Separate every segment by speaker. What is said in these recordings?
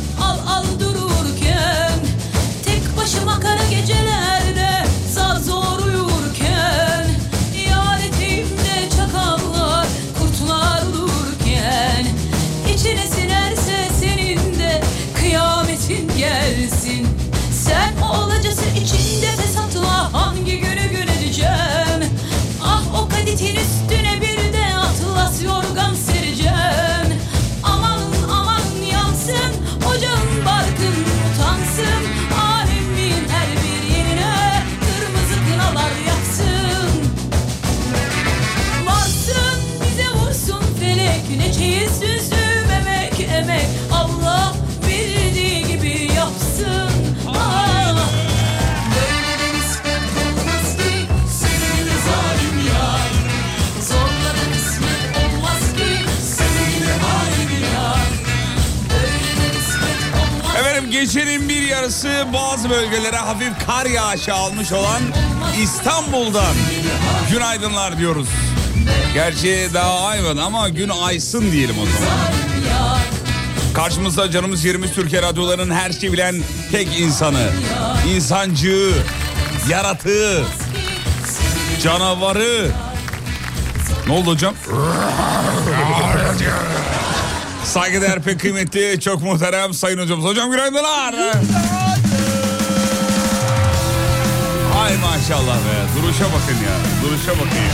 Speaker 1: Ah Ah, Ah, E Ah Ah.
Speaker 2: Gecenin bir yarısı bazı bölgelere hafif kar yağışı almış olan İstanbul'dan günaydınlar diyoruz. Gerçi daha aymadı ama gün aysın diyelim o zaman. Karşımızda canımız yerimiz Türkiye radyolarının her şeyi bilen tek insanı, insancığı, yaratığı, canavarı. Ne oldu hocam? Saygıdeğer pek kıymetli, çok muhterem sayın hocamız. Hocam günaydınlar. Ay maşallah be. Duruşa bakın ya. Duruşa bakın ya.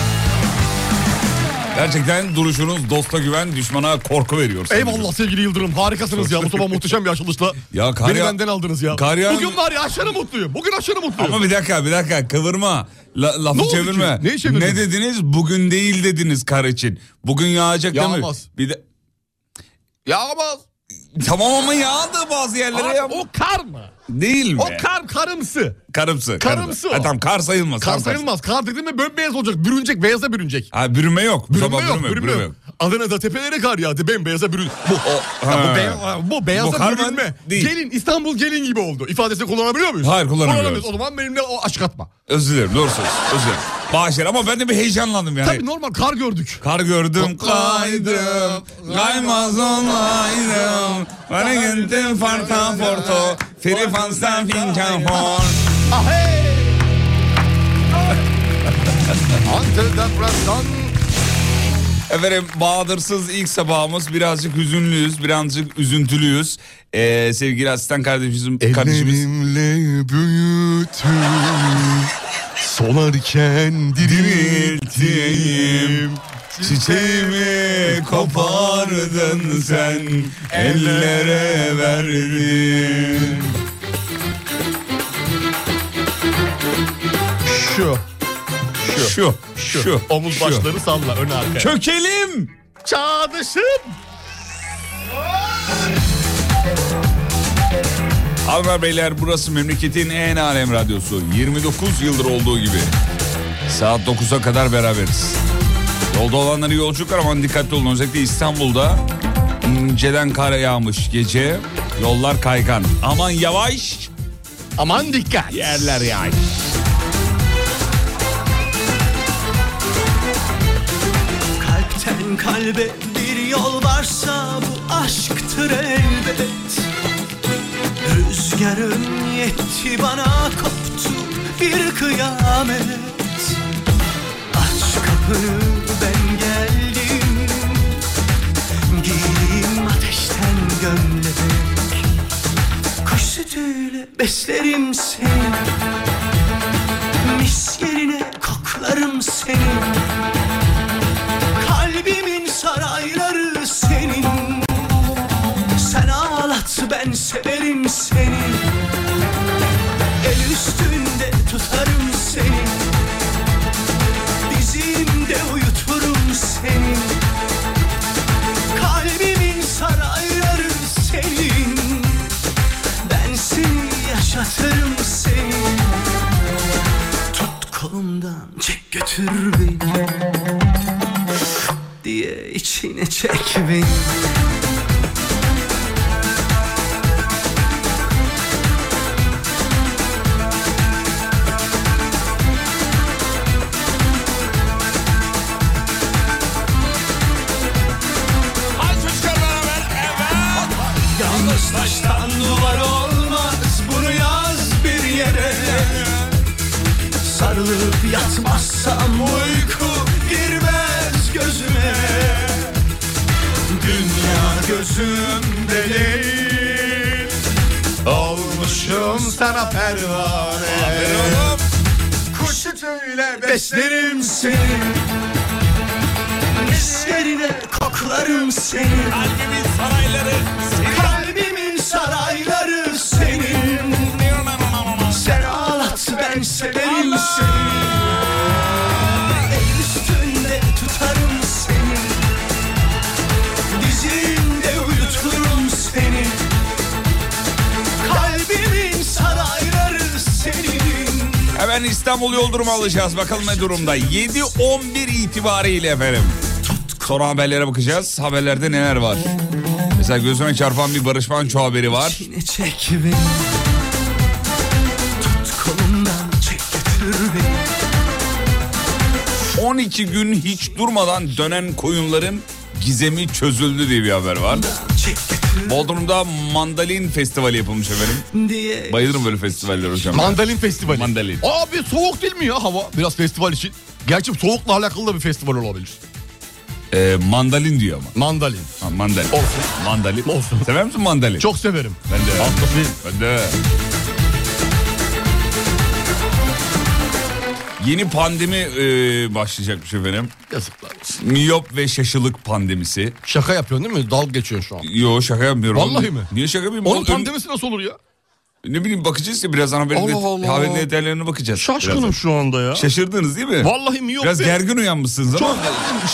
Speaker 2: Gerçekten duruşunuz dosta güven, düşmana korku veriyor. sayın hocam.
Speaker 3: Eyvallah sevgili Yıldırım harikasınız ya Mustafa muhteşem bir açılışla.
Speaker 2: Ya kar
Speaker 3: Beni
Speaker 2: ya-
Speaker 3: benden aldınız ya.
Speaker 2: Kar ya-
Speaker 3: Bugün var ya aşırı mutluyum. Bugün aşırı mutluyum.
Speaker 2: Ama bir dakika bir dakika kıvırma. La- lafı
Speaker 3: Ne oldu
Speaker 2: çevirme.
Speaker 3: ki? Neyi çevirdim?
Speaker 2: Ne dediniz? Bugün değil dediniz kar için. Bugün yağacak değil mi?
Speaker 3: Yağmaz.
Speaker 2: Bir de...
Speaker 3: Yağmaz.
Speaker 2: Tamam ama yağdı bazı yerlere.
Speaker 3: Abi,
Speaker 2: ya.
Speaker 3: o kar mı?
Speaker 2: Değil mi?
Speaker 3: O kar karımsı.
Speaker 2: Karımsı.
Speaker 3: Karımsı o.
Speaker 2: Ha, tamam kar sayılmaz.
Speaker 3: Kar
Speaker 2: tam
Speaker 3: sayılmaz. Kar dediğin mi bembeyaz olacak. Bürünecek beyaza bürünecek.
Speaker 2: Ha bürüme yok. Bu
Speaker 3: Bürünme
Speaker 2: sabah
Speaker 3: yok, bürünme, yok. Adana'da tepelere kar yağdı. Bembeyaza bürün. Bu,
Speaker 2: O-
Speaker 3: Ya
Speaker 2: Ha.
Speaker 3: bu, be- bu beyaza
Speaker 2: Bu kar
Speaker 3: bürünme.
Speaker 2: ben- değil.
Speaker 3: Gelin İstanbul gelin gibi oldu. İfadesini kullanabiliyor muyuz?
Speaker 2: Hayır, kullanamıyoruz.
Speaker 3: O zaman benimle o aşk atma.
Speaker 2: Özür dilerim doğru söylüyorsun. Özür dilerim. Bağışlar ama ben de bir heyecanlandım yani.
Speaker 3: Tabii normal kar gördük.
Speaker 2: Kar gördüm kaydım, kaymaz olaydım. Bana gittim farta porto, firifansan fincan hor.
Speaker 3: Ahey! Antidepresan.
Speaker 2: Efendim Bahadırsız ilk sabahımız birazcık hüzünlüyüz, birazcık üzüntülüyüz. Ee, sevgili asistan kardeşimiz, kardeşimiz
Speaker 3: Ellerimle büyütüm. Solarken dirilttim.
Speaker 2: Çiçeğimi kopardın sen, ellere verdin.
Speaker 3: Şu.
Speaker 2: Şu, şu, şu.
Speaker 3: Omuz
Speaker 2: şu.
Speaker 3: başları salla ön arka.
Speaker 2: Çökelim.
Speaker 3: Çağdaşım.
Speaker 2: Hanımlar beyler burası memleketin en alem radyosu. 29 yıldır olduğu gibi. Saat 9'a kadar beraberiz. Yolda olanları yolculuklar aman dikkatli olun. Özellikle İstanbul'da inceden kar yağmış gece. Yollar kaygan. Aman yavaş
Speaker 3: Aman dikkat.
Speaker 2: yerler yağış.
Speaker 4: Kalpten kalbe bir yol varsa bu aşktır elbet Rüzgarın yetti bana koptu bir kıyamet Aç kapını ben geldim Giyeyim ateşten gömlek Kuş sütüyle beslerim seni Mis yerine koklarım seni Kalbimin sarayları senin Sen ağlat ben severim seni El üstünde tutarım seni Dizimde uyuturum seni Kalbimin sarayları senin Ben seni yaşatırım seni Tut kolumdan çek götür beni diye içine çek beni Yalnız taştan duvar olmaz Bunu yaz bir yere Sarılıp yatmazsam uyku girmez gözüme Dünya gözümde değil
Speaker 3: Olmuşum sana pervane.
Speaker 4: Kuş sütüyle beslerim seni Mis yerine koklarım seni
Speaker 2: Kalbimin sarayları
Speaker 4: Kalbimin sarayları senin Sen ağlat ben severim seni El üstünde tutarım seni Dizimde uyuturum seni Kalbimin sarayları senin
Speaker 2: Hemen İstanbul yol durumu alacağız. Bakalım ne durumda. 7-11 itibariyle efendim. Sonra haberlere bakacağız. Haberlerde neler var? Mesela gözüme çarpan bir Barış Manço haberi var.
Speaker 4: Yine çek beni Tut kolumdan çek götür beni
Speaker 2: 12 gün hiç durmadan dönen koyunların gizemi çözüldü diye bir haber var.
Speaker 4: Çek götür
Speaker 2: Bodrum'da mandalin festivali yapılmış efendim.
Speaker 4: diye
Speaker 2: Bayılırım böyle festivallere hocam.
Speaker 3: Mandalin Festivali.
Speaker 2: Mandalin.
Speaker 3: Abi soğuk değil mi ya hava? Biraz festival için. Gerçi soğukla alakalı da bir festival olabilir.
Speaker 2: Ee, mandalin diyor ama.
Speaker 3: Mandalin.
Speaker 2: Ha, mandalin.
Speaker 3: Olsun.
Speaker 2: Mandalin.
Speaker 3: Olsun.
Speaker 2: Sever misin mandalin?
Speaker 3: Çok severim.
Speaker 2: Ben de.
Speaker 3: Hastasıyım.
Speaker 2: Ben de. Yeni pandemi e, başlayacakmış efendim.
Speaker 3: Yazıklar olsun.
Speaker 2: Miyop ve şaşılık pandemisi.
Speaker 3: Şaka yapıyorsun değil mi? Dalga geçiyorsun şu an.
Speaker 2: Yo şaka yapmıyorum.
Speaker 3: Vallahi mi?
Speaker 2: Niye şaka yapayım?
Speaker 3: Onun
Speaker 2: Oğlum,
Speaker 3: pandemisi nasıl olur ya?
Speaker 2: Ne bileyim bakacağız ya birazdan haberin,
Speaker 3: Allah Allah.
Speaker 2: haberin detaylarına bakacağız. birazdan.
Speaker 3: Şaşkınım şu anda ya.
Speaker 2: Şaşırdınız değil mi?
Speaker 3: Vallahi mi yok
Speaker 2: Biraz
Speaker 3: be?
Speaker 2: gergin uyanmışsınız ama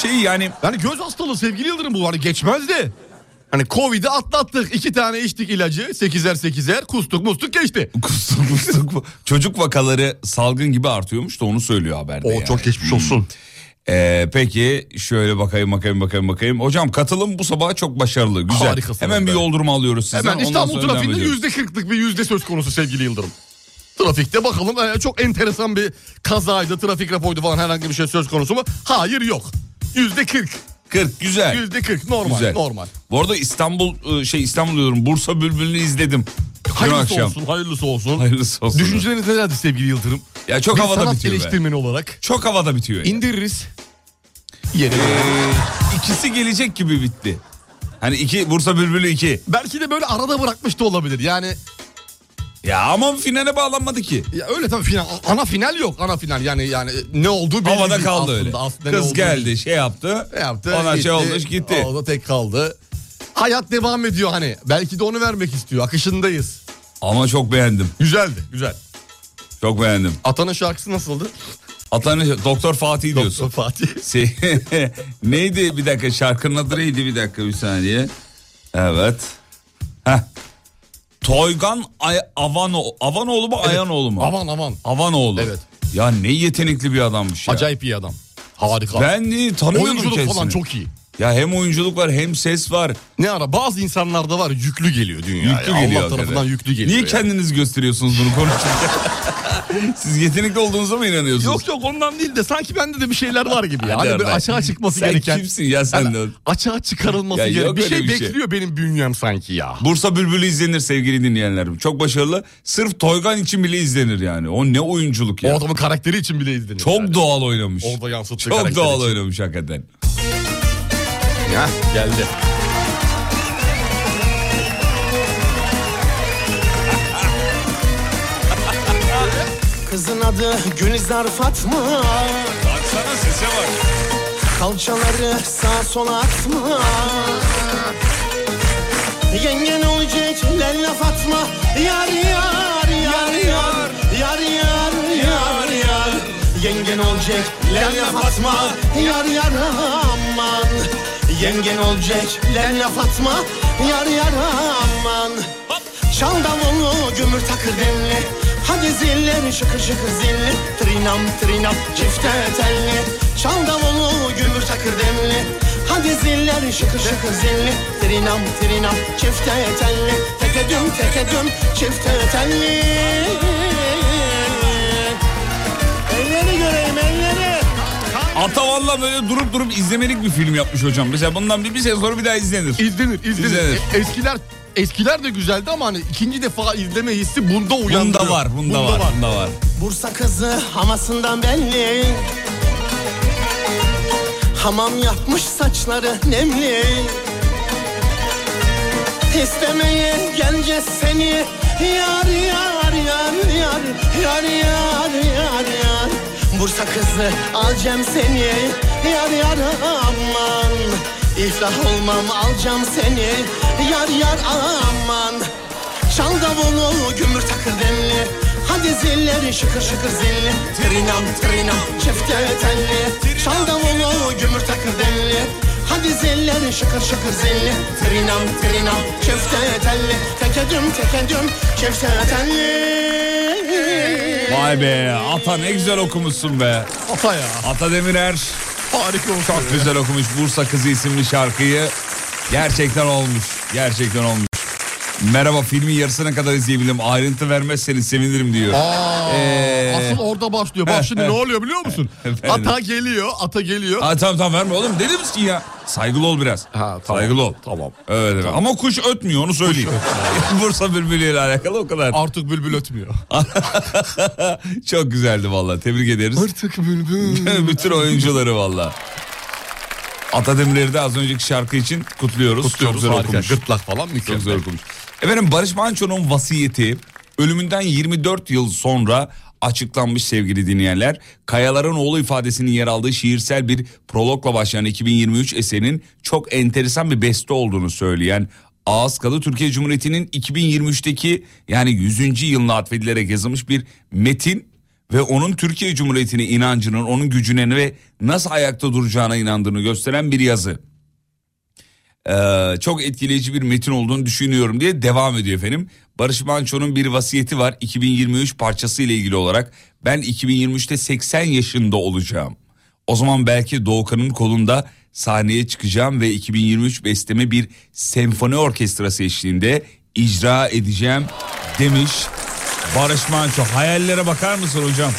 Speaker 2: şey yani
Speaker 3: Yani göz hastalığı sevgili Yıldırım bu. Hani geçmez de. Hani Covid'i atlattık. iki tane içtik ilacı. Sekizer sekizer. Kustuk mustuk geçti.
Speaker 2: kustuk kustuk çocuk vakaları salgın gibi artıyormuş da onu söylüyor haberde. yani. Hmm.
Speaker 3: geçmiş olsun.
Speaker 2: Ee, peki şöyle bakayım bakayım bakayım bakayım. Hocam katılım bu sabah çok başarılı. Güzel.
Speaker 3: Harikasınız
Speaker 2: Hemen bir
Speaker 3: be.
Speaker 2: yoldurma alıyoruz sizden.
Speaker 3: Hemen
Speaker 2: ondan
Speaker 3: İstanbul
Speaker 2: sonra devam
Speaker 3: trafiğinde
Speaker 2: ediyoruz.
Speaker 3: yüzde kırklık bir yüzde söz konusu sevgili Yıldırım. Trafikte bakalım e, çok enteresan bir kazaydı, trafik raporuydu falan herhangi bir şey söz konusu mu? Hayır yok. Yüzde kırk,
Speaker 2: 40 güzel.
Speaker 3: yüzde kırk normal,
Speaker 2: Güzel.
Speaker 3: normal.
Speaker 2: Bu arada İstanbul e, şey İstanbul diyorum Bursa Bülbülü'nü izledim. Dün
Speaker 3: Hayırlısı
Speaker 2: akşam.
Speaker 3: olsun, hayırlısı olsun.
Speaker 2: Hayırlısı olsun.
Speaker 3: Düşünceleriniz nelerdi sevgili Yıldırım?
Speaker 2: Ya çok
Speaker 3: bir
Speaker 2: havada
Speaker 3: sanat
Speaker 2: bitiyor be.
Speaker 3: eleştirmeni olarak
Speaker 2: Çok havada bitiyor. Yani.
Speaker 3: indiririz. Yeri.
Speaker 2: ikisi gelecek gibi bitti. Hani iki Bursa Bülbülü iki.
Speaker 3: Belki de böyle arada bırakmış da olabilir. Yani
Speaker 2: Ya ama finale bağlanmadı ki.
Speaker 3: ya öyle tabii final ana final yok. Ana final yani yani e, ne olduğu belli
Speaker 2: Havada
Speaker 3: değil
Speaker 2: kaldı
Speaker 3: aslında.
Speaker 2: öyle.
Speaker 3: Aslında ne
Speaker 2: Kız
Speaker 3: olduğu
Speaker 2: geldi şey yaptı.
Speaker 3: Ne yaptı?
Speaker 2: Ona
Speaker 3: Gitti.
Speaker 2: şey olmuş gitti.
Speaker 3: Orada tek kaldı. Hayat devam ediyor hani. Belki de onu vermek istiyor. Akışındayız.
Speaker 2: Ama çok beğendim.
Speaker 3: Güzeldi, güzel.
Speaker 2: Çok beğendim.
Speaker 3: Atanın şarkısı nasıldı?
Speaker 2: Atanı Doktor Fatih diyorsun.
Speaker 3: Doktor Fatih.
Speaker 2: Şey, neydi bir dakika şarkının adı neydi bir dakika bir saniye. Evet. Heh. Toygan Ay- Avano Avanoğlu mu Ayanoğlu mu?
Speaker 3: Aman aman.
Speaker 2: Avanoğlu.
Speaker 3: Evet.
Speaker 2: Ya ne yetenekli bir adammış ya.
Speaker 3: Acayip iyi adam. Harika.
Speaker 2: Ben e, tanıyorum
Speaker 3: Oyunculuk
Speaker 2: kendisini.
Speaker 3: falan çok iyi.
Speaker 2: Ya hem oyunculuk var hem ses var.
Speaker 3: Ne ara bazı insanlarda var yüklü geliyor dünyaya.
Speaker 2: Yüklü geliyor.
Speaker 3: Allah tarafından
Speaker 2: hakikaten.
Speaker 3: yüklü geliyor.
Speaker 2: Niye
Speaker 3: yani.
Speaker 2: kendiniz gösteriyorsunuz bunu konuşurken? Siz yetenekli olduğunuza mı inanıyorsunuz?
Speaker 3: Yok yok ondan değil de sanki bende de bir şeyler var gibi
Speaker 2: Hadi
Speaker 3: ya. Hani böyle
Speaker 2: oradan.
Speaker 3: açığa çıkması
Speaker 2: Sen
Speaker 3: gereken.
Speaker 2: kimsin ya sen
Speaker 3: Yani
Speaker 2: de?
Speaker 3: Açığa çıkarılması
Speaker 2: Ya yok
Speaker 3: gereken. Bir
Speaker 2: öyle
Speaker 3: şey
Speaker 2: bir şey.
Speaker 3: bekliyor benim bünyem sanki ya.
Speaker 2: Bursa Bülbülü izlenir sevgili dinleyenlerim. Çok başarılı. Sırf Toygan için bile izlenir yani. O ne oyunculuk
Speaker 3: O
Speaker 2: ya.
Speaker 3: adamın karakteri için bile izlenir.
Speaker 2: Çok
Speaker 3: yani.
Speaker 2: doğal oynamış.
Speaker 3: Orada yansıttığı
Speaker 2: Çok
Speaker 3: karakter
Speaker 2: doğal
Speaker 3: için.
Speaker 2: oynamış hakikaten.
Speaker 3: Heh, geldi.
Speaker 5: Kızın adı Gülizar Fatma
Speaker 2: Baksana sese bak.
Speaker 5: Kalçaları sağa sola atma Yengen olacak Lella Fatma Yar yar yar yar Yar yar yar yar Yengen olacak Lella Fatma Yar yar aman Yengen olacak Lella Fatma Yar yar aman Çal davulu gömür takır denli Hadi zilleri şıkır şıkır zilli Trinam trinam çifte telli Çal davulu gömür takır denli Hadi zilleri şıkır şıkır zilli Trinam trinam çifte telli Teke düm teke düm çifte telli Elleri göreyim elleri
Speaker 2: Atavalla böyle durup durup izlemelik bir film yapmış hocam. Mesela bundan bir, bir sene sonra bir daha izlenir.
Speaker 3: İzlenir, izlenir.
Speaker 2: İzlenir.
Speaker 3: E- Eskiler eskiler de güzeldi ama hani ikinci defa izleme hissi bunda uyandırıyor.
Speaker 2: Bunda var, bunda, var, bunda var.
Speaker 5: Bursa kızı hamasından belli Hamam yapmış saçları nemli İstemeye geleceğiz seni Yar yar yar yar Yar yar yar yar Bursa kızı alacağım seni Yar yar aman İflah olmam alacağım seni Yar yar aman Çal davulu gümür takır denli Hadi zilleri şıkır şıkır zilli Trinam trinam çifte telli Çal davulu gümür takır denli Hadi zilleri şıkır şıkır zilli Trinam trinam çifte telli Tekedüm tekedüm çifte telli
Speaker 2: Vay be ata ne güzel okumuşsun be.
Speaker 3: Ata ya.
Speaker 2: Ata Demirer
Speaker 3: Harika olsun.
Speaker 2: çok güzel okumuş Bursa Kızı isimli şarkıyı. Gerçekten olmuş. Gerçekten olmuş. Merhaba filmin yarısına kadar izleyebilirim. Ayrıntı vermezseniz sevinirim diyor.
Speaker 3: Aa,
Speaker 2: Ee,
Speaker 3: asıl orada başlıyor. Bak şimdi ne oluyor biliyor musun?
Speaker 2: Efendim?
Speaker 3: Ata geliyor, ata geliyor.
Speaker 2: Aa, tamam tamam verme oğlum dedim ki ya. Saygılı ol biraz.
Speaker 3: tamam.
Speaker 2: Saygılı ol.
Speaker 3: Tamam.
Speaker 2: Evet, evet. Ama kuş ötmüyor onu söyleyeyim. Bursa bülbülüyle alakalı o kadar.
Speaker 3: Artık bülbül ötmüyor.
Speaker 2: Çok güzeldi valla tebrik ederiz.
Speaker 3: Artık bülbül.
Speaker 2: Bütün oyuncuları valla. Atademir'i de az önceki şarkı için kutluyoruz. Çok
Speaker 3: Kutluyoruz
Speaker 2: güzel
Speaker 3: harika.
Speaker 2: okumuş.
Speaker 3: Gırtlak falan
Speaker 2: Çok güzel
Speaker 3: mükemmel.
Speaker 2: okumuş. Efendim Barış Manço'nun vasiyeti ölümünden 24 yıl sonra açıklanmış sevgili dinleyenler. Kayaların oğlu ifadesinin yer aldığı şiirsel bir prologla başlayan 2023 eserinin çok enteresan bir beste olduğunu söyleyen Ağız Kalı Türkiye Cumhuriyeti'nin 2023'teki yani 100. yılına atfedilerek yazılmış bir metin ve onun Türkiye Cumhuriyeti'ne inancının, onun gücüne ve nasıl ayakta duracağına inandığını gösteren bir yazı. Ee, çok etkileyici bir metin olduğunu düşünüyorum diye devam ediyor efendim. Barış Manço'nun bir vasiyeti var 2023 parçası ile ilgili olarak. Ben 2023'te 80 yaşında olacağım. O zaman belki Doğukan'ın kolunda sahneye çıkacağım ve 2023 bestemi bir senfoni orkestrası eşliğinde icra edeceğim demiş Barış Manço. Hayallere bakar mısın hocam?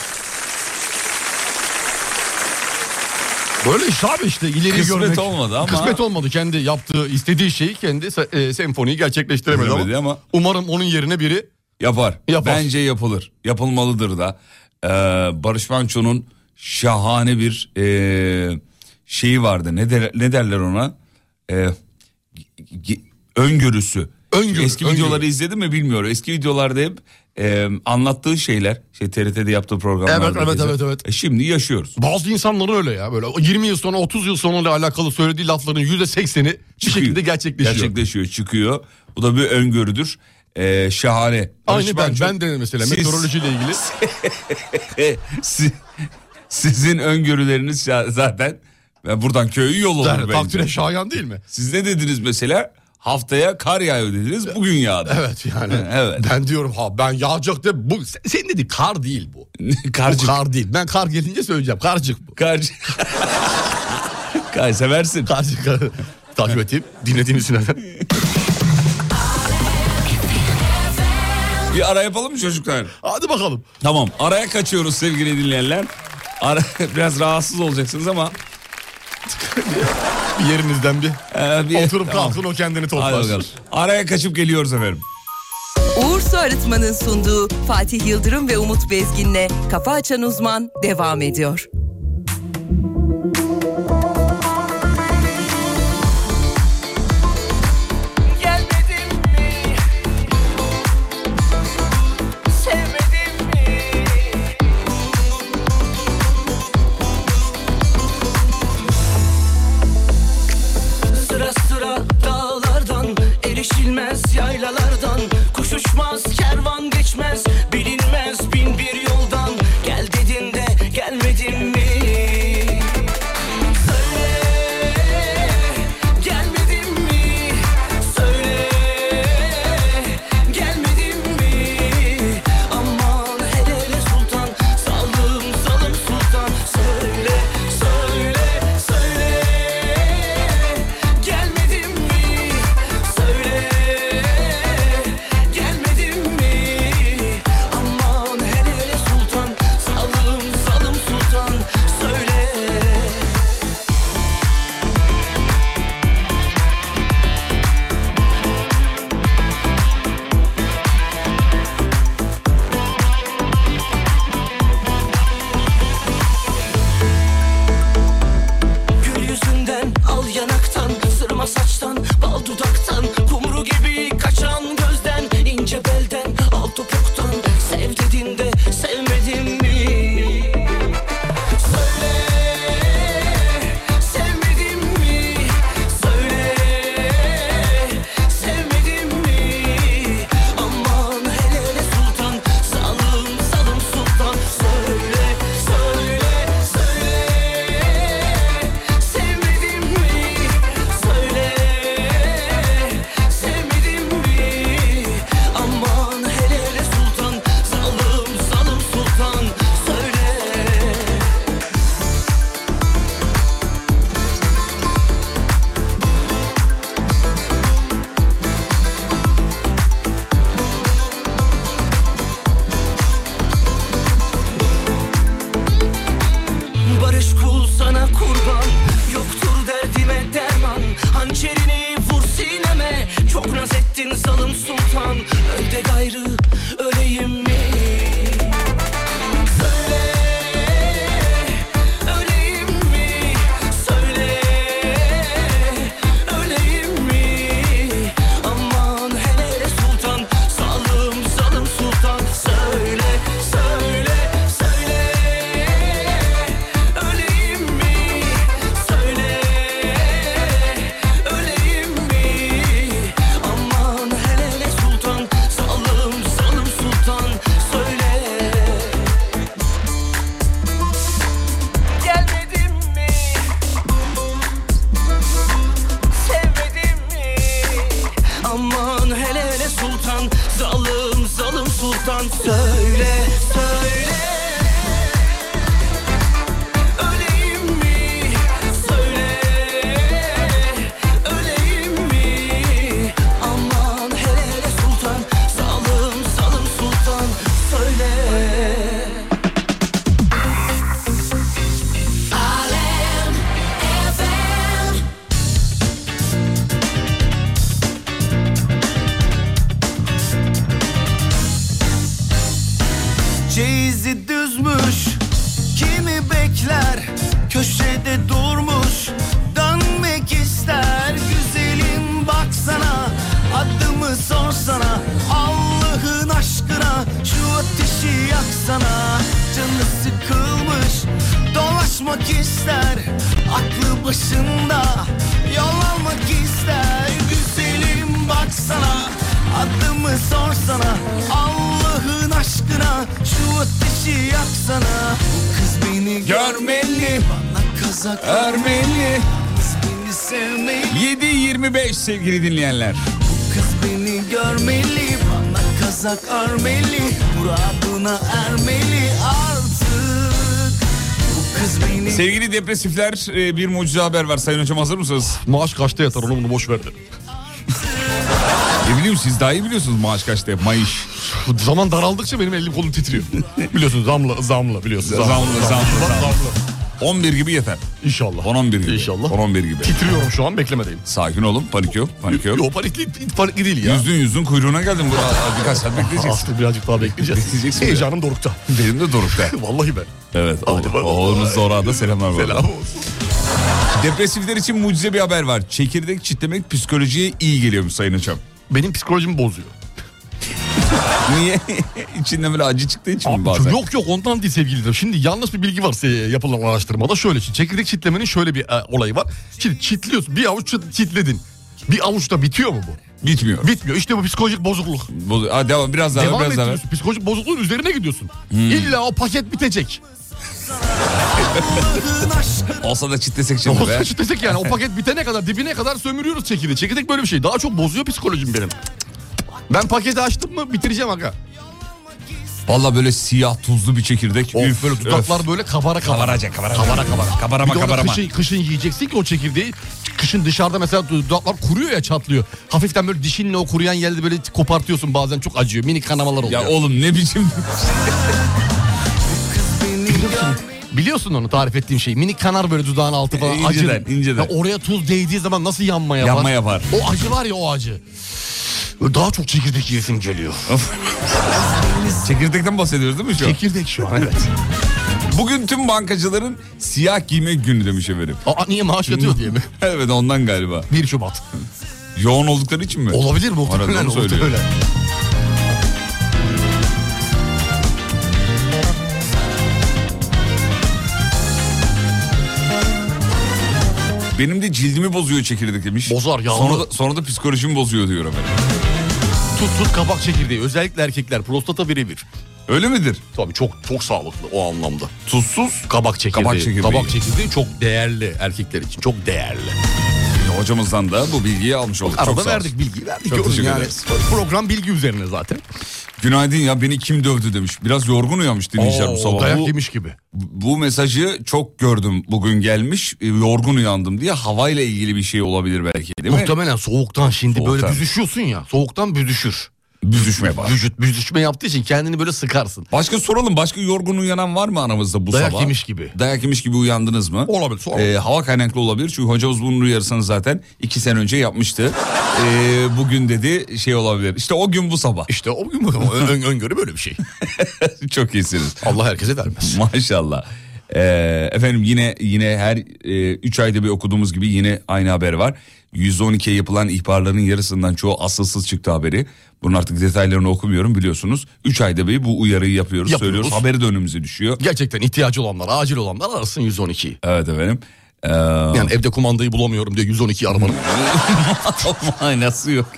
Speaker 3: Böyle iş abi işte ileri
Speaker 2: Kısmet
Speaker 3: görmek.
Speaker 2: olmadı ama-
Speaker 3: Kısmet olmadı. Kendi yaptığı, istediği şeyi kendi se- e, senfoniyi gerçekleştiremedi ama,
Speaker 2: Bilemedi ama-
Speaker 3: Umarım onun yerine biri
Speaker 2: Yapar.
Speaker 3: Yapar.
Speaker 2: Bence yapılır. Yapılmalıdır da. Ee, Barış Manço'nun şahane bir ee, şeyi vardı. Ne, der, ne derler ona? Ee, ge- ge- öngörüsü.
Speaker 3: Öngörü,
Speaker 2: Eski
Speaker 3: öngörü.
Speaker 2: videoları izledin mi bilmiyorum. Eski videolarda hep ee, anlattığı şeyler. Şey TRT'de yaptığı programlarda.
Speaker 3: Evet, evet,
Speaker 2: gezen.
Speaker 3: evet, evet.
Speaker 2: E, şimdi yaşıyoruz.
Speaker 3: Bazı insanların öyle ya böyle 20 yıl sonra 30 yıl sonra ile alakalı söylediği lafların %80'i bir şekilde gerçekleşiyor.
Speaker 2: Gerçekleşiyor, çıkıyor. Bu da bir öngörüdür. Ee, şahane. Barış
Speaker 3: Aynı ben,
Speaker 2: Manço-
Speaker 3: ben de mesela
Speaker 2: Siz-
Speaker 3: meteorolojiyle ilgili.
Speaker 2: E, si- sizin öngörüleriniz ya- zaten ve buradan köyü yol olur
Speaker 3: der,
Speaker 2: bence.
Speaker 3: takdire şayan değil mi?
Speaker 2: Siz ne dediniz mesela? Haftaya kar yağıyor dediniz. Bugün yağdı.
Speaker 3: Evet yani.
Speaker 2: Evet.
Speaker 3: Ben diyorum ha ben yağacak de bu sen, senin dedi kar değil bu.
Speaker 2: Karcık.
Speaker 3: Bu kar değil. Ben kar gelince söyleyeceğim. Karcık bu.
Speaker 2: Karcık. Kar seversin.
Speaker 3: Karcık. kar- Takip edeyim. Dinlediğiniz için
Speaker 2: Bir ara yapalım mı çocuklar?
Speaker 3: Hadi bakalım.
Speaker 2: Tamam. Araya kaçıyoruz sevgili dinleyenler. Ara, biraz rahatsız olacaksınız ama.
Speaker 3: Bir yerinizden bir
Speaker 2: e, bir-
Speaker 3: oturup
Speaker 2: Tamam.
Speaker 3: kalkın o kendini
Speaker 2: Hadi
Speaker 3: toplar.
Speaker 2: bakalım. Araya kaçıp geliyoruz efendim.
Speaker 6: Uğur Su Arıtma'nın sunduğu Fatih Yıldırım ve Umut Bezgin'le Kafa Açan Uzman devam ediyor.
Speaker 7: Gelmedin mi? Sevmedin mi?
Speaker 4: Sıra sıra dağlardan Erişilmez yaylalardan Kuş uçmaz kervan geçmez Bilinmez bin bir yoldan Gel dedin de gelmedin mi? Söyle gelmedin mi? Söyle gelmedin mi? Aman hele hele sultan Salım salım sultan Söyle söyle söyle Gelmedin mi? Söyle Gelmedin mi?
Speaker 8: Fahrettin Salım Sultan Öl de gayrı öleyim mi? Söyle öleyim mi? Söyle öleyim mi? Aman hele hele sultan Salım Salım Sultan Söyle söyle söyle öleyim mi? Söyle öleyim mi? Aman hele hele sultan Salım Salım Sultan Söyle
Speaker 7: Gelmedin mi? Sevmedin mi?
Speaker 8: Aman hele hele sultan Zalım zalım sultan Söyle söyle Öleyim mi? Söyle Öleyim mi? Aman hele hele sultan Zalım zalım sultan Söyle
Speaker 4: Çeyizi düzmüş Kimi bekler Köşede durmuş Dönmek ister Güzelim baksana Adımı sorsana Allah'ın aşkına Şu ateşi yaksana Canı sıkılmış Dolaşmak ister Aklı başında Yol almak ister Güzelim baksana Adımı sorsana Allah'ın aşkına Şu ateşi yaksana Bu kız beni
Speaker 2: Görmeli,
Speaker 4: Bana kazak
Speaker 2: örmeli.
Speaker 4: Kız beni sevmeli
Speaker 2: 7.25 sevgili dinleyenler.
Speaker 4: Kız beni görmeli Bana kazak örmeli Muradına ermeli artık Bu kız beni
Speaker 2: Sevgili depresifler e, bir mucize haber var. Sayın hocam hazır mısınız?
Speaker 3: Maaş kaçta yatar onu bunu boş ver de.
Speaker 2: Ne bileyim siz daha iyi biliyorsunuz maaş kaçta, mayış.
Speaker 3: Bu Zaman daraldıkça benim elim kolum titriyor. biliyorsun zamla zamla biliyorsun.
Speaker 2: Zamla, zamla,
Speaker 3: zamla.
Speaker 2: zamla. 11 gibi yeter.
Speaker 3: İnşallah.
Speaker 2: 10-11 gibi.
Speaker 3: İnşallah.
Speaker 2: 10-11 gibi.
Speaker 3: Titriyorum şu an beklemedeyim.
Speaker 2: Sakin olun panik yok, panik yok.
Speaker 3: Yo panikli, panikli değil ya.
Speaker 2: Yüzdün yüzdün kuyruğuna geldin. Bu- Aa, Birkaç saat bekleyeceksin.
Speaker 3: Aslında birazcık daha bekleyeceğiz.
Speaker 2: Bekleyeceksin biraz.
Speaker 3: Heyecanım dorukta.
Speaker 2: Benim de dorukta.
Speaker 3: Vallahi ben.
Speaker 2: Evet.
Speaker 3: Hadi
Speaker 2: o-
Speaker 3: bakalım.
Speaker 2: Oğlunuz Zora'da selamlar. bu arada.
Speaker 3: Selam olsun.
Speaker 2: Depresifler için mucize bir haber var. Çekirdek çitlemek psikolojiye iyi geliyormuş Sayın Hocam.
Speaker 3: Benim psikolojimi bozuyor.
Speaker 2: Niye? İçinden böyle acı çıktığı için mi
Speaker 3: Abi,
Speaker 2: bazen?
Speaker 3: Yok yok ondan değil sevgilidir. Şimdi yanlış bir bilgi var e, yapılan araştırmada. Şöyle şimdi çekirdek çitlemenin şöyle bir e, olayı var. Şimdi çitliyorsun bir avuç çit- çitledin. Bir avuçta bitiyor mu bu?
Speaker 2: Bitmiyor.
Speaker 3: Bitmiyor. İşte bu psikolojik bozukluk.
Speaker 2: Bu- Aa, devam biraz daha ver,
Speaker 3: Devam
Speaker 2: biraz daha Hmm. ver.
Speaker 3: ediyorsun. Psikolojik bozukluğun üzerine gidiyorsun. İlla o paket bitecek.
Speaker 2: Olsa da çitlesek şimdi be.
Speaker 3: Olsa çitlesek yani o paket bitene kadar dibine kadar sömürüyoruz çekirdeği. Çekirdek böyle bir şey. Daha çok bozuyor psikolojim benim. Ben paketi açtım mı bitireceğim aga.
Speaker 2: Valla böyle siyah tuzlu bir çekirdek.
Speaker 3: Of,
Speaker 2: Üf,
Speaker 3: böyle
Speaker 2: öf.
Speaker 3: dudaklar böyle kabara kabara.
Speaker 2: Kabaracak, kabaracak.
Speaker 3: Kabara kabara.
Speaker 2: Kabarama,
Speaker 3: Bir de onu
Speaker 2: kabarama.
Speaker 3: Kışın, kışın yiyeceksin ki o çekirdeği. Kışın dışarıda mesela dudaklar kuruyor ya çatlıyor. Hafiften böyle dişinle o kuruyan yerde böyle kopartıyorsun bazen çok acıyor. Minik kanamalar oluyor.
Speaker 2: Ya oğlum ne biçim?
Speaker 3: biliyorsun, biliyorsun onu tarif ettiğim şeyi. Minik kanar böyle dudağın altı falan.
Speaker 2: E, inceden,
Speaker 3: acı.
Speaker 2: inceden.
Speaker 3: Ya oraya tuz değdiği zaman nasıl yanma yapar?
Speaker 2: Yanma yapar.
Speaker 3: O acı var ya o acı. Daha çok çekirdek yiyesim geliyor.
Speaker 2: Çekirdekten bahsediyoruz değil mi şu an?
Speaker 3: Çekirdek şu an evet.
Speaker 2: Bugün tüm bankacıların siyah giyme günü demiş efendim. Hmm.
Speaker 3: Aa, niye maaş yatıyor diye mi?
Speaker 2: evet ondan galiba.
Speaker 3: 1 Şubat.
Speaker 2: Yoğun oldukları için mi?
Speaker 3: Olabilir mi?
Speaker 2: Arada
Speaker 3: Muhtemelen,
Speaker 2: onu söylüyor.
Speaker 3: muhtemelen.
Speaker 2: Benim de cildimi bozuyor çekirdek demiş.
Speaker 3: Bozar, yağlı.
Speaker 2: Sonra da, sonra da psikolojimi bozuyor diyor efendim.
Speaker 3: Tut tut kabak çekirdeği. Özellikle erkekler prostata birebir.
Speaker 2: Öyle midir?
Speaker 3: Tabii çok çok sağlıklı o anlamda.
Speaker 2: Tuzsuz.
Speaker 3: Kabak çekirdeği.
Speaker 2: Kabak çekirdeği.
Speaker 3: Kabak çekirdeği çok değerli erkekler için. Çok değerli.
Speaker 2: Hocamızdan da bu bilgiyi almış olduk.
Speaker 3: Arada
Speaker 2: Çok sağ olsun.
Speaker 3: verdik bilgiyi verdik.
Speaker 2: Çok
Speaker 3: Gördün
Speaker 2: teşekkür
Speaker 3: yani.
Speaker 2: ederiz.
Speaker 3: Program bilgi üzerine zaten.
Speaker 2: Günaydın ya beni kim dövdü demiş. Biraz yorgun uyanmış dinleyiciler bu
Speaker 3: Oo,
Speaker 2: sabah.
Speaker 3: Dayak
Speaker 2: Bu-
Speaker 3: yemiş gibi.
Speaker 2: bu mesajı çok gördüm bugün gelmiş. E, Yorgun uyandım diye havayla ilgili bir şey olabilir belki değil mi?
Speaker 3: Muhtemelen soğuktan şimdi
Speaker 2: Soğuktan.
Speaker 3: böyle büzüşüyorsun ya. Soğuktan büzüşür.
Speaker 2: Büzüşme var.
Speaker 3: Vücut büzüşme yaptığı için kendini böyle sıkarsın.
Speaker 2: Başka soralım. Başka yorgun uyanan var mı aramızda bu
Speaker 3: Dayak
Speaker 2: sabah?
Speaker 3: yemiş gibi.
Speaker 2: Dayak yemiş gibi uyandınız mı?
Speaker 3: Olabilir sonra.
Speaker 2: Ee, hava kaynaklı olabilir çünkü hocamız bunun uyarısını zaten iki sene önce yapmıştı. Ee, bugün dedi şey olabilir. İşte o gün bu sabah.
Speaker 3: işte o gün bu- ön- öngörü böyle bir şey.
Speaker 2: Çok iyisiniz.
Speaker 3: Allah herkese vermez.
Speaker 2: Maşallah. Ee, efendim yine yine her 3 ayda bir okuduğumuz gibi yine aynı haber var. 112'ye yapılan ihbarların yarısından çoğu asılsız çıktı haberi. Bunun artık detaylarını okumuyorum biliyorsunuz. 3 ayda bir bu uyarıyı yapıyoruz,
Speaker 3: Yapıyoruz.
Speaker 2: söylüyoruz. Haberi de önümüze düşüyor.
Speaker 3: Gerçekten ihtiyacı olanlar, acil olanlar arasın 112'yi.
Speaker 2: Evet efendim. Ee,
Speaker 3: Yani evde kumandayı bulamıyorum diye 112'yi aramanın.
Speaker 2: manası yok.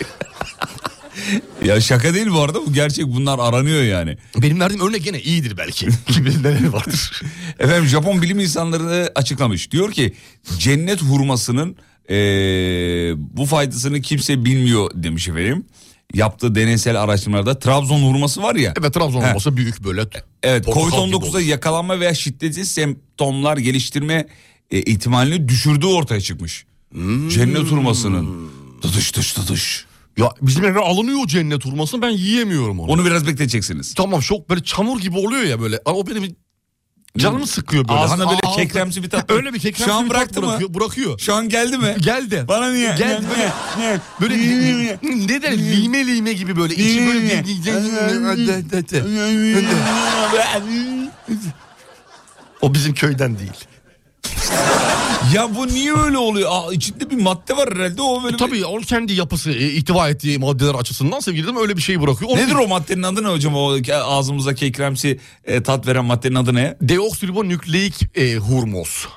Speaker 2: ya şaka değil bu arada bu gerçek bunlar aranıyor yani.
Speaker 3: Benim verdiğim örnek yine iyidir belki. Kimileri vardır.
Speaker 2: Efendim Japon bilim insanları açıklamış. Diyor ki cennet hurmasının eee, bu faydasını kimse bilmiyor demiş efendim. Yaptığı deneysel araştırmalarda Trabzon hurması var ya.
Speaker 3: Evet Trabzon
Speaker 2: He.
Speaker 3: olmasa büyük böyle.
Speaker 2: Evet
Speaker 3: portakal gibi
Speaker 2: Covid-19'a
Speaker 3: olur.
Speaker 2: yakalanma veya şiddetli semptomlar geliştirme e, ihtimalini düşürdüğü ortaya çıkmış. Hmm. Cennet hurmasının. Dıdış dış dıdış.
Speaker 3: Ya bizim eve alınıyor o cennet hurmasını ben yiyemiyorum onu.
Speaker 2: Onu biraz bekleteceksiniz.
Speaker 3: Tamam çok böyle çamur gibi oluyor ya böyle. Ama o benim canımı sıkıyor böyle.
Speaker 2: Hmm. Ağzına
Speaker 3: Hani
Speaker 2: böyle
Speaker 3: ağzı-
Speaker 2: kekremsi bir tat.
Speaker 3: Öyle bir kekremsi
Speaker 2: Şu an
Speaker 3: bir tat
Speaker 2: bıraktı mı?
Speaker 3: bırakıyor, bırakıyor.
Speaker 2: Şu an geldi mi?
Speaker 3: Geldi.
Speaker 2: Bana niye?
Speaker 3: Gel böyle.
Speaker 2: Ne?
Speaker 3: Böyle
Speaker 2: Niye?
Speaker 3: li- ne der lime lime gibi böyle içi böyle bir- O bizim köyden değil.
Speaker 2: Ya bu niye öyle oluyor? Aa, içinde bir madde var herhalde o böyle. bir-
Speaker 3: E Tabii onun kendi yapısı e, ihtiva ettiği maddeler açısından sevgili dinleyicilerim, öyle bir şey bırakıyor. Onun
Speaker 2: Nedir o maddenin adı ne hocam? O e, ke- ağzımıza kekremsi e, tat veren maddenin adı ne?
Speaker 3: Deoksiribonükleik e, hurmoz.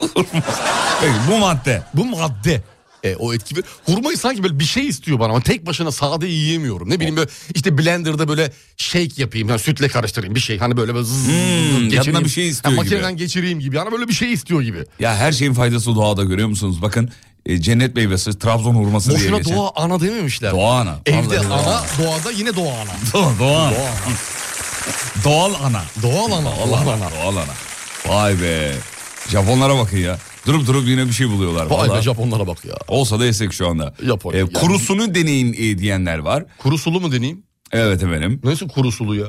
Speaker 2: Peki, bu madde.
Speaker 3: Bu madde e, o etki ver- hurmayı sanki böyle bir şey istiyor bana ama tek başına sade yiyemiyorum. Ne bileyim böyle işte blenderda böyle shake yapayım yani sütle karıştırayım bir şey. Hani böyle böyle zzz, geçireyim.
Speaker 2: Hmm, yanına bir şey istiyor
Speaker 3: Ha,
Speaker 2: gibi.
Speaker 3: Makineden geçireyim gibi. Yani böyle bir şey istiyor gibi.
Speaker 2: Ya her şeyin faydası doğada görüyor musunuz? Bakın e, cennet meyvesi, Trabzon hurması diye
Speaker 3: Boşuna
Speaker 2: geçen.
Speaker 3: doğa ana dememişler.
Speaker 2: Doğa ana. Vallahi
Speaker 3: Evde ana,
Speaker 2: doğa
Speaker 3: doğada yine doğa ana.
Speaker 2: Doğa, doğa.
Speaker 3: Doğa
Speaker 2: Doğal
Speaker 3: ana.
Speaker 2: ana.
Speaker 3: Doğal ana.
Speaker 2: Doğal ana. Doğal ana. Vay be. Japonlara bakın ya. Durup durup yine bir şey buluyorlar.
Speaker 3: Vay be
Speaker 2: Vallahi.
Speaker 3: Japonlara bak ya.
Speaker 2: Olsa da yesek şu anda.
Speaker 3: Yapar.
Speaker 2: E, kurusunu deneyin e, diyenler var.
Speaker 3: Kuru sulu mu deneyeyim?
Speaker 2: Evet efendim.
Speaker 3: Nasıl kuru sulu ya?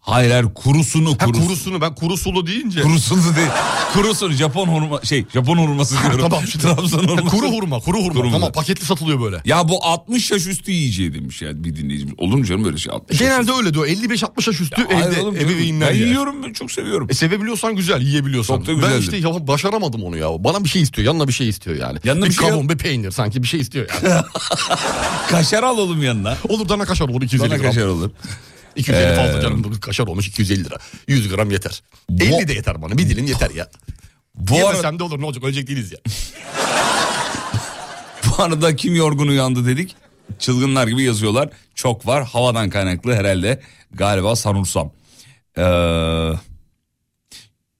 Speaker 2: Hayır hayır kurusunu
Speaker 3: Ha,
Speaker 2: kurus-
Speaker 3: kurusunu ben kuru sulu deyince.
Speaker 2: Kurusunu değil. Kurusunu Japon hurma şey Japon hurması diyorum.
Speaker 3: tamam şimdi.
Speaker 2: Trabzon
Speaker 3: Ha,
Speaker 2: hurması.
Speaker 3: kuru hurma, kuru hurma.
Speaker 2: Kuru hurma.
Speaker 3: Tamam paketli satılıyor böyle.
Speaker 2: Ya bu 60 yaş üstü yiyeceği demiş yani bir dinleyicimiz. Olur mu canım böyle şey 60 yaş
Speaker 3: Genelde öyle diyor. 55-60 yaş üstü
Speaker 2: üstü? Hayır
Speaker 3: evde
Speaker 2: oğlum, canım.
Speaker 3: ebeveynler
Speaker 2: Ben
Speaker 3: yer.
Speaker 2: yiyorum ben çok seviyorum.
Speaker 3: E, sevebiliyorsan güzel, yiyebiliyorsan.
Speaker 2: Çok da güzeldir.
Speaker 3: Ben işte ya, başaramadım onu ya. Bana bir şey istiyor, yanına bir şey istiyor yani.
Speaker 2: Yanına
Speaker 3: bir,
Speaker 2: bir şey
Speaker 3: kavun, bir peynir sanki bir şey istiyor yani.
Speaker 2: Kaşar alalım yanına.
Speaker 3: olur dana kaşar olur 250
Speaker 2: Sana
Speaker 3: gram.
Speaker 2: kaşar olur.
Speaker 3: 250
Speaker 2: Ee,
Speaker 3: fazla canım dur, kaşar olmuş 250 lira. 100 gram yeter. 50 de yeter bana bir dilim yeter ya.
Speaker 2: Bu, ara-
Speaker 3: Yemesem de olur ne olacak ölecek değiliz ya.
Speaker 2: bu arada kim yorgun uyandı dedik. Çılgınlar gibi yazıyorlar. Çok var havadan kaynaklı herhalde galiba sanırsam. Ee,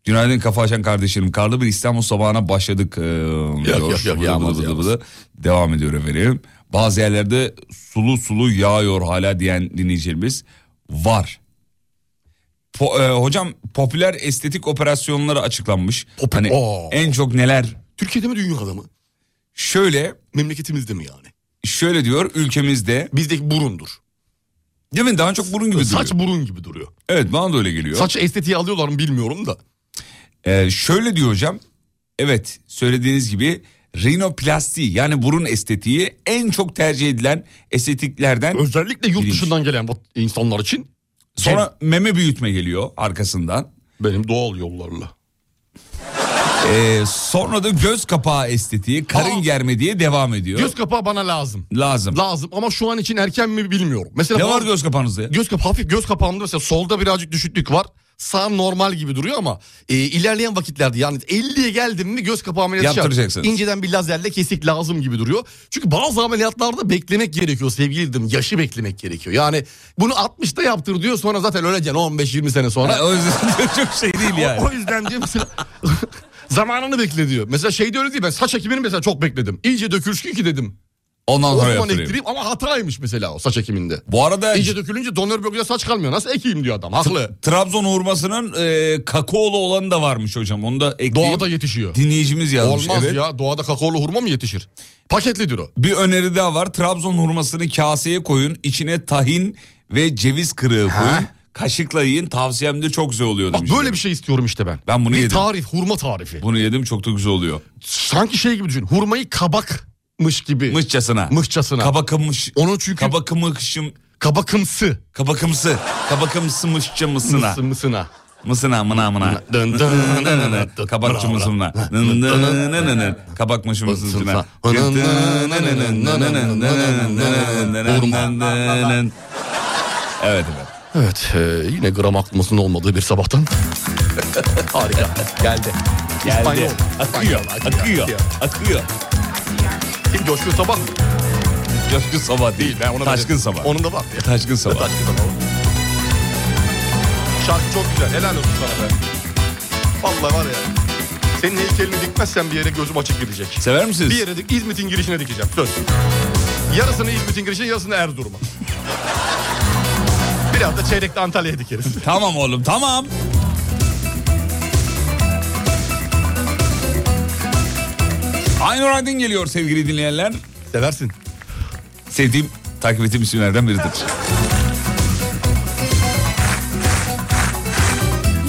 Speaker 2: günaydın kafa açan kardeşlerim. Karlı bir İstanbul sabahına başladık. Ee, diyor.
Speaker 3: yok, yok,
Speaker 2: Bıdı
Speaker 3: yağmaz,
Speaker 2: bıdı bıdı
Speaker 3: yağmaz.
Speaker 2: bıdı. Devam ediyor efendim. Bazı yerlerde sulu sulu yağıyor hala diyen dinleyicilerimiz var. Po- e, hocam popüler estetik operasyonları açıklanmış.
Speaker 3: Pop-
Speaker 2: hani
Speaker 3: Oo.
Speaker 2: en çok neler?
Speaker 3: Türkiye'de mi dünyada mı?
Speaker 2: Şöyle
Speaker 3: Memleketimizde mi yani?
Speaker 2: şöyle diyor ülkemizde
Speaker 3: Bizdeki burundur.
Speaker 2: Değil mi? Daha çok burun gibi duruyor.
Speaker 3: Saç burun gibi duruyor.
Speaker 2: Evet bana da öyle geliyor.
Speaker 3: Saç estetiği alıyorlar mı bilmiyorum da.
Speaker 2: Ee, şöyle diyor hocam. Evet söylediğiniz gibi rinoplasti yani burun estetiği en çok tercih edilen estetiklerden.
Speaker 3: Özellikle yurt
Speaker 2: Bilinç.
Speaker 3: dışından gelen bu insanlar için
Speaker 2: Sonra meme büyütme geliyor arkasından.
Speaker 3: benim doğal yollarla.
Speaker 2: Ee, sonra da göz kapağı estetiği karın
Speaker 3: Aa.
Speaker 2: germe diye devam ediyor.
Speaker 3: Göz kapağı bana lazım.
Speaker 2: Lazım.
Speaker 3: Lazım ama şu an için erken mi bilmiyorum. Mesela
Speaker 2: ne
Speaker 3: bazı-
Speaker 2: var göz kapağınızda? ya?
Speaker 3: göz kapağı hafif göz kapağımda mesela solda birazcık düşüklük var. Sağ normal gibi duruyor ama e, ilerleyen vakitlerde yani 50'ye geldim mi göz kapağı ameliyatı şart.
Speaker 2: Yaptıracaksınız.
Speaker 3: İnceden bir lazerle kesik lazım gibi duruyor. Çünkü bazı ameliyatlarda beklemek gerekiyor sevgili dedim. Yaşı beklemek gerekiyor. Yani bunu 60'ta yaptır diyor sonra zaten öleceksin 15-20 sene sonra.
Speaker 2: Ha, o yüzden çok şey değil yani.
Speaker 3: O, o yüzden diyor mesela şey zamanını bekle diyor. Mesela şeyde öyle değil ben saç ekimini mesela çok bekledim. İyice dökülsün ki dedim.
Speaker 2: Ondan
Speaker 3: O
Speaker 2: sonra
Speaker 3: zaman
Speaker 2: yaptırayım.
Speaker 3: ektireyim ama hataymış mesela o saç ekiminde.
Speaker 2: Bu arada
Speaker 3: İyice dökülünce donör bölgede saç kalmıyor. Nasıl ekeyim diyor adam. Haklı.
Speaker 2: Trabzon hurmasının e, kakaolu olanı da varmış hocam. Onu da ekleyeyim.
Speaker 3: Doğada yetişiyor.
Speaker 2: Dinleyicimiz yazmış.
Speaker 3: Olmaz
Speaker 2: evet.
Speaker 3: ya doğada kakaolu hurma mı yetişir? Paketlidir o.
Speaker 2: Bir öneri daha var. Trabzon hurmasını kaseye koyun. içine tahin ve ceviz kırığı koyun. Kaşıkla yiyin. Tavsiyemde çok güzel oluyor
Speaker 3: Bak
Speaker 2: demiş.
Speaker 3: böyle bir şey istiyorum işte ben.
Speaker 2: Ben bunu
Speaker 3: bir
Speaker 2: yedim.
Speaker 3: tarif hurma tarifi.
Speaker 2: Bunu yedim çok da güzel oluyor.
Speaker 3: Sanki şey gibi düşün hurmayı kabakmış gibi.
Speaker 2: Mışçasına.
Speaker 3: Mıhçasına.
Speaker 2: Kabakımış.
Speaker 3: Onu çünkü
Speaker 2: Kabakımışım.
Speaker 3: kabakımsı.
Speaker 2: Kabakımsı. Kabakımsı mışça mısına.
Speaker 3: Mısı, mısına.
Speaker 2: Mısına mına mına.
Speaker 3: Dın dın dın dın dın.
Speaker 2: Kabakçı
Speaker 3: Bravo.
Speaker 2: mısına. Dın dın dın dın dın. Kabakmışım mısına. Evet evet.
Speaker 3: Evet e, yine gram aklımızın olmadığı bir sabahtan. Harika. Geldi. İspanyol.
Speaker 2: Geldi. Akıyor. Akıyor. Akıyor.
Speaker 3: Kim coşku sabah?
Speaker 2: Coşkun sabah değil.
Speaker 3: Ben ona da
Speaker 2: Taşkın
Speaker 3: dedim.
Speaker 2: sabah.
Speaker 3: Onun da var.
Speaker 2: Taşkın sabah.
Speaker 3: Taşkın sabah. Şarkı çok güzel. Helal olsun sana be. Vallahi var ya. Senin heykelini dikmezsen bir yere gözüm açık gidecek.
Speaker 2: Sever misiniz?
Speaker 3: Bir yere dik, İzmit'in girişine dikeceğim. Söz. Yarısını İzmit'in girişine, yarısını Erzurum'a. Biraz da çeyrekte Antalya'ya dikeriz.
Speaker 2: Tamam oğlum tamam. Aynur Aydın geliyor sevgili dinleyenler.
Speaker 3: Seversin.
Speaker 2: Sevdiğim, takip ettiğim isimlerden biridir.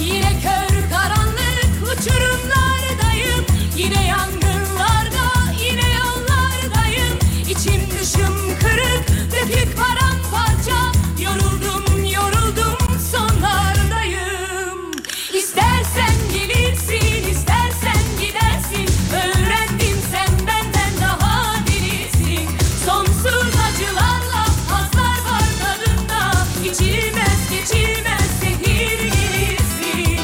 Speaker 9: Yine kör karanlık uçurumlardayım Yine yangınlarda yine yollardayım İçim dışım kırık dökük paramparça Yoruldum yoruldum sonlardayım İstersen gelirsin istersen gidersin Öğrendim sen benden daha delisin Sonsuz acılarla hazlar var tadında İçilmez geçilmez zehir gelirsin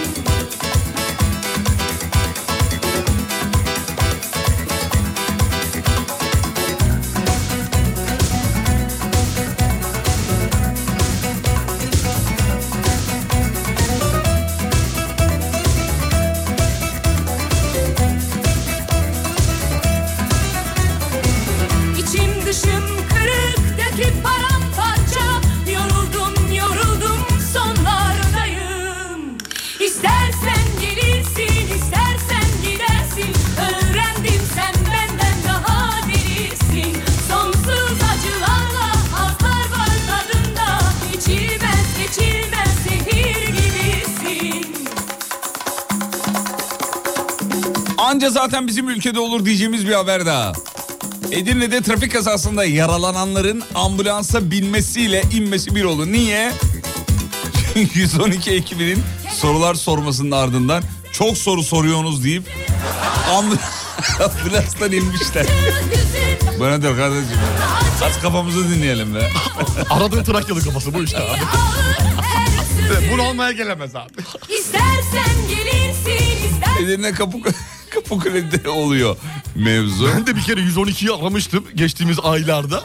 Speaker 9: İçim dışım kırık döküp paramparça Yoruldum yoruldum sonlardayım İstersen gelirsin istersen gidersin Öğrendim sen benden daha delisin Sonsuz acılarla azlar var tadında İçilmez geçilmez zehir gibisin
Speaker 2: Anca zaten bizim ülkede olur diyeceğimiz bir haber daha. Edirne'de trafik kazasında yaralananların ambulansa binmesiyle inmesi bir oldu. Niye? 112 ekibinin sorular sormasının ardından çok soru soruyorsunuz deyip amb- ambulanstan inmişler.
Speaker 9: Yüzün
Speaker 2: Bu nedir kardeşim? Az kafamızı dinleyelim be.
Speaker 3: Aradığın Trakyalı kafası bu işte abi.
Speaker 9: ağır her sözü
Speaker 3: Bunu almaya gelemez abi.
Speaker 9: İstersen gelirsin istersen
Speaker 2: Edirne kapı, kapı kulede oluyor mevzu.
Speaker 3: Ben de bir kere 112'yi aramıştım geçtiğimiz aylarda.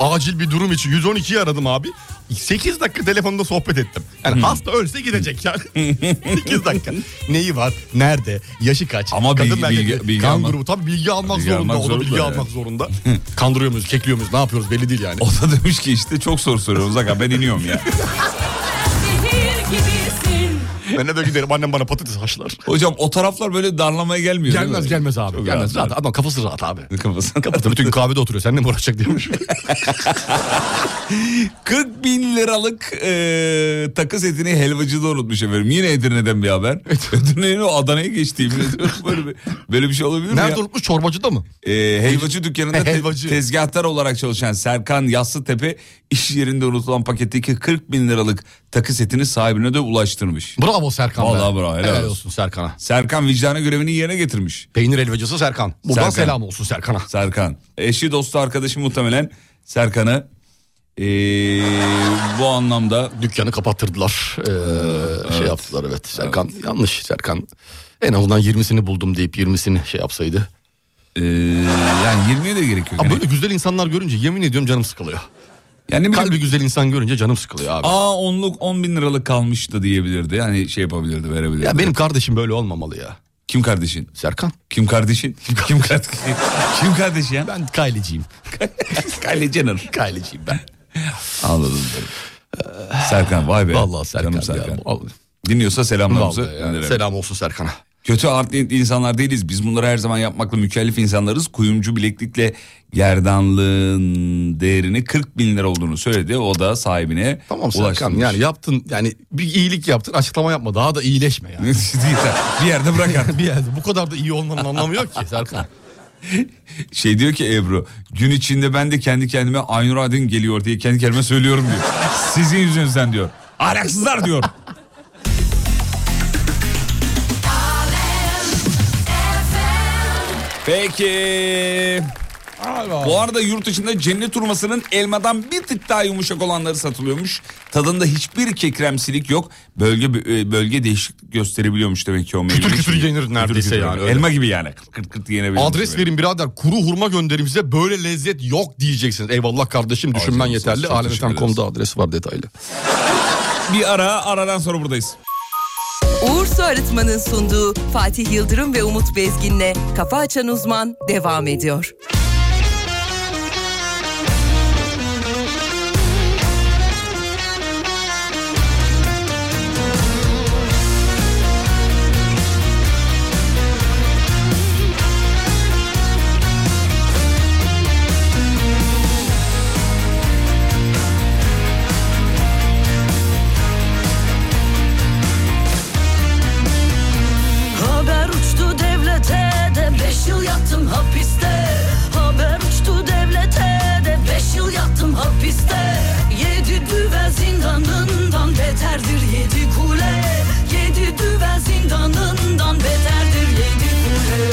Speaker 3: Acil bir durum için 112'yi aradım abi. 8 dakika telefonda sohbet ettim. Yani hasta ölse gidecek ya. 8 dakika. Neyi var? Nerede? Yaşı kaç?
Speaker 2: Ama
Speaker 3: kadın
Speaker 2: bilgi-
Speaker 3: erkek,
Speaker 2: bilgi- bilgi
Speaker 3: kan
Speaker 2: almak-
Speaker 3: grubu. Tabii bilgi almak
Speaker 2: Bilgi
Speaker 3: zorunda.
Speaker 2: almak
Speaker 3: o da bilgi
Speaker 2: zorunda yani.
Speaker 3: almak zorunda. Kandırıyor muyuz, kekliyor muyuz, ne yapıyoruz belli değil yani.
Speaker 2: O da demiş ki işte çok soru soruyorsunuz. Aga ben iniyorum ya.
Speaker 9: Zehir gibisin
Speaker 3: ben de giderim annem bana patates haşlar.
Speaker 2: Hocam o taraflar böyle darlamaya gelmiyor değil mi?
Speaker 3: Gelmez gelmez abi.
Speaker 2: Çok
Speaker 3: gelmez.
Speaker 2: rahat.
Speaker 3: Zaten adam kafası rahat abi.
Speaker 2: Kafasına
Speaker 3: Kafası bütün gün kahvede oturuyor. Seninle mi uğraşacak diyormuş.
Speaker 2: 40 bin liralık e, takı setini helvacıda unutmuş efendim. Yine Edirne'den bir haber. Edirne'nin o Adana'ya geçtiği böyle bir, böyle bir şey olabilir mi
Speaker 3: Nerede
Speaker 2: ya?
Speaker 3: unutmuş? Çorbacıda mı?
Speaker 2: E, helvacı dükkanında te-
Speaker 3: Helvacı.
Speaker 2: tezgahtar olarak çalışan Serkan Yassıtepe iş yerinde unutulan paketteki 40 bin liralık takı setini sahibine de ulaştırmış.
Speaker 3: Bravo Serkan. be.
Speaker 2: Vallahi bravo, helal
Speaker 3: Helal
Speaker 2: olsun.
Speaker 3: olsun Serkan'a.
Speaker 2: Serkan vicdanı görevini yerine getirmiş.
Speaker 3: Peynir helvacısı Serkan. Buradan
Speaker 2: Serkan.
Speaker 3: selam olsun Serkan'a.
Speaker 2: Serkan. Eşi dostu arkadaşı muhtemelen Serkan'ı e, bu anlamda
Speaker 3: Dükkanı kapattırdılar. Ee, Şey yaptılar evet. Serkan yanlış Serkan. En azından 20'sini buldum deyip 20'sini şey yapsaydı.
Speaker 2: e, yani 20'ye de gerek yok.
Speaker 3: Abi
Speaker 2: Yani.
Speaker 3: böyle güzel insanlar görünce yemin ediyorum canım sıkılıyor.
Speaker 2: Yani ne bileyim-
Speaker 3: Kalbi güzel insan görünce canım sıkılıyor abi.
Speaker 2: Aa onluk 10 bin liralık kalmıştı diyebilirdi. Yani şey yapabilirdi verebilirdi.
Speaker 3: Ya benim kardeşim böyle olmamalı ya.
Speaker 2: Kim kardeşin?
Speaker 3: Serkan.
Speaker 2: Kim kardeşin? Kim kardeşin? Kim kardeşin ya?
Speaker 3: Ben Kayleciyim.
Speaker 2: Kylie Jenner.
Speaker 3: Kayleciyim ben.
Speaker 2: Anladım. Serkan vay be.
Speaker 3: Vallahi Serkan.
Speaker 2: Canım
Speaker 3: ya.
Speaker 2: Serkan.
Speaker 3: Vallahi
Speaker 2: Dinliyorsa selamlarımızı
Speaker 3: yani.
Speaker 2: gönderelim.
Speaker 3: Selam olsun Serkan'a.
Speaker 2: Kötü art niyetli insanlar değiliz. Biz bunları her zaman yapmakla mükellef insanlarız. Kuyumcu bileklikle gerdanlığın değerini 40 bin lira olduğunu söyledi. O da sahibine
Speaker 3: Tamam Serkan yani yaptın yani bir iyilik yaptın açıklama yapma daha da iyileşme yani.
Speaker 2: bir yerde bırak artık.
Speaker 3: bir yerde bu kadar da iyi olmanın anlamı yok ki Serkan.
Speaker 2: Şey diyor ki Ebru gün içinde ben de kendi kendime Aynur Adin geliyor diye kendi kendime söylüyorum diyor. Sizin yüzünüzden diyor. Ahlaksızlar diyor. Peki. Bu arada yurt dışında cennet hurmasının elmadan bir tık daha yumuşak olanları satılıyormuş. Tadında hiçbir kekremsilik yok. Bölge e, bölge değişiklik gösterebiliyormuş demek ki o meyve.
Speaker 3: kütür yenir neredeyse yani, öyle.
Speaker 2: Elma gibi yani. Hani Kırt kırt yenebilir.
Speaker 3: Adres verin birader kuru hurma gönderin bize böyle lezzet yok diyeceksiniz. Eyvallah kardeşim düşünmen
Speaker 2: Ağzınıza
Speaker 3: yeterli.
Speaker 2: sağlık, çok teşekkür
Speaker 3: Alemeten.com'da adres var detaylı.
Speaker 2: Bir ara aradan sonra buradayız.
Speaker 6: Uğur Su Arıtma'nın sunduğu Fatih Yıldırım ve Umut Bezgin'le Kafa Açan Uzman devam ediyor.
Speaker 7: Haber uçtu devlete de beş yıl yattım hapiste Haber uçtu devlete de beş yıl yattım hapiste Yedi düvel zindanından beterdir yedi kule Yedi düvel zindanından beterdir yedi kule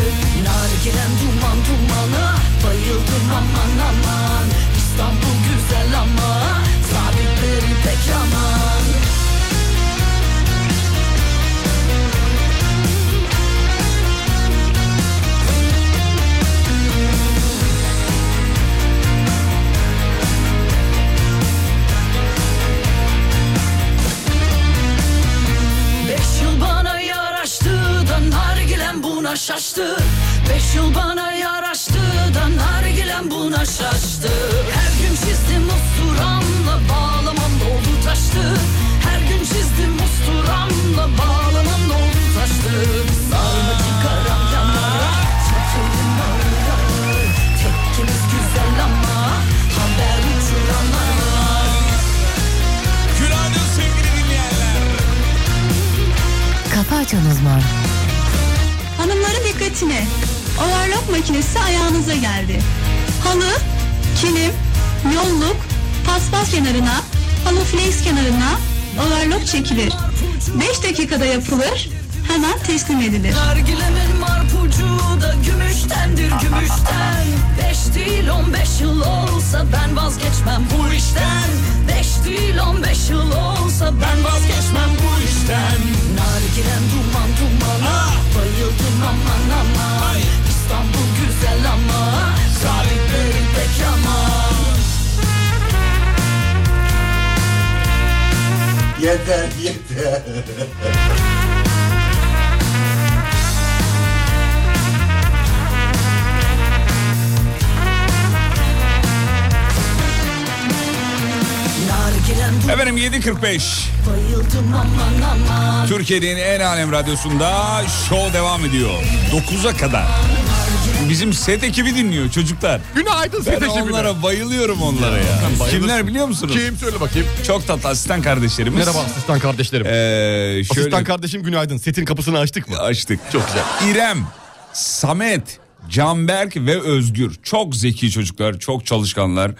Speaker 7: Nargilem duman dumana bayıldım aman aman İstanbul güzel ama sabitleri pek aman Beş yıl bana yaraştı da nargilem buna şaştı Beş yıl bana yaraştı da nargilem buna şaştı Her gün çizdim usturamla bağlamam doldu taştı Her gün çizdim usturamla bağlamam doldu taştı Sağdaki karam yanlara çekildim ağır ağır Tekkimiz güzel ama haber uçuranlar
Speaker 2: Günaydın sevgili dinleyenler.
Speaker 9: Kafa açan uzman.
Speaker 10: Hanımların dikkatine. Overlock makinesi ayağınıza geldi. Halı, kilim, yolluk, paspas kenarına, halı flex kenarına overlock çekilir. 5 dakikada yapılır, hemen teslim edilir.
Speaker 7: Nargilemin marpucu da gümüştendir gümüşten Beş değil on beş yıl olsa ben vazgeçmem bu işten Beş değil on beş yıl olsa ben vazgeçmem bu işten Nargilem duman dumana bayıldım aman aman İstanbul güzel ama sabitleri pek aman
Speaker 11: Yeter yeter.
Speaker 7: Nargilem du-
Speaker 2: Efendim 7.45.
Speaker 7: bayıldım aman aman
Speaker 2: Türkiye'nin en alem radyosunda show devam ediyor. 9'a kadar. Bizim set ekibi dinliyor çocuklar.
Speaker 3: Günaydın
Speaker 2: Ben
Speaker 3: Sete ekibine.
Speaker 2: onlara bayılıyorum onlara ya. Kimler biliyor musunuz?
Speaker 3: Kim söyle bakayım.
Speaker 2: Çok tatlı asistan kardeşlerimiz.
Speaker 3: Merhaba asistan kardeşlerim.
Speaker 2: Ee, şöyle
Speaker 3: Asistan kardeşim günaydın. Setin kapısını açtık mı?
Speaker 2: açtık.
Speaker 3: Çok güzel.
Speaker 2: İrem, Samet, Canberk ve Özgür. Çok zeki çocuklar, çok çalışkanlar.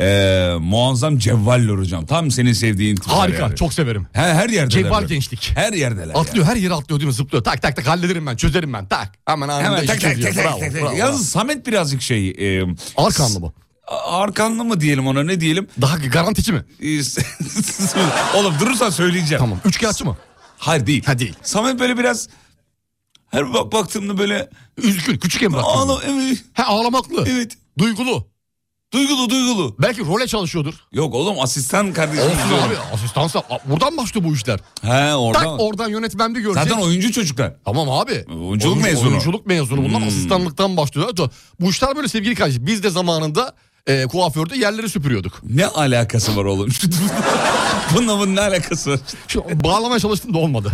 Speaker 2: Ee, muazzam cevvaller hocam. Tam senin sevdiğin tipler
Speaker 3: Harika.
Speaker 2: yani.
Speaker 3: Çok severim.
Speaker 2: He, her yerdeler.
Speaker 3: Cevval
Speaker 2: böyle.
Speaker 3: gençlik.
Speaker 2: Her yerdeler.
Speaker 3: Atlıyor her yere atlıyor değil mi? Zıplıyor. Tak tak tak hallederim ben. Çözerim ben. Tak. Hemen
Speaker 2: yani.
Speaker 3: anında
Speaker 2: Hemen
Speaker 3: işi
Speaker 2: tak tak
Speaker 3: çözüyor.
Speaker 2: tak tak
Speaker 3: Bravo,
Speaker 2: tak tak.
Speaker 3: bravo.
Speaker 2: Yalnız Samet birazcık şey... E,
Speaker 3: Arkanlı mı?
Speaker 2: a- arkanlı mı diyelim ona ne diyelim?
Speaker 3: Daha garantici mi?
Speaker 2: Ee, Oğlum durursan söyleyeceğim.
Speaker 3: Tamam. Üçkağıtçı mı?
Speaker 2: Hayır değil.
Speaker 3: Ha, değil.
Speaker 2: Samet böyle biraz... Her bak baktığımda böyle...
Speaker 3: Üzgün. Küçük emlaklı. mı?
Speaker 2: Ağlam, evet,
Speaker 3: He ağlamaklı.
Speaker 2: evet.
Speaker 3: Duygulu.
Speaker 2: Duygulu duygulu.
Speaker 3: Belki role çalışıyordur.
Speaker 2: Yok oğlum asistan kardeşim.
Speaker 3: Olsun abi asistansa a- buradan başlıyor bu işler.
Speaker 2: He oradan.
Speaker 3: Tak oradan yönetmende görecek.
Speaker 2: Zaten oyuncu çocuklar.
Speaker 3: Tamam abi.
Speaker 2: Oyunculuk mezunu.
Speaker 3: Oyunculuk mezunu. Bunlar
Speaker 2: Hmm.
Speaker 3: asistanlıktan başlıyor. Bu işler böyle sevgili kardeşim. Biz de zamanında e, kuaförde yerleri süpürüyorduk.
Speaker 2: Ne alakası var oğlum? Bununla bunun ne alakası var?
Speaker 3: Şu, bağlamaya çalıştım da olmadı.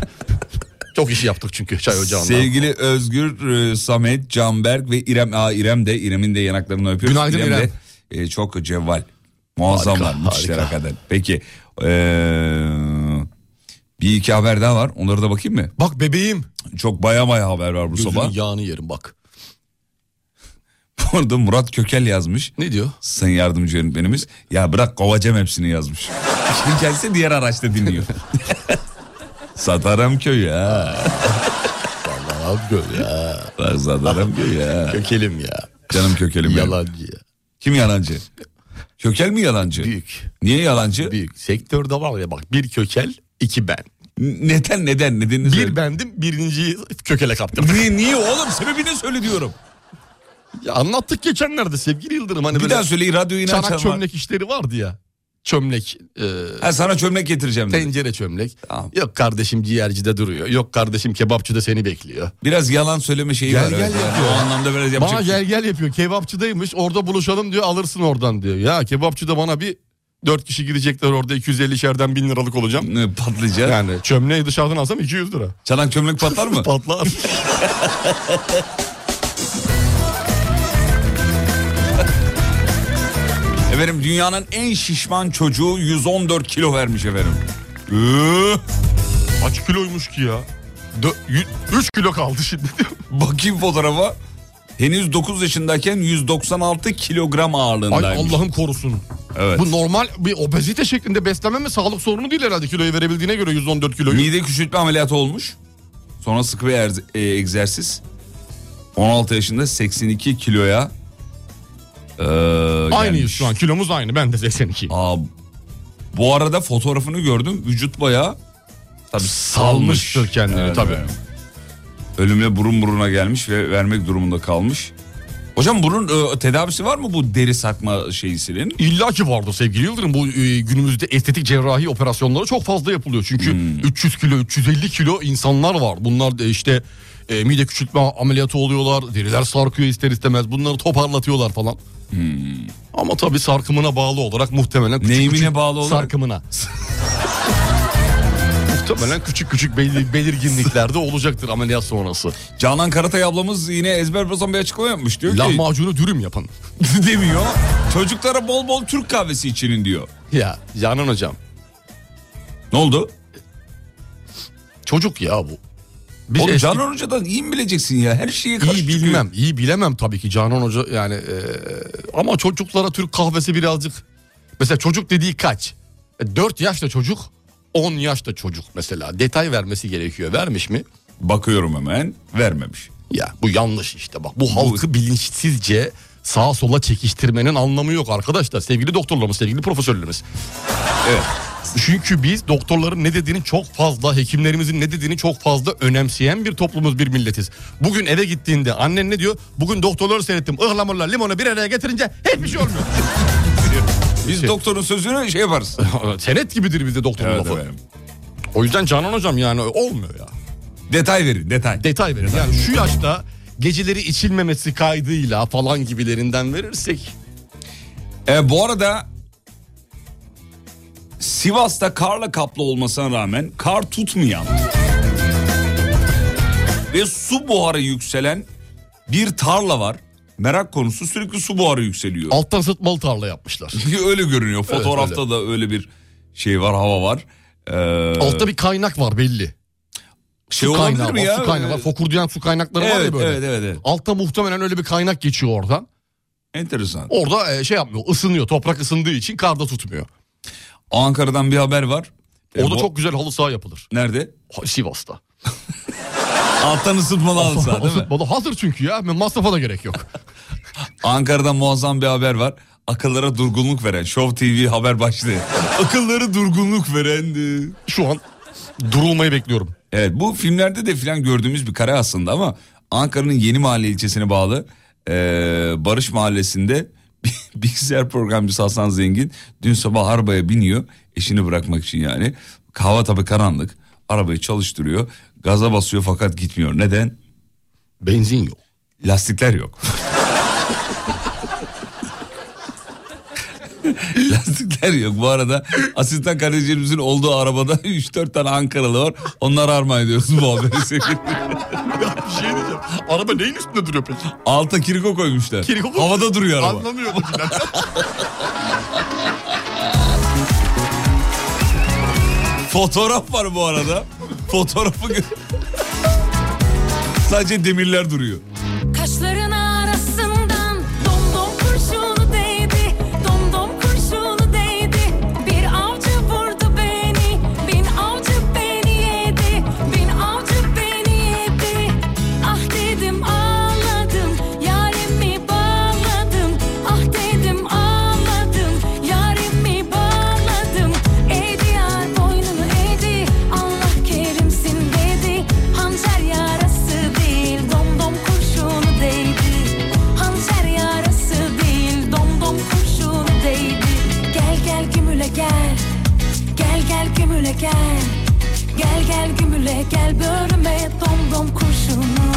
Speaker 3: Çok işi yaptık çünkü çay ocağında.
Speaker 2: Sevgili Özgür, e, Samet, Canberk ve İrem. Aa İrem de İrem'in de yanaklarını öpüyoruz.
Speaker 3: Günaydın
Speaker 2: de,
Speaker 3: İrem.
Speaker 2: e, çok cevval. Muazzamlar.
Speaker 3: Harika,
Speaker 2: Müthişler
Speaker 3: harika.
Speaker 2: hakikaten. Peki. e, bir iki haber daha var. Onlara da bakayım mı?
Speaker 3: Bak bebeğim.
Speaker 2: Çok baya baya haber var bu
Speaker 3: Gözünün
Speaker 2: sabah.
Speaker 3: yağını yerim bak.
Speaker 2: Bu arada Murat Kökel yazmış.
Speaker 3: Ne diyor?
Speaker 2: Sayın yardımcı yönetmenimiz. Ya bırak kovacağım hepsini yazmış. Şimdi kendisi diğer araçta dinliyor. Satarım köyü ha.
Speaker 3: Allah'ım gör ya.
Speaker 2: Bak Satarım köyü ha.
Speaker 3: Kökelim ya.
Speaker 2: Canım kökelim benim.
Speaker 3: Yalancı ya.
Speaker 2: Kim yalancı? Kökel mi yalancı?
Speaker 3: Büyük.
Speaker 2: Niye yalancı?
Speaker 3: Büyük. Sektörde var ya bak bir kökel iki ben.
Speaker 2: Neden neden nedenini söyle.
Speaker 3: Bir bendim birinciyi kökele kaptırdım.
Speaker 2: Niye, niye oğlum sebebini söyle diyorum.
Speaker 3: Ya anlattık geçenlerde sevgili Yıldırım hani
Speaker 2: Bir
Speaker 3: böyle
Speaker 2: daha söyle radyoyu yine
Speaker 3: çanak
Speaker 2: açalım.
Speaker 3: çömlek işleri vardı ya. Çömlek, e,
Speaker 2: Ha, sana çömlek getireceğim dedi.
Speaker 3: tencere çömlek.
Speaker 2: Tamam.
Speaker 3: Yok kardeşim ciğercide duruyor. Yok kardeşim kebapçıda seni bekliyor.
Speaker 2: Biraz yalan söyleme şeyi
Speaker 3: Gel,
Speaker 2: var.
Speaker 3: gel
Speaker 2: evet.
Speaker 3: yapıyor.
Speaker 2: O anlamda biraz yapacak.
Speaker 3: Bana
Speaker 2: bir şey.
Speaker 3: gel gel yapıyor. Kebapçıdaymış. Orada buluşalım diyor. Alırsın oradan diyor. Ya kebapçıda bana bir dört kişi girecekler orada 250 şerden 1000 liralık olacağım.
Speaker 2: Ne, Patlayacak.
Speaker 3: Yani çömleği dışarıdan alsam 200 lira.
Speaker 2: Çanak çömlek patlar mı?
Speaker 3: Patlar.
Speaker 2: Efendim dünyanın en şişman çocuğu 114 kilo vermiş efendim. Üh,
Speaker 3: Kaç kiloymuş ki ya? 3 kilo kaldı şimdi.
Speaker 2: bakayım fotoğrafa. Henüz 9 yaşındayken 196 kilogram
Speaker 3: Ay
Speaker 2: ağırlığındaymış.
Speaker 3: Allah'ım korusun.
Speaker 2: Evet.
Speaker 3: Bu normal bir obezite şeklinde beslenme mi? Sağlık sorunu değil herhalde kiloyu verebildiğine göre 114 kiloyu.
Speaker 2: Mide küçültme ameliyatı olmuş. Sonra sıkı bir erz- e, egzersiz. 16 yaşında 82 kiloya ee,
Speaker 3: Aynıyız
Speaker 2: gelmiş.
Speaker 3: şu an. Kilomuz aynı. Ben de 82.
Speaker 2: Aa, bu arada fotoğrafını gördüm. Vücut bayağı tabii
Speaker 3: Salmıştır
Speaker 2: salmış.
Speaker 3: kendini
Speaker 2: Evet,
Speaker 3: tabii.
Speaker 2: evet. Ölümle burun buruna gelmiş ve vermek durumunda kalmış. Hocam bunun e, tedavisi var mı bu deri sakma şeyisinin?
Speaker 3: İlla ki vardır sevgili Yıldırım. Bu e, günümüzde estetik cerrahi operasyonları çok fazla yapılıyor. Çünkü
Speaker 2: Hmm.
Speaker 3: 300 kilo, 350 kilo insanlar var. Bunlar da işte e, mide küçültme ameliyatı oluyorlar. Deriler sarkıyor ister istemez. Bunları toparlatıyorlar falan. Ama tabii sarkımına bağlı olarak muhtemelen... küçük
Speaker 2: Hmm. Neyimine
Speaker 3: küçük-
Speaker 2: bağlı olarak?
Speaker 3: Sarkımına. muhtemelen küçük küçük belir- belirginliklerde olacaktır ameliyat sonrası.
Speaker 2: Canan Karatay ablamız yine ezber bozan bir açıklama yapmış. Diyor ki
Speaker 3: Lahmacunu dürüm yapın.
Speaker 2: demiyor. Çocuklara bol bol Türk kahvesi içinin diyor.
Speaker 3: Ya Canan hocam
Speaker 2: Ne oldu?
Speaker 3: çocuk ya bu. Biz
Speaker 2: Oğlum
Speaker 3: eski-
Speaker 2: Canan Hoca'dan iyi mi bileceksin ya? Her şeyi karşı
Speaker 3: İyi
Speaker 2: çıkıyor.
Speaker 3: bilmem, iyi bilemem tabii ki Canan Hoca yani e, ama çocuklara Türk kahvesi birazcık mesela çocuk dediği kaç? 4 yaşta çocuk, 10 yaşta çocuk mesela detay vermesi gerekiyor. Vermiş mi?
Speaker 2: Bakıyorum hemen vermemiş.
Speaker 3: Ya bu yanlış işte bak. Bu halkı bilinçsizce sağa sola çekiştirmenin anlamı yok arkadaşlar. Sevgili doktorlarımız, sevgili profesörlerimiz.
Speaker 2: Evet.
Speaker 3: Çünkü biz doktorların ne dediğini çok fazla, hekimlerimizin ne dediğini çok fazla önemseyen bir toplumuz, bir milletiz. Bugün eve gittiğinde annen ne diyor? Bugün doktorları seyrettim. Ihlamurla limonu bir araya getirince hiçbir şey olmuyor.
Speaker 2: Biz
Speaker 3: Şey-
Speaker 2: doktorun sözünü şey yaparız.
Speaker 3: Senet gibidir bizde doktorun
Speaker 2: Evet
Speaker 3: lafı.
Speaker 2: efendim.
Speaker 3: O yüzden Canan hocam yani olmuyor ya.
Speaker 2: Detay verin detay.
Speaker 3: Detay verin. Yani şu yaşta geceleri içilmemesi kaydıyla falan gibilerinden verirsek
Speaker 2: E, bu arada Sivas'ta karla kaplı olmasına rağmen kar tutmayan ve su buharı yükselen bir tarla var. Merak konusu sürekli su buharı yükseliyor.
Speaker 3: Alttan sıtmalı tarla yapmışlar.
Speaker 2: öyle görünüyor. Fotoğrafta da öyle bir şey var, hava var. Ee,
Speaker 3: Altta bir kaynak var belli.
Speaker 2: şey
Speaker 3: su
Speaker 2: olabilir
Speaker 3: kaynağı
Speaker 2: mi
Speaker 3: var,
Speaker 2: ya? Ee,
Speaker 3: su kaynağı var. Fokurdayan su kaynakları var
Speaker 2: Evet,
Speaker 3: ya böyle.
Speaker 2: evet, evet, evet.
Speaker 3: Altta muhtemelen öyle bir kaynak geçiyor oradan.
Speaker 2: Enteresan.
Speaker 3: Orada e, şey yapmıyor, ısınıyor. Toprak ısındığı için karda tutmuyor.
Speaker 2: Ankara'dan bir haber var. Ee,
Speaker 3: Orada
Speaker 2: bu-
Speaker 3: çok güzel halı saha yapılır.
Speaker 2: Nerede?
Speaker 3: Ha, Sivas'ta.
Speaker 2: Alttan ısıtmalı halı saha değil mi?
Speaker 3: Isıtmalı hazır çünkü ya. Masrafa da gerek yok.
Speaker 2: Ankara'dan muazzam bir haber var. Akıllara durgunluk veren Show TV haber başlığı. Akıllara durgunluk verendi.
Speaker 3: Şu an durulmayı bekliyorum.
Speaker 2: Evet bu filmlerde de filan gördüğümüz bir kare aslında ama Ankara'nın Yeni Mahalle ilçesine bağlı eee, Barış Mahallesi'nde bilgisayar programcısı Hasan Zengin dün sabah arabaya biniyor. Eşini bırakmak için yani. Hava tabii karanlık. Arabayı çalıştırıyor. Gaza basıyor fakat gitmiyor. Neden?
Speaker 3: Benzin yok.
Speaker 2: Lastikler yok. Lastikler yok. Bu arada asistan kardeşlerimizin olduğu arabada 3-4 tane Ankaralı var. Onlar armağan ediyoruz bu haberi sevgili.
Speaker 3: bir şey diyeceğim. Araba neyin üstünde duruyor peki?
Speaker 2: Alta kiriko koymuşlar.
Speaker 3: Kiriko koy-
Speaker 2: Havada duruyor araba.
Speaker 3: Anlamıyorum.
Speaker 2: Fotoğraf var bu arada. Fotoğrafı gö- Sadece demirler duruyor.
Speaker 1: Kaşların arasından dom dom kurşunu değdi Dom dom kurşunu değdi Bir avcı vurdu beni Bin avcı beni yedi Bin avcı beni yedi Ah dedim ağladım Yarimi bağladım Ah dedim ağladım Yarimi bağladım Eğdi yar boynunu eğdi Allah kerimsin dedi Hançer yarası değil Dom dom kurşunu değdi Hançer yarası değil Dom dom kurşunu değdi Gel gel gümüle gel Gel gel gümüle gel Gel gel gümüle gel bölüme dom dom kurşunu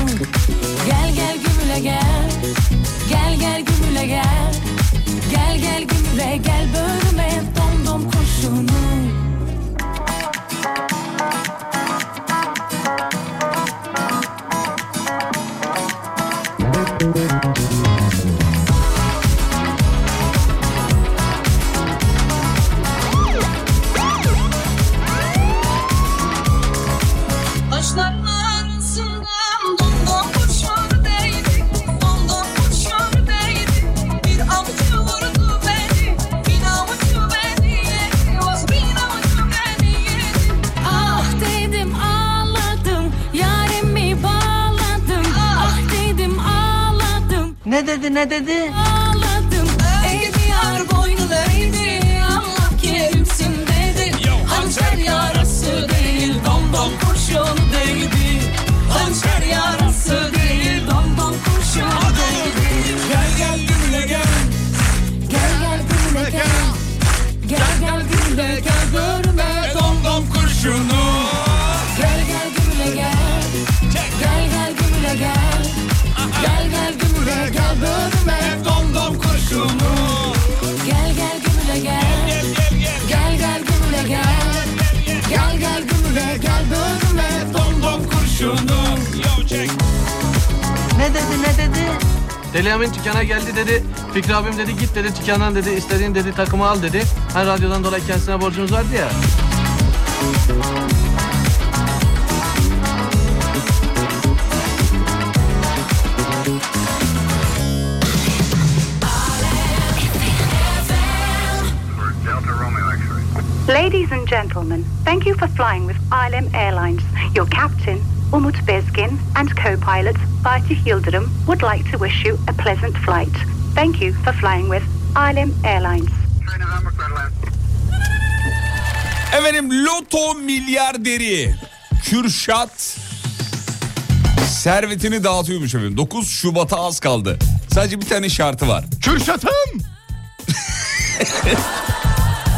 Speaker 1: Gel gel gümüle gel Gel gel gümüle gel Gel gel gümüle gel bölüme dom dom kurşunu
Speaker 7: Taşların arasından dondon kurşun değdi Dondon kurşun değdi Bir avcı vurdu beni Bir avcı beni yedi Vaz bir avcı beni yedi
Speaker 1: Ah dedim ağladım Yarimi bağladım Ah dedim ağladım Ne dedi ne dedi? Ağladım Eğdi yar boynunu eğdi
Speaker 7: Allah kerimsin dedi Hançer yarası değil Dondon kurşun değdi Hançer yarası değil Dondon kurşun değdi Gel gel gümle gel
Speaker 1: Gel gel gümle gel Gel gel gümle gel görme
Speaker 7: Dom dom kurşunu
Speaker 1: Gel gel gümle gel Gel gel gümle gel Gel gel gümle gel görme
Speaker 7: Dom dom kurşunu
Speaker 1: Gel gel gümle gel Gel gel gümle gel Gel gel gümle gel dönme
Speaker 7: Dom dom kurşunu
Speaker 1: Ne dedi ne dedi
Speaker 12: Deli Amin dükkana geldi dedi. Fikri abim dedi git dedi dükkandan dedi istediğin dedi takımı al dedi. Hani radyodan dolayı kendisine borcumuz vardı ya.
Speaker 13: Ladies and gentlemen, thank you for flying with ILM Airlines. Your captain, Umut Bezgin, and co-pilot, Fatih Yildirim, would like to wish you a pleasant flight. Thank you for flying with ILM Airlines.
Speaker 2: Efendim loto milyarderi Kürşat servetini dağıtıyormuş efendim. 9 Şubat'a az kaldı. Sadece bir tane şartı var. Kürşat'ım!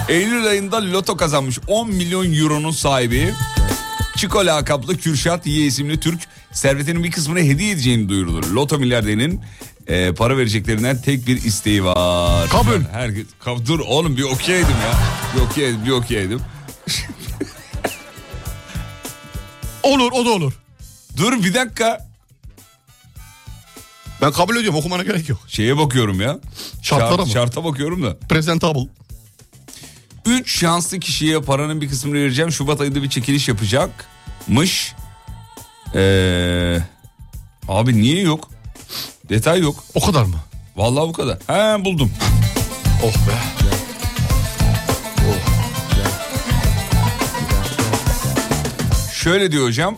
Speaker 2: Eylül ayında loto kazanmış 10 milyon euronun sahibi Çiko lakaplı Kürşat Y isimli Türk servetinin bir kısmını hediye edeceğini duyurulur. Loto milyarderinin e, para vereceklerinden tek bir isteği var. Kabul. Herkes, kab- dur oğlum bir okeydim ya. Bir okeydim bir okeydim.
Speaker 3: Olur o da olur.
Speaker 2: Dur bir dakika.
Speaker 3: Ben kabul ediyorum okumana gerek yok.
Speaker 2: Şeye bakıyorum ya.
Speaker 3: Şartlara
Speaker 2: Şart-
Speaker 3: mı?
Speaker 2: Şarta bakıyorum da.
Speaker 3: Presentable.
Speaker 2: 3 şanslı kişiye paranın bir kısmını vereceğim. Şubat ayında bir çekiliş yapacakmış. Ee, abi niye yok? Detay yok.
Speaker 3: O kadar mı?
Speaker 2: Vallahi bu kadar. He buldum.
Speaker 3: Oh be.
Speaker 2: Oh. Şöyle diyor hocam.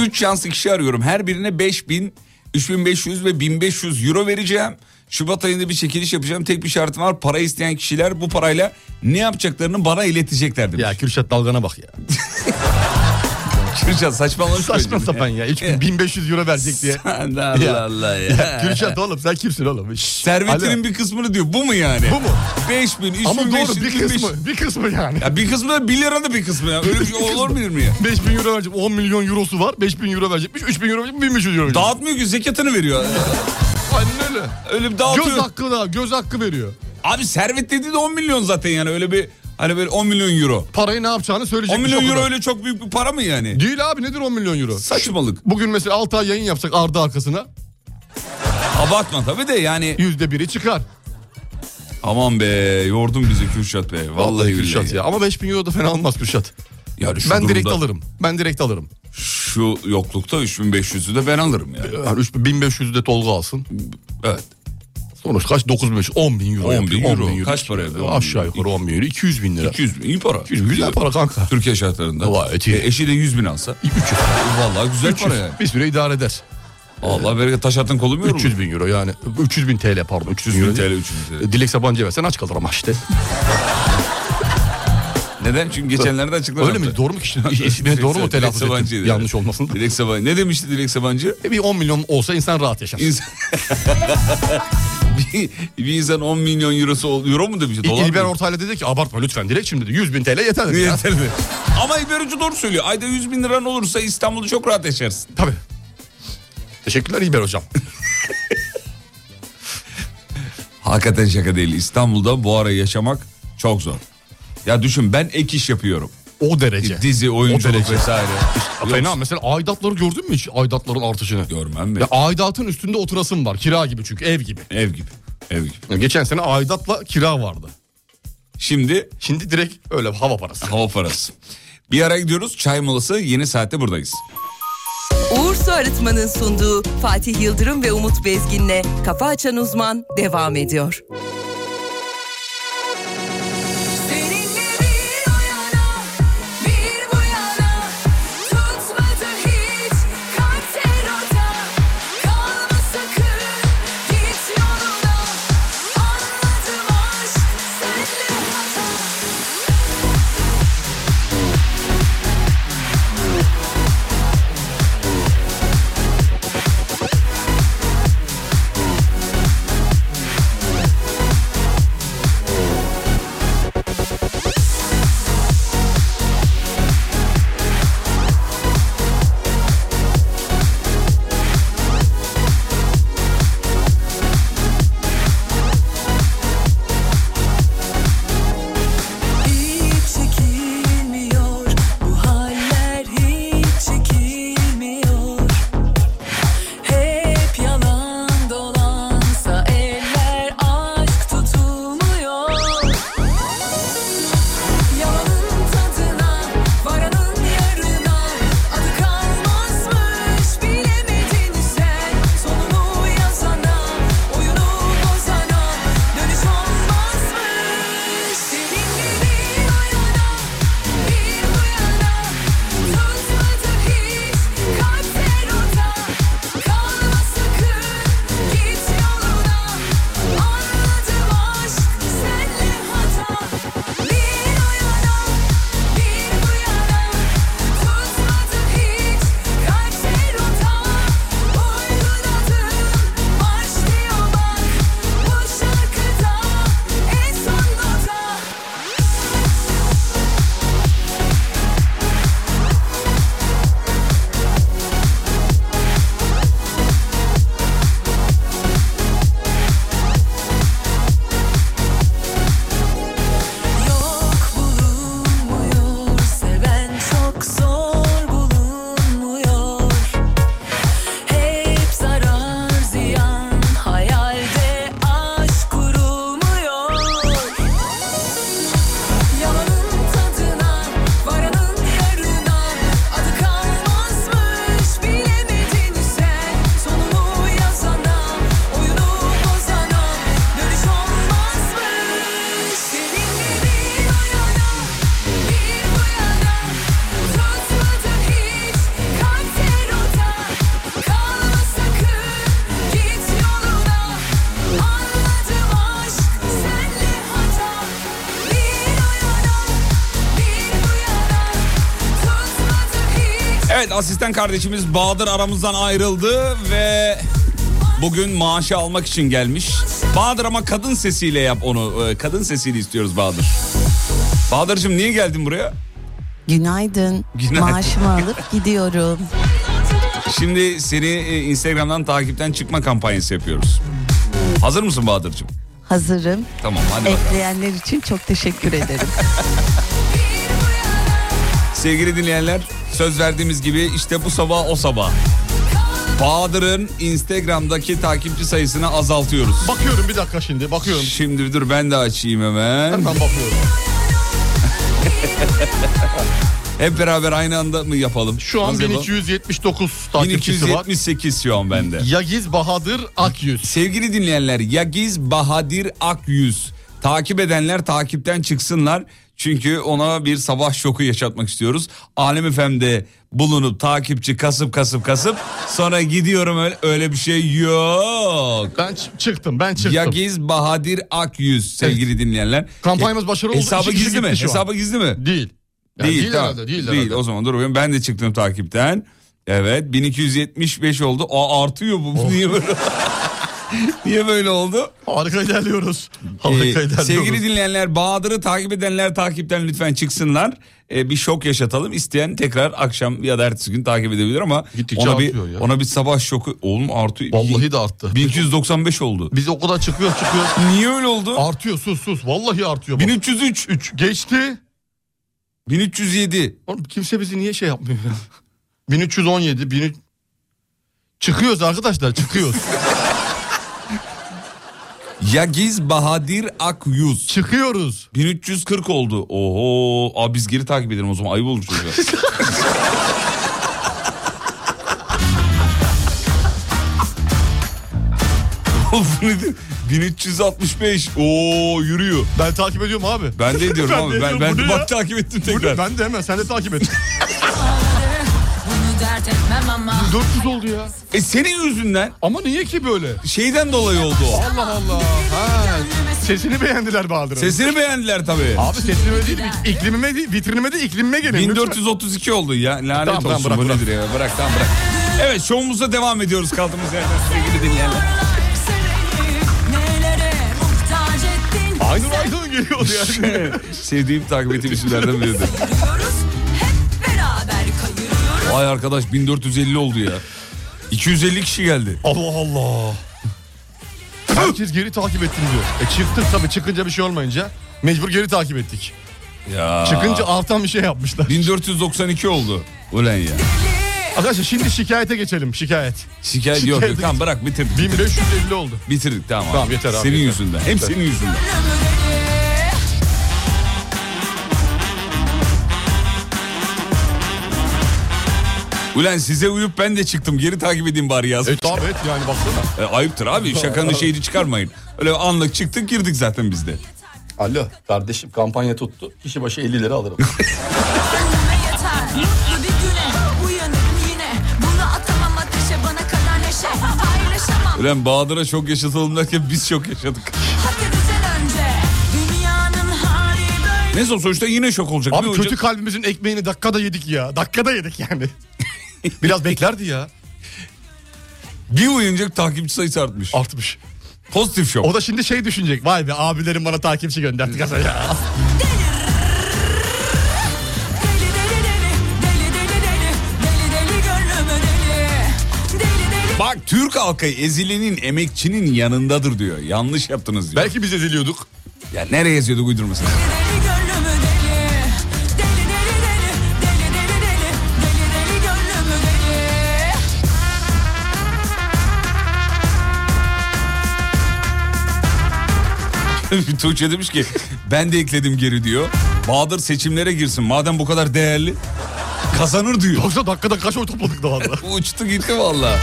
Speaker 2: 3 şanslı kişi arıyorum. Her birine 5000, 3500 ve 1500 euro vereceğim. Şubat ayında bir çekiliş yapacağım. Tek bir şartım var. Para isteyen kişiler bu parayla ne yapacaklarını bana iletecekler demiş.
Speaker 3: Ya Kürşat dalgana bak ya.
Speaker 2: Kürşat saçmalamış
Speaker 3: Saçma sapan ya. 3500 euro verecek diye.
Speaker 2: Allah Allah ya.
Speaker 3: Kürşat oğlum sen kimsin oğlum? Şşş,
Speaker 2: Servetinin
Speaker 3: alo.
Speaker 2: bir kısmını diyor. Bu mu yani?
Speaker 3: Bu mu?
Speaker 2: 5000, 3000,
Speaker 3: Ama doğru
Speaker 2: 5000,
Speaker 3: bir kısmı. Bir kısmı yani.
Speaker 2: Ya bir kısmı da 1 lira da bir kısmı ya. Öyle bir şey olur mu ya?
Speaker 3: 5000 euro verecek. 10 milyon eurosu var. 5000 euro verecekmiş. 3000 euro verecek. 1500 euro verecek.
Speaker 2: Dağıtmıyor ki zekatını veriyor.
Speaker 3: Aynen öyle.
Speaker 2: Öyle bir dağıtıyor.
Speaker 3: Göz hakkı da göz hakkı veriyor.
Speaker 2: Abi servet dediği de 10 milyon zaten yani öyle bir hani böyle 10 milyon euro.
Speaker 3: Parayı ne yapacağını söyleyecek. şey
Speaker 2: 10 milyon euro öyle çok büyük bir para mı yani?
Speaker 3: Değil abi nedir 10 milyon euro?
Speaker 2: Saçmalık.
Speaker 3: Bugün mesela 6 ay yayın yapsak Arda arkasına.
Speaker 2: Abartma tabii de yani.
Speaker 3: Yüzde biri çıkar.
Speaker 2: Aman be yordun bizi Kürşat be. Vallahi,
Speaker 3: Vallahi Kürşat
Speaker 2: billahi.
Speaker 3: ya. Ama 5000 euro da fena olmaz Kürşat.
Speaker 2: Yani şu
Speaker 3: ben direkt
Speaker 2: durumda-
Speaker 3: alırım. Ben direkt alırım.
Speaker 2: Şu yoklukta 3500'ü de ben alırım yani.
Speaker 3: Yani 1500 de Tolga alsın.
Speaker 2: Evet.
Speaker 3: Sonuç kaç? 9500. 10 bin euro.
Speaker 2: 10 bin
Speaker 3: yapıyor.
Speaker 2: euro. Kaç para yapıyor? 10 bin
Speaker 3: Aşağı
Speaker 2: euro.
Speaker 3: yukarı 10 bin euro. 200 bin lira.
Speaker 2: 200 bin iyi para.
Speaker 3: 200 bin. Güzel para kanka.
Speaker 2: Türkiye şartlarında.
Speaker 3: Gayet iyi.
Speaker 2: E, eşi de 100 bin alsa.
Speaker 3: 300.
Speaker 2: Vallahi güzel para yani.
Speaker 3: Bir süre idare eder.
Speaker 2: Allah bereket taş attın kolum yorulur.
Speaker 3: 300 bin euro yani. 300 bin TL pardon. 300
Speaker 2: bin
Speaker 3: euro.
Speaker 2: TL,
Speaker 3: değil.
Speaker 2: 300 bin TL.
Speaker 3: E, Dilek Sabancı'ya versen aç kalır ama işte.
Speaker 2: Neden? Çünkü geçenlerde açıkladı.
Speaker 3: Öyle mi? Doğru mu kişi? İsmi doğru mu telaffuz ettim? Yanlış olmasın.
Speaker 2: Dilek Sabancı. Ne demişti Dilek Sabancı?
Speaker 3: E, bir 10 milyon olsa insan rahat yaşar.
Speaker 2: İnsan... bir, bir insan 10 milyon eurosu ol- euro mu demişti? Dolar
Speaker 3: İl- İlber
Speaker 2: mı?
Speaker 3: Ortaylı dedi ki abartma lütfen direkt şimdi dedi. 100 bin TL yeter dedi. ya.
Speaker 2: Yeterli. Ama İlber Hoca doğru söylüyor. Ayda 100 bin liran olursa İstanbul'da çok rahat yaşarsın.
Speaker 3: Tabii. Teşekkürler İlber Hocam.
Speaker 2: Hakikaten şaka değil. İstanbul'da bu ara yaşamak çok zor. Ya düşün ben ek iş yapıyorum.
Speaker 3: O derece.
Speaker 2: Dizi, oyunculuk
Speaker 3: O derece.
Speaker 2: vesaire.
Speaker 3: Ya Fena mesela aidatları gördün mü hiç aidatların artışını?
Speaker 2: Görmem mi?
Speaker 3: Ya aidatın üstünde oturasım var kira gibi çünkü ev gibi.
Speaker 2: Ev gibi. Ev gibi.
Speaker 3: Ya geçen sene aidatla kira vardı.
Speaker 2: Şimdi
Speaker 3: Şimdi direkt öyle hava parası.
Speaker 2: hava parası. Bir ara gidiyoruz. Çay molası yeni saatte buradayız.
Speaker 6: Uğur Su Arıtma'nın sunduğu Fatih Yıldırım ve Umut Bezgin'le Kafa Açan Uzman devam ediyor.
Speaker 14: Seninle bir o yana, bir bu yana Tutmadı hiç kalpler ota Kalma sakın git yoluna Anladım aşk senle hata
Speaker 2: Evet asistan kardeşimiz Bahadır aramızdan ayrıldı ve bugün maaşı almak için gelmiş. Bahadır ama kadın sesiyle yap onu. Ee, Kadın sesiyle istiyoruz Bahadır. Bahadır'cığım niye geldin buraya?
Speaker 15: Günaydın.
Speaker 2: Günaydın.
Speaker 15: Maaşımı alıp gidiyorum.
Speaker 2: Şimdi seni e, Instagram'dan takipten çıkma kampanyası yapıyoruz. Hazır mısın Bahadır'cığım?
Speaker 15: Hazırım.
Speaker 2: Tamam
Speaker 15: E,
Speaker 2: hadi bakalım.
Speaker 15: Ekleyenler için çok teşekkür ederim.
Speaker 2: Sevgili dinleyenler söz verdiğimiz gibi işte bu sabah o sabah. Bahadır'ın Instagram'daki takipçi sayısını azaltıyoruz. Bakıyorum bir dakika şimdi bakıyorum. Şimdi dur ben de açayım hemen. Hemen bakıyorum. Hep beraber aynı anda mı yapalım?
Speaker 3: Şu an
Speaker 2: Nasıl yapalım?
Speaker 3: 1279 takipçisi var.
Speaker 2: 1278 şu an bende.
Speaker 3: Yagiz Bahadır Akyüz.
Speaker 2: Sevgili dinleyenler Yagiz Bahadir Akyüz. Takip edenler takipten çıksınlar. Çünkü ona bir sabah şoku yaşatmak istiyoruz. Alem FM'de bulunup takipçi kasıp kasıp kasıp sonra gidiyorum öyle, öyle bir şey yok. Ben çıktım ben
Speaker 3: çıktım.
Speaker 2: Yagiz Bahadir Akyüz sevgili dinleyenler.
Speaker 3: Kampanyamız başarılı oldu.
Speaker 2: Hesabı
Speaker 3: İki kişi
Speaker 2: gizli mi?
Speaker 3: gitti şu an.
Speaker 2: Hesabı gizli mi? Değil.
Speaker 3: Yani
Speaker 2: değil,
Speaker 3: değil
Speaker 2: tamam.
Speaker 3: herhalde, değil herhalde.
Speaker 2: o zaman dur bakayım ben de çıktım takipten. Evet 1275 oldu. Aa artıyor bu.
Speaker 3: Oh.
Speaker 2: Niye böyle? Niye böyle oldu?
Speaker 3: Harika ilerliyoruz. Harika
Speaker 2: Ee,
Speaker 3: ilerliyoruz.
Speaker 2: sevgili dinleyenler Bahadır'ı takip edenler takipten lütfen çıksınlar. Ee, bir şok yaşatalım. İsteyen tekrar akşam ya da ertesi gün takip edebilir ama ona bir
Speaker 3: artıyor ya.
Speaker 2: ona bir sabah şoku oğlum artıyor. Vallahi de arttı. 1295 oldu.
Speaker 3: Biz o kadar çıkıyor çıkıyor.
Speaker 2: Niye öyle oldu?
Speaker 3: Artıyor sus sus. Vallahi artıyor.
Speaker 2: 1303.
Speaker 3: geçti.
Speaker 2: 1307.
Speaker 3: Oğlum kimse bizi niye şey yapmıyor ya? 1317. 13... Çıkıyoruz arkadaşlar çıkıyoruz.
Speaker 2: Yagiz Bahadir Akyüz. Çıkıyoruz. 1340 oldu. Oho. Abi biz geri takip edelim o zaman ayıp olur çocuğa. Oğlum bu nedir? 1365. Oo yürüyor.
Speaker 3: Ben takip ediyorum abi.
Speaker 2: Ben de ediyorum abi. Ben, ben,
Speaker 3: bunu
Speaker 2: bak
Speaker 3: ya.
Speaker 2: takip ettim
Speaker 3: Bunu
Speaker 2: tekrar.
Speaker 3: Ben de hemen sen de takip et.
Speaker 8: Bunu dert etmem ama
Speaker 3: 400 oldu ya.
Speaker 2: E senin yüzünden.
Speaker 3: Ama niye ki böyle?
Speaker 2: Şeyden dolayı oldu o.
Speaker 3: Allah Allah. Ha. Sesini beğendiler Bahadır'ın.
Speaker 2: Sesini beğendiler tabii.
Speaker 3: Abi sesime değil, iklimime değil, vitrinime de iklimime gelin. lütfen.
Speaker 2: 1432 oldu ya. Lanet
Speaker 3: Tamam,
Speaker 2: olsun
Speaker 3: tamam, bırak,
Speaker 2: bu
Speaker 3: bırak.
Speaker 2: nedir ya? Bırak tamam bırak. Evet şovumuza devam ediyoruz kaldığımız yerden sevgili dinleyenler.
Speaker 8: Nelere muhtaç ettin
Speaker 2: Aynur Aydın geliyor yani. Şey, Sevdiğim takip ettiğim isimlerden biridir.
Speaker 8: Beraber kayırıyoruz
Speaker 2: Vay arkadaş 1450 oldu ya. 250 kişi geldi.
Speaker 3: Allah Allah. Herkes geri takip ettim diyor. E çıktık tabii çıkınca bir şey olmayınca mecbur geri takip ettik.
Speaker 2: Ya.
Speaker 3: Çıkınca artan bir şey yapmışlar.
Speaker 2: 1492 oldu. Ulan ya.
Speaker 3: Arkadaşlar şimdi şikayete geçelim şikayet.
Speaker 2: Şikayet yok. yok. Tamam bırak bitirdik.
Speaker 3: 1550 oldu.
Speaker 2: Bitirdik tamam.
Speaker 3: Tamam, yeter abi,
Speaker 2: Senin
Speaker 3: yeter.
Speaker 2: yüzünden. Hem
Speaker 3: Yeter.
Speaker 2: senin yüzünden. Ulan size uyup ben de çıktım. Geri takip edeyim bari yazmış.
Speaker 3: Evet abi, evet E, yani baksana.
Speaker 2: E, ayıptır abi şakanın şeyini çıkarmayın. Öyle anlık çıktık girdik zaten biz de.
Speaker 3: Alo kardeşim kampanya tuttu. Kişi başı 50 lira alırım.
Speaker 8: yeter Mutlu bir güne uyanırım yine Bunu atamam ateşe bana kadar neşe Paylaşamam
Speaker 2: Ulan Bahadır'a çok yaşatalım derken biz çok yaşadık.
Speaker 8: güzel önce Dünyanın hali böyle
Speaker 2: Neyse sonuçta yine şok olacak.
Speaker 3: Abi
Speaker 2: Bir
Speaker 3: kötü
Speaker 2: oyuncu-
Speaker 3: kalbimizin ekmeğini dakikada yedik ya. Dakikada yedik yani. Biraz beklerdi ya.
Speaker 2: Bir oyuncak takipçi sayısı artmış.
Speaker 3: Artmış.
Speaker 2: Pozitif şok.
Speaker 3: O da şimdi şey düşünecek. Vay be abilerim bana takipçi gönderdi gaza ya.
Speaker 8: Deli deli gönlümü deli
Speaker 2: Bak Türk halkı ezilenin, emekçinin yanındadır diyor. Yanlış yaptınız diyor. Belki
Speaker 3: biz eziliyorduk.
Speaker 2: Ya nereye eziyorduk uydurmasın.
Speaker 8: Deli gönlümü deli Deli deli deli Deli deli deli Deli deli gönlümü deli
Speaker 2: Tuğçe demiş ki ben de ekledim geri diyor. Bahadır seçimlere girsin madem bu kadar değerli kazanır diyor.
Speaker 3: Yoksa dakikada kaç oy topladık daha da.
Speaker 2: Uçtu gitti valla.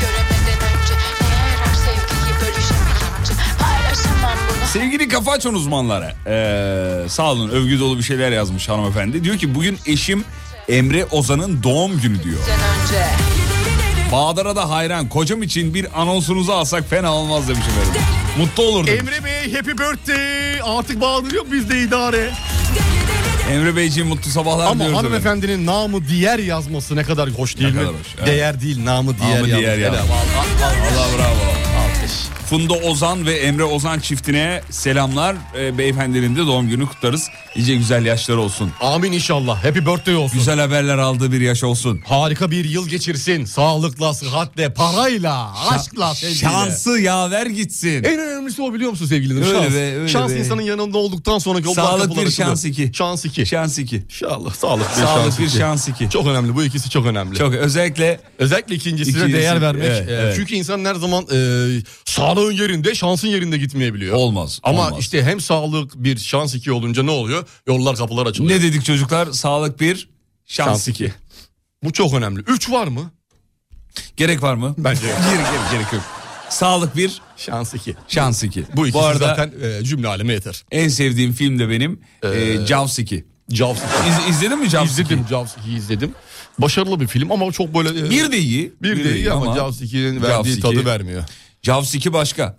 Speaker 2: Sevgili kafa açan uzmanlara ee, sağ olun övgü dolu bir şeyler yazmış hanımefendi. Diyor ki bugün eşim Emre Ozan'ın doğum günü diyor.
Speaker 8: önce
Speaker 2: Bahadır'a da hayran kocam için bir anonsunuzu alsak fena olmaz demiş efendim. Mutlu olurdum.
Speaker 3: Emre Bey happy birthday. Artık bağlanıyor biz de idare.
Speaker 2: Emre Beyciğim mutlu sabahlar
Speaker 3: Ama
Speaker 2: diliyoruz. efendim.
Speaker 3: hanımefendinin namı diğer yazması ne kadar hoş değil mi? Değer değil namı diğer
Speaker 2: Namı diğer
Speaker 3: yazması.
Speaker 2: yazması.
Speaker 3: Helal.
Speaker 2: Allah bravo. Funda Ozan ve Emre Ozan çiftine selamlar. Ee, beyefendinin de doğum günü kutlarız. Nice güzel yaşlar olsun.
Speaker 3: Amin inşallah. Happy birthday olsun.
Speaker 2: Güzel haberler aldığı bir yaş olsun.
Speaker 3: Harika bir yıl geçirsin. Sağlıkla, sıhhatle, parayla, aşkla, sevgiyle.
Speaker 2: Şansı yaver gitsin.
Speaker 3: En önemlisi o biliyor musun sevgili dinleyici?
Speaker 2: Öyle
Speaker 3: Şans.
Speaker 2: be, öyle
Speaker 3: şans
Speaker 2: be.
Speaker 3: insanın yanında olduktan sonraki o
Speaker 2: Sağlık
Speaker 3: kapılar
Speaker 2: bir,
Speaker 3: açılıyor.
Speaker 2: şans iki.
Speaker 3: Şans iki.
Speaker 2: Şans iki.
Speaker 3: İnşallah sağlık bir,
Speaker 2: Sağlık
Speaker 3: şans,
Speaker 2: bir,
Speaker 3: iki.
Speaker 2: şans iki.
Speaker 3: Çok önemli bu ikisi çok önemli.
Speaker 2: Çok özellikle
Speaker 3: özellikle ikincisine
Speaker 2: İkincisi-
Speaker 3: değer vermek.
Speaker 2: Evet,
Speaker 3: Ee,
Speaker 2: evet.
Speaker 3: Çünkü insan her zaman e, sağlığın yerinde şansın yerinde gitmeyebiliyor.
Speaker 2: Olmaz.
Speaker 3: Ama
Speaker 2: olmaz.
Speaker 3: işte hem sağlık bir şans iki olunca ne oluyor? Yollar kapılar açılıyor.
Speaker 2: Ne dedik çocuklar? Sağlık bir, şans,
Speaker 3: Şans
Speaker 2: iki.
Speaker 3: iki. Bu çok önemli. Üç var mı?
Speaker 2: Gerek var mı?
Speaker 3: Bence yok.
Speaker 2: Gerek, gerek, gerek yok. Sağlık bir,
Speaker 3: şans iki.
Speaker 2: Şans iki.
Speaker 3: Bu ikisi
Speaker 2: arada
Speaker 3: zaten e, cümle aleme yeter.
Speaker 2: en sevdiğim film de benim e, Jaws 2.
Speaker 3: Jaws 2.
Speaker 2: izledin mi Jaws 2?
Speaker 3: İzledim Jaws 2'yi izledim. Başarılı bir film ama çok böyle... e,
Speaker 2: Bir de iyi.
Speaker 3: Bir, de iyi ama, Jaws 2'nin verdiği tadı vermiyor.
Speaker 2: Jaws 2 başka.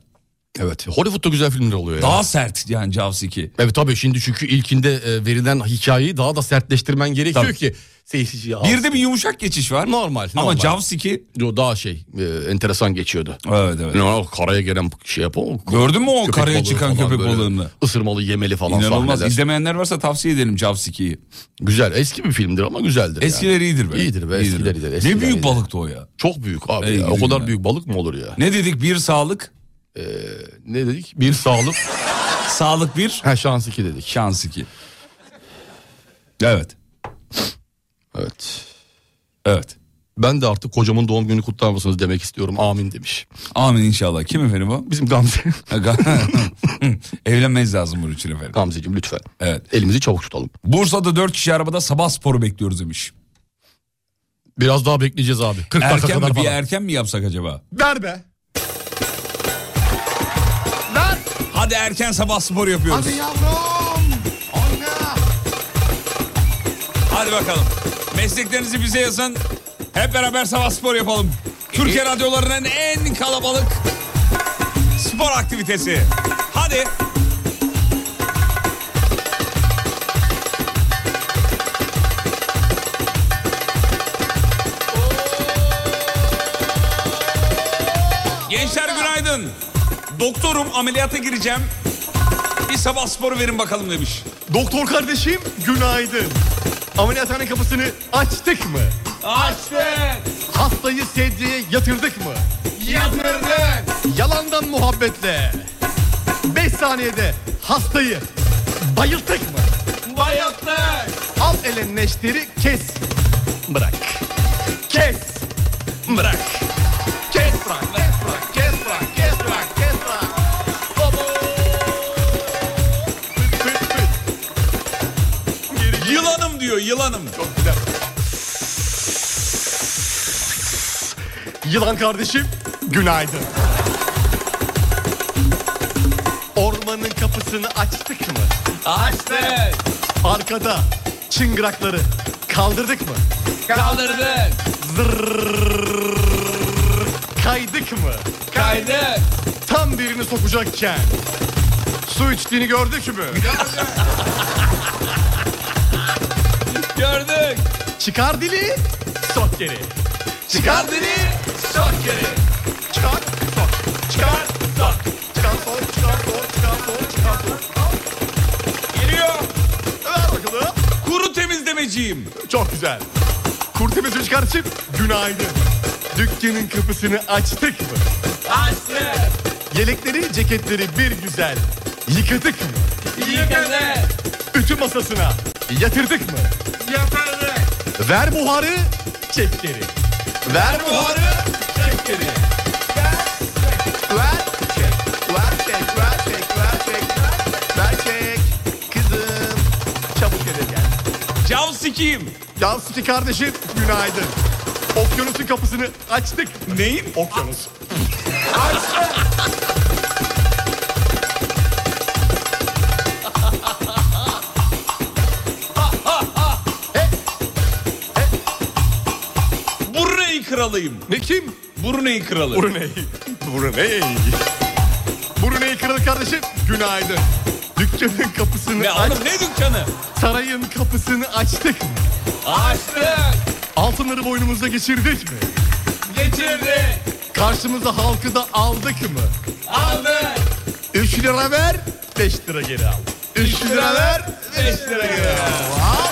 Speaker 3: Evet. Hollywood'da güzel filmler oluyor ya.
Speaker 2: Daha sert yani Jaws 2.
Speaker 3: Evet tabii şimdi çünkü ilkinde e, verilen hikayeyi daha da sertleştirmen gerekiyor
Speaker 2: Tabii.
Speaker 3: ki. Seyirci ya.
Speaker 2: Bir de bir yumuşak geçiş var.
Speaker 3: normal.
Speaker 2: Ama
Speaker 3: normal.
Speaker 2: Jaws 2
Speaker 3: Yo, daha şey e, enteresan geçiyordu.
Speaker 2: Evet evet.
Speaker 3: Ne o karaya gelen şey yap o.
Speaker 2: Gördün mü o
Speaker 3: köpek
Speaker 2: karaya
Speaker 3: balığı
Speaker 2: çıkan
Speaker 3: falan
Speaker 2: köpek
Speaker 3: böyle
Speaker 2: balığını?
Speaker 3: Isırmalı yemeli falan
Speaker 2: İnanılmaz.
Speaker 3: sahneler.
Speaker 2: İzlemeyenler varsa tavsiye edelim Jaws 2'yi.
Speaker 3: Güzel eski bir filmdir ama güzeldir.
Speaker 2: Eskileri iyidir be.
Speaker 3: İyidir be
Speaker 2: İyidir.
Speaker 3: eskiler iyidir.
Speaker 2: Ne
Speaker 3: eskiler
Speaker 2: büyük
Speaker 3: iyidir.
Speaker 2: balıktı o ya.
Speaker 3: Çok büyük abi
Speaker 2: Ey
Speaker 3: ya. O
Speaker 2: gidi
Speaker 3: kadar
Speaker 2: günler.
Speaker 3: büyük balık mı olur ya? Ee,
Speaker 2: Ne dedik? Bir sağlık,
Speaker 3: Ne dedik? Bir sağlık.
Speaker 2: sağlık bir,
Speaker 3: ha şans iki dedik.
Speaker 2: şans iki. Evet.
Speaker 3: Evet.
Speaker 2: Evet.
Speaker 3: Ben de artık kocamın doğum günü kutlar mısınız demek istiyorum. Amin demiş.
Speaker 2: Amin inşallah. Kim efendim o?
Speaker 3: Bizim Gamze.
Speaker 2: Evlenmeniz lazım bunun için efendim.
Speaker 3: Gamzeciğim lütfen.
Speaker 2: Evet.
Speaker 3: Elimizi çabuk tutalım.
Speaker 2: Bursa'da 4 kişi arabada sabah sporu bekliyoruz demiş.
Speaker 3: Biraz daha bekleyeceğiz abi. 40 dakika
Speaker 2: Erken
Speaker 3: kadar
Speaker 2: mi? Bir
Speaker 3: falan.
Speaker 2: erken mi yapsak acaba?
Speaker 3: Ver be.
Speaker 2: Hadi erken sabah sporu yapıyoruz. Hadi,
Speaker 3: yavrum. Oyna.
Speaker 2: bakalım. Mesleklerinizi bize yazın. Hep beraber sabah spor yapalım. Türkiye radyolarının en kalabalık spor aktivitesi. Hadi. Gençler günaydın. Doktorum ameliyata gireceğim. Bir sabah sporu verin bakalım demiş.
Speaker 3: Doktor kardeşim günaydın. Ameliyathane kapısını açtık mı?
Speaker 2: Açtık.
Speaker 3: Hastayı sedyeye yatırdık mı? Yatırdık. Yalandan muhabbetle. 5 saniyede hastayı bayılttık mı?
Speaker 2: Bayılttık.
Speaker 3: Al ele neşteri kes. Bırak. Kes. Bırak. Kes bırak. Kes bırak. Kes bırak. Kes bırak. Kes bırak. Baba. Pıt, pıt, pıt.
Speaker 2: Yılanım diyor yılanım.
Speaker 3: Çok güzel. Yılan kardeşim günaydın. Ormanın kapısını açtık mı?
Speaker 2: Açtık.
Speaker 3: Arkada çıngırakları kaldırdık mı?
Speaker 2: Kaldırdık.
Speaker 3: Kaydık mı?
Speaker 2: Kaydık.
Speaker 3: Tam birini sokacakken su içtiğini gördük mü?
Speaker 2: Gördük.
Speaker 3: Çıkar dili, sok geri. Çıkar dili, sok geri. Çıkar, sok. Çıkar, sok. Çıkar, sok. Çıkar, sok. Çıkar, sok. Çıkar, sok.
Speaker 2: Geliyor.
Speaker 3: Ver bakalım.
Speaker 2: Kuru temizlemeciyim.
Speaker 3: Çok güzel. Kurtemiz Üç kardeşim günaydın. Dükkanın kapısını açtık mı?
Speaker 2: Açtık.
Speaker 3: Yelekleri, ceketleri bir güzel yıkadık mı?
Speaker 2: Yıkadık.
Speaker 3: Ütü masasına yatırdık mı?
Speaker 2: Yapardık.
Speaker 3: Ver buharı, çek geri. Ver buharı, çek geri. Ver, çek. Ver, çek. Ver, çek. Ver, çek. Ver, çek. Kızım, çabuk eve gel.
Speaker 2: Cam sikiyim.
Speaker 3: Yansıcı kardeşim, günaydın. Okyanusun kapısını açtık.
Speaker 2: Neyin?
Speaker 3: Okyanus.
Speaker 2: Brunei kralıyım.
Speaker 3: Ne kim?
Speaker 2: Brunei kralı.
Speaker 3: Brunei. Brunei. Brunei kralı kardeşim günaydın. Dükkanın dükkanın kapısını
Speaker 2: Ne oğlum, ne dükkanı?
Speaker 3: Sarayın kapısını açtık mı? Açtık. Altınları boynumuza geçirdik mi? Geçirdik. Karşımıza halkı da aldık mı? Aldık. 3 lira ver, 5 lira geri al. 3 lira ver, 5 lira geri al.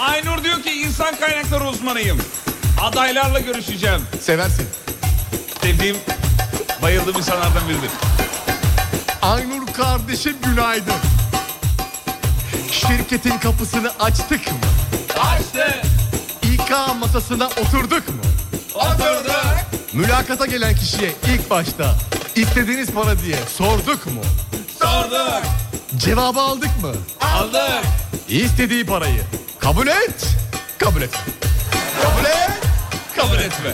Speaker 2: Aynur diyor ki insan kaynakları uzmanıyım. Adaylarla görüşeceğim.
Speaker 3: Seversin.
Speaker 2: Sevdiğim, bayıldığım insanlardan biridir.
Speaker 3: Aynur kardeşim günaydın. Şirketin kapısını açtık mı? Açtık. İK masasına oturduk mu? Oturduk. Mülakata gelen kişiye ilk başta istediğiniz para diye sorduk mu? Sorduk. Cevabı aldık mı? Aldık. İstediği parayı kabul et, kabul et. Kabul et, kabul etme.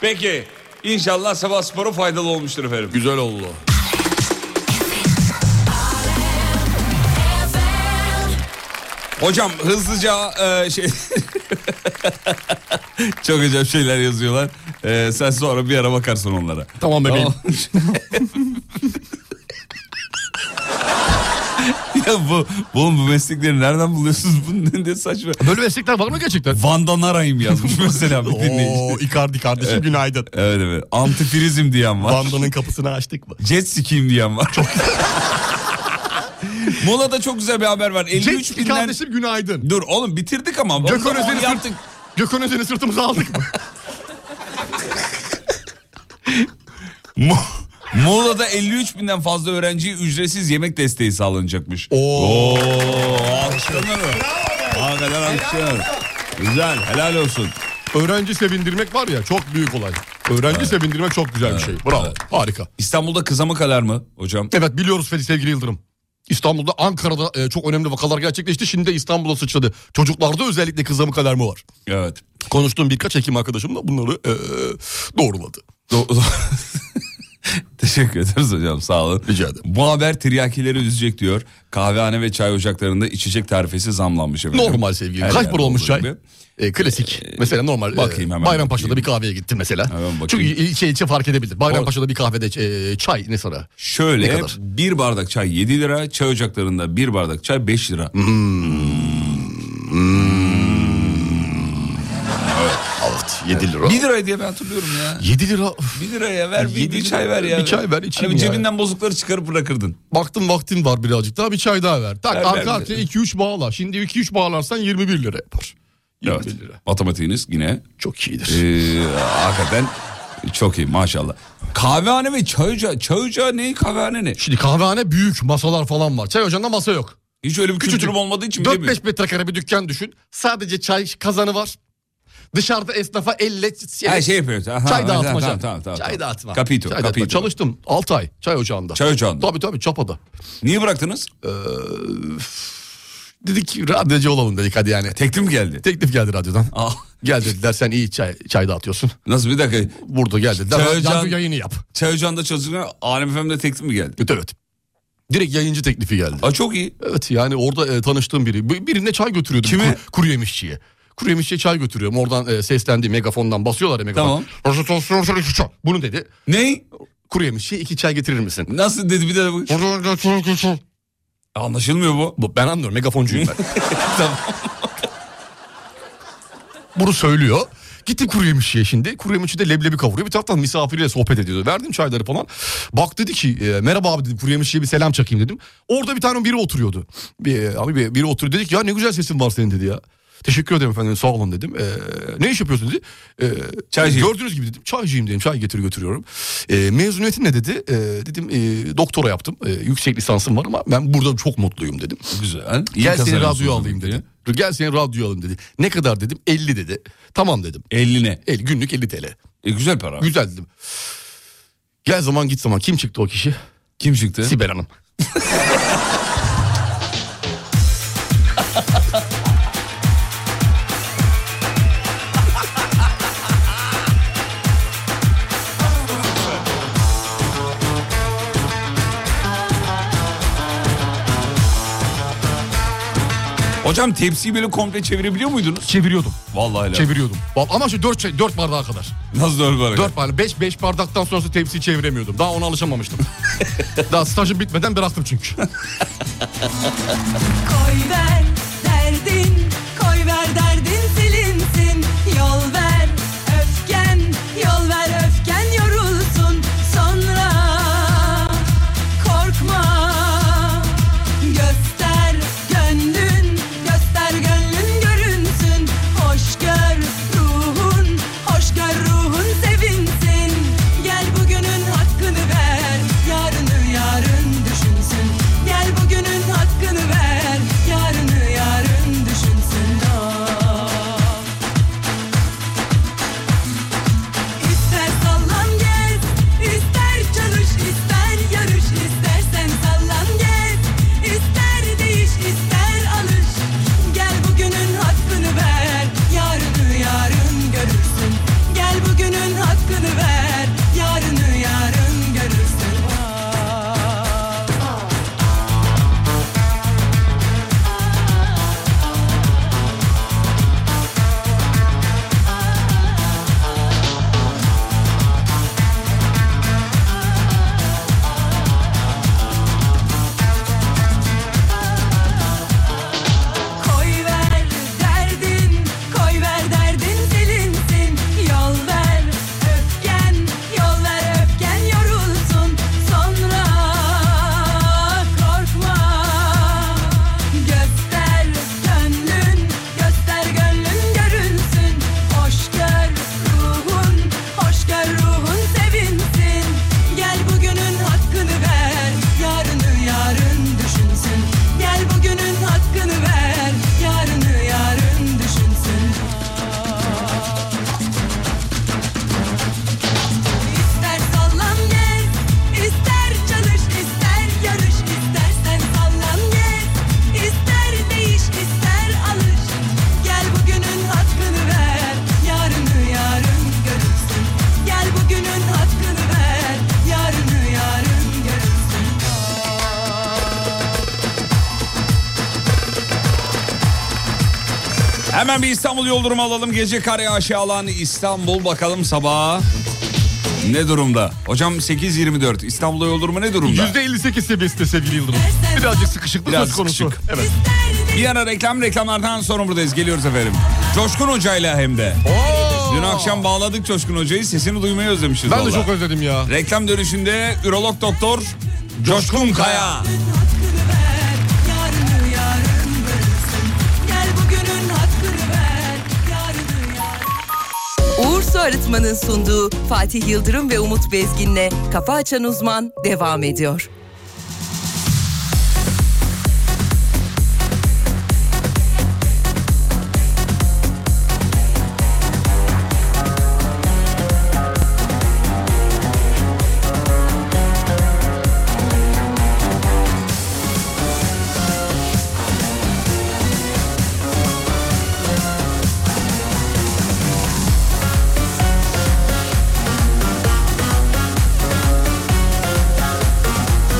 Speaker 2: Peki. İnşallah sabah sporu faydalı olmuştur efendim.
Speaker 3: Güzel oldu.
Speaker 2: Hocam hızlıca e, şey... Çok acayip şeyler yazıyorlar. E, sen sonra bir ara bakarsın onlara.
Speaker 3: Tamam bebeğim.
Speaker 2: ya bu, bu, oğlum bu meslekleri nereden buluyorsunuz? Bu ne de saçma.
Speaker 3: Böyle meslekler var mı gerçekten?
Speaker 2: Van'dan arayayım yazmış mesela bir dinleyici.
Speaker 3: Oo, Icardi kardeşim günaydın.
Speaker 2: Evet evet. Antifrizm diyen var.
Speaker 3: Vandanın kapısını açtık mı?
Speaker 2: Jet sikiyim diyen var. Mola'da çok güzel bir haber var. 53
Speaker 3: Jet
Speaker 2: binden...
Speaker 3: kardeşim günaydın.
Speaker 2: Dur oğlum bitirdik ama.
Speaker 3: Gökhan
Speaker 2: Onu
Speaker 3: Özen'i, sırt,
Speaker 2: yaptık.
Speaker 3: Gökhan Özen'i sırtımıza aldık mı?
Speaker 2: Mo- Muğla'da 53 binden fazla öğrenciye ücretsiz yemek desteği sağlanacakmış. Oo. Alkışlanır mı? Hakikaten alkışlanır. Güzel helal olsun.
Speaker 3: Öğrenci sevindirmek var ya çok büyük olay. Öğrenci sevindirmek çok güzel bir şey. Bravo. Harika.
Speaker 2: İstanbul'da kızamak alarmı hocam.
Speaker 3: Evet biliyoruz Fethi sevgili Yıldırım. İstanbul'da Ankara'da e, çok önemli vakalar gerçekleşti. Şimdi de İstanbul'a sıçradı. Çocuklarda özellikle kızamık alarmı var.
Speaker 2: Evet.
Speaker 3: Konuştuğum birkaç hekim arkadaşım da bunları e, doğruladı.
Speaker 2: Teşekkür ederiz hocam sağ olun.
Speaker 3: Rica ederim.
Speaker 2: Bu haber tiryakileri üzecek diyor. Kahvehane ve çay ocaklarında içecek tarifesi zamlanmış efendim.
Speaker 3: Normal sevgili.
Speaker 2: Her
Speaker 3: Kaç
Speaker 2: yerde
Speaker 3: para olmuş
Speaker 2: olduğu
Speaker 3: çay?
Speaker 2: gibi.
Speaker 3: E, klasik. mesela normal.
Speaker 2: bakayım
Speaker 3: e,
Speaker 2: hemen
Speaker 3: Bayrampaşa'da bir kahveye gittim mesela. Çünkü il- şey için fark edebilir. Bayrampaşa'da bir kahvede e, çay ne sana? Ne
Speaker 2: Şöyle
Speaker 3: kadar?
Speaker 2: bir bardak çay 7 lira, çay ocaklarında bir bardak çay 5 lira.
Speaker 3: Evet 7 lira.
Speaker 2: 1 liraya diye ben hatırlıyorum ya.
Speaker 3: 7 lira.
Speaker 2: 1 liraya ver, bir,
Speaker 3: Yedi
Speaker 2: bir
Speaker 3: lira.
Speaker 2: çay ver ya.
Speaker 3: Bir çay ver, içeyim
Speaker 2: Hani
Speaker 3: ya.
Speaker 2: Cebinden bozukları çıkarıp bırakırdın.
Speaker 3: Baktım vaktim var birazcık daha bir çay daha ver. Tak
Speaker 2: Ver, ver,
Speaker 3: arka
Speaker 2: ver.
Speaker 3: arkaya 2-3 bağla. Şimdi 2-3 bağlarsan 21 lira yapar.
Speaker 2: Evet. Matematiğiniz yine
Speaker 3: çok iyidir.
Speaker 2: Ee, hakikaten çok iyi maşallah. Kahvehane ve çay ocağı. Çay ocağı ne kahvehane ne?
Speaker 3: Şimdi kahvehane büyük masalar falan var. Çay ocağında masa yok.
Speaker 2: Hiç öyle bir
Speaker 3: Küçücük.
Speaker 2: kültürüm olmadığı için
Speaker 3: 4-5 metrekare bir dükkan düşün. Sadece çay kazanı var. Dışarıda esnafa elle...
Speaker 2: Her şey yapıyoruz. Aha,
Speaker 3: çay
Speaker 2: tamam,
Speaker 3: dağıtmaca.
Speaker 2: tamam, tamam, tamam.
Speaker 3: Çay dağıtma.
Speaker 2: Capito,
Speaker 3: Çay dağıtma.
Speaker 2: capito.
Speaker 3: Çalıştım 6 ay çay ocağında.
Speaker 2: Çay ocağında.
Speaker 3: Tabii tabii çapada. Ee,
Speaker 2: Niye bıraktınız?
Speaker 3: Dedik ki radyocu olalım dedik hadi yani.
Speaker 2: Teklif mi geldi?
Speaker 3: Teklif geldi radyodan.
Speaker 2: Aa.
Speaker 3: Gel dediler sen iyi çay, çay dağıtıyorsun.
Speaker 2: Nasıl bir dakika.
Speaker 3: Burada geldi dediler.
Speaker 2: Çay
Speaker 3: Radyo
Speaker 2: ocağı-
Speaker 3: yayını yap.
Speaker 2: Çay ocağında çalışırken Alem FM'de teklif mi geldi?
Speaker 3: Evet evet. Direkt yayıncı teklifi geldi.
Speaker 2: Aa, çok iyi.
Speaker 3: Evet yani orada e, tanıştığım biri. Bir- Birine çay götürüyordum. Kimi? Kuru, kuru yemişçiye. Kuru yemişçiye çay götürüyorum. Oradan e, seslendi megafondan basıyorlar ya megafon. Tamam. Bunu dedi.
Speaker 2: Ne?
Speaker 3: Kuru yemişçiye iki çay getirir misin?
Speaker 2: Nasıl dedi bir de bak. Anlaşılmıyor bu.
Speaker 3: Bu- Ben anlıyorum megafoncuyum ben.
Speaker 2: Tamam.
Speaker 3: Bunu söylüyor. Gittim kuru yemişçiye şimdi. Kuru yemişçi de leblebi kavuruyor. Bir taraftan misafiriyle sohbet ediyordu. Verdim çayları falan. Bak dedi ki e, merhaba abi dedim. Kuru yemişçiye bir selam çakayım dedim. Orada bir tane biri oturuyordu. Bir, e, abi bir- biri oturuyor. Dedik ya ne güzel sesin var senin dedi ya. Teşekkür ederim efendim sağ olun dedim. E, ne iş yapıyorsun dedi. E,
Speaker 2: Çaycıyım.
Speaker 3: Gördüğünüz gibi dedim çaycıyım dedim. Çay getir götürüyorum. E, mezuniyetin ne dedi. E, dedim e, doktora yaptım. E, yüksek lisansım var ama ben burada çok mutluyum dedim.
Speaker 2: Güzel.
Speaker 3: Gel seni
Speaker 2: Kazanıyorsun
Speaker 3: radyo alayım dedi. Dur Gel seni radyo alayım dedi. Ne kadar dedim? 50 dedi. Tamam dedim.
Speaker 2: 50 ne?
Speaker 3: El, günlük 50 TL.
Speaker 2: E, güzel para.
Speaker 3: Güzel dedim. Gel zaman git zaman. Kim çıktı o kişi?
Speaker 2: Kim çıktı?
Speaker 3: Sibel Hanım.
Speaker 2: Hocam tepsiyi böyle komple çevirebiliyor muydunuz?
Speaker 3: Çeviriyordum.
Speaker 2: Vallahi helal.
Speaker 3: Çeviriyordum. Vallahi Ama şu 4, 4 bardağa kadar.
Speaker 2: Nasıl doğru bari?
Speaker 3: 4 bardak. 5, 5 bardaktan sonrası tepsiyi çeviremiyordum. Daha ona alışamamıştım. Daha stajım bitmeden bıraktım çünkü.
Speaker 11: Koy ver derdin, koy ver derdin silinsin. Yol ver öfken, yol ver öfken yorulsun. Sonra korkma, göster gönlün, göster gönlün görünsün. Hoş gör ruhun, hoş gör ruhun sevinsin. Gel bugünün hakkını ver, yarını yarın düşünsün. Gel bugünün hakkını ver, yarını yarın düşünsün. Ah. İster sallan gez, ister çalış, ister yarış, istersen sallan gez, ister değiş, ister alış. Gel bugünün hakkını ver, yarını yarın görürsün. Gel bugünün hakkını ver, yarını yarın görürsün. Ah. Koy ver derdin, koy ver derdin silinsin. Yol ver öfken, yol ver öfken yorulsun. Sonra korkma. Göster gönlün, göster gönlün görünsün. Hoş gör ruhun, hoş gör ruhun sevinsin. Gel bugünün hakkını ver, yarını yarın düşünsün. Gel bugünün hakkını ver, yarını yarın düşünsün. İster sallan gel, ister çalış, ister yarış, istersen sallan gel, ister değiş, ister alış. Gel bugünün hakkını ver, yarını yarın görürsün. Gel bugünün hakkını ver, yarını yarın görürsün.
Speaker 2: Hemen bir İstanbul yol durumu alalım. Gece kar yağışı alan İstanbul bakalım sabah ne durumda? Hocam 8.24 İstanbul'da yol durumu ne durumda?
Speaker 3: %58 seviyesinde sevgili Yıldırım. Birazcık sıkışıklık
Speaker 2: Biraz
Speaker 3: söz konusu.
Speaker 2: sıkışık.
Speaker 3: Evet.
Speaker 2: Bir ara reklam reklamlardan sonra buradayız. Geliyoruz efendim. Coşkun Hoca'yla hem de. Dün akşam bağladık Coşkun Hoca'yı. Sesini duymayı özlemişiz
Speaker 3: Ben de
Speaker 2: vallahi.
Speaker 3: çok özledim ya.
Speaker 2: Reklam dönüşünde ürolog doktor Coşkun Kaya.
Speaker 11: Yarını yarın görürsün. Gel bugünün hakkını ver, yarını
Speaker 6: Uğur Su Arıtma'nın sunduğu Fatih Yıldırım ve Umut Bezgin'le Kafa Açan Uzman devam ediyor.
Speaker 11: Yarını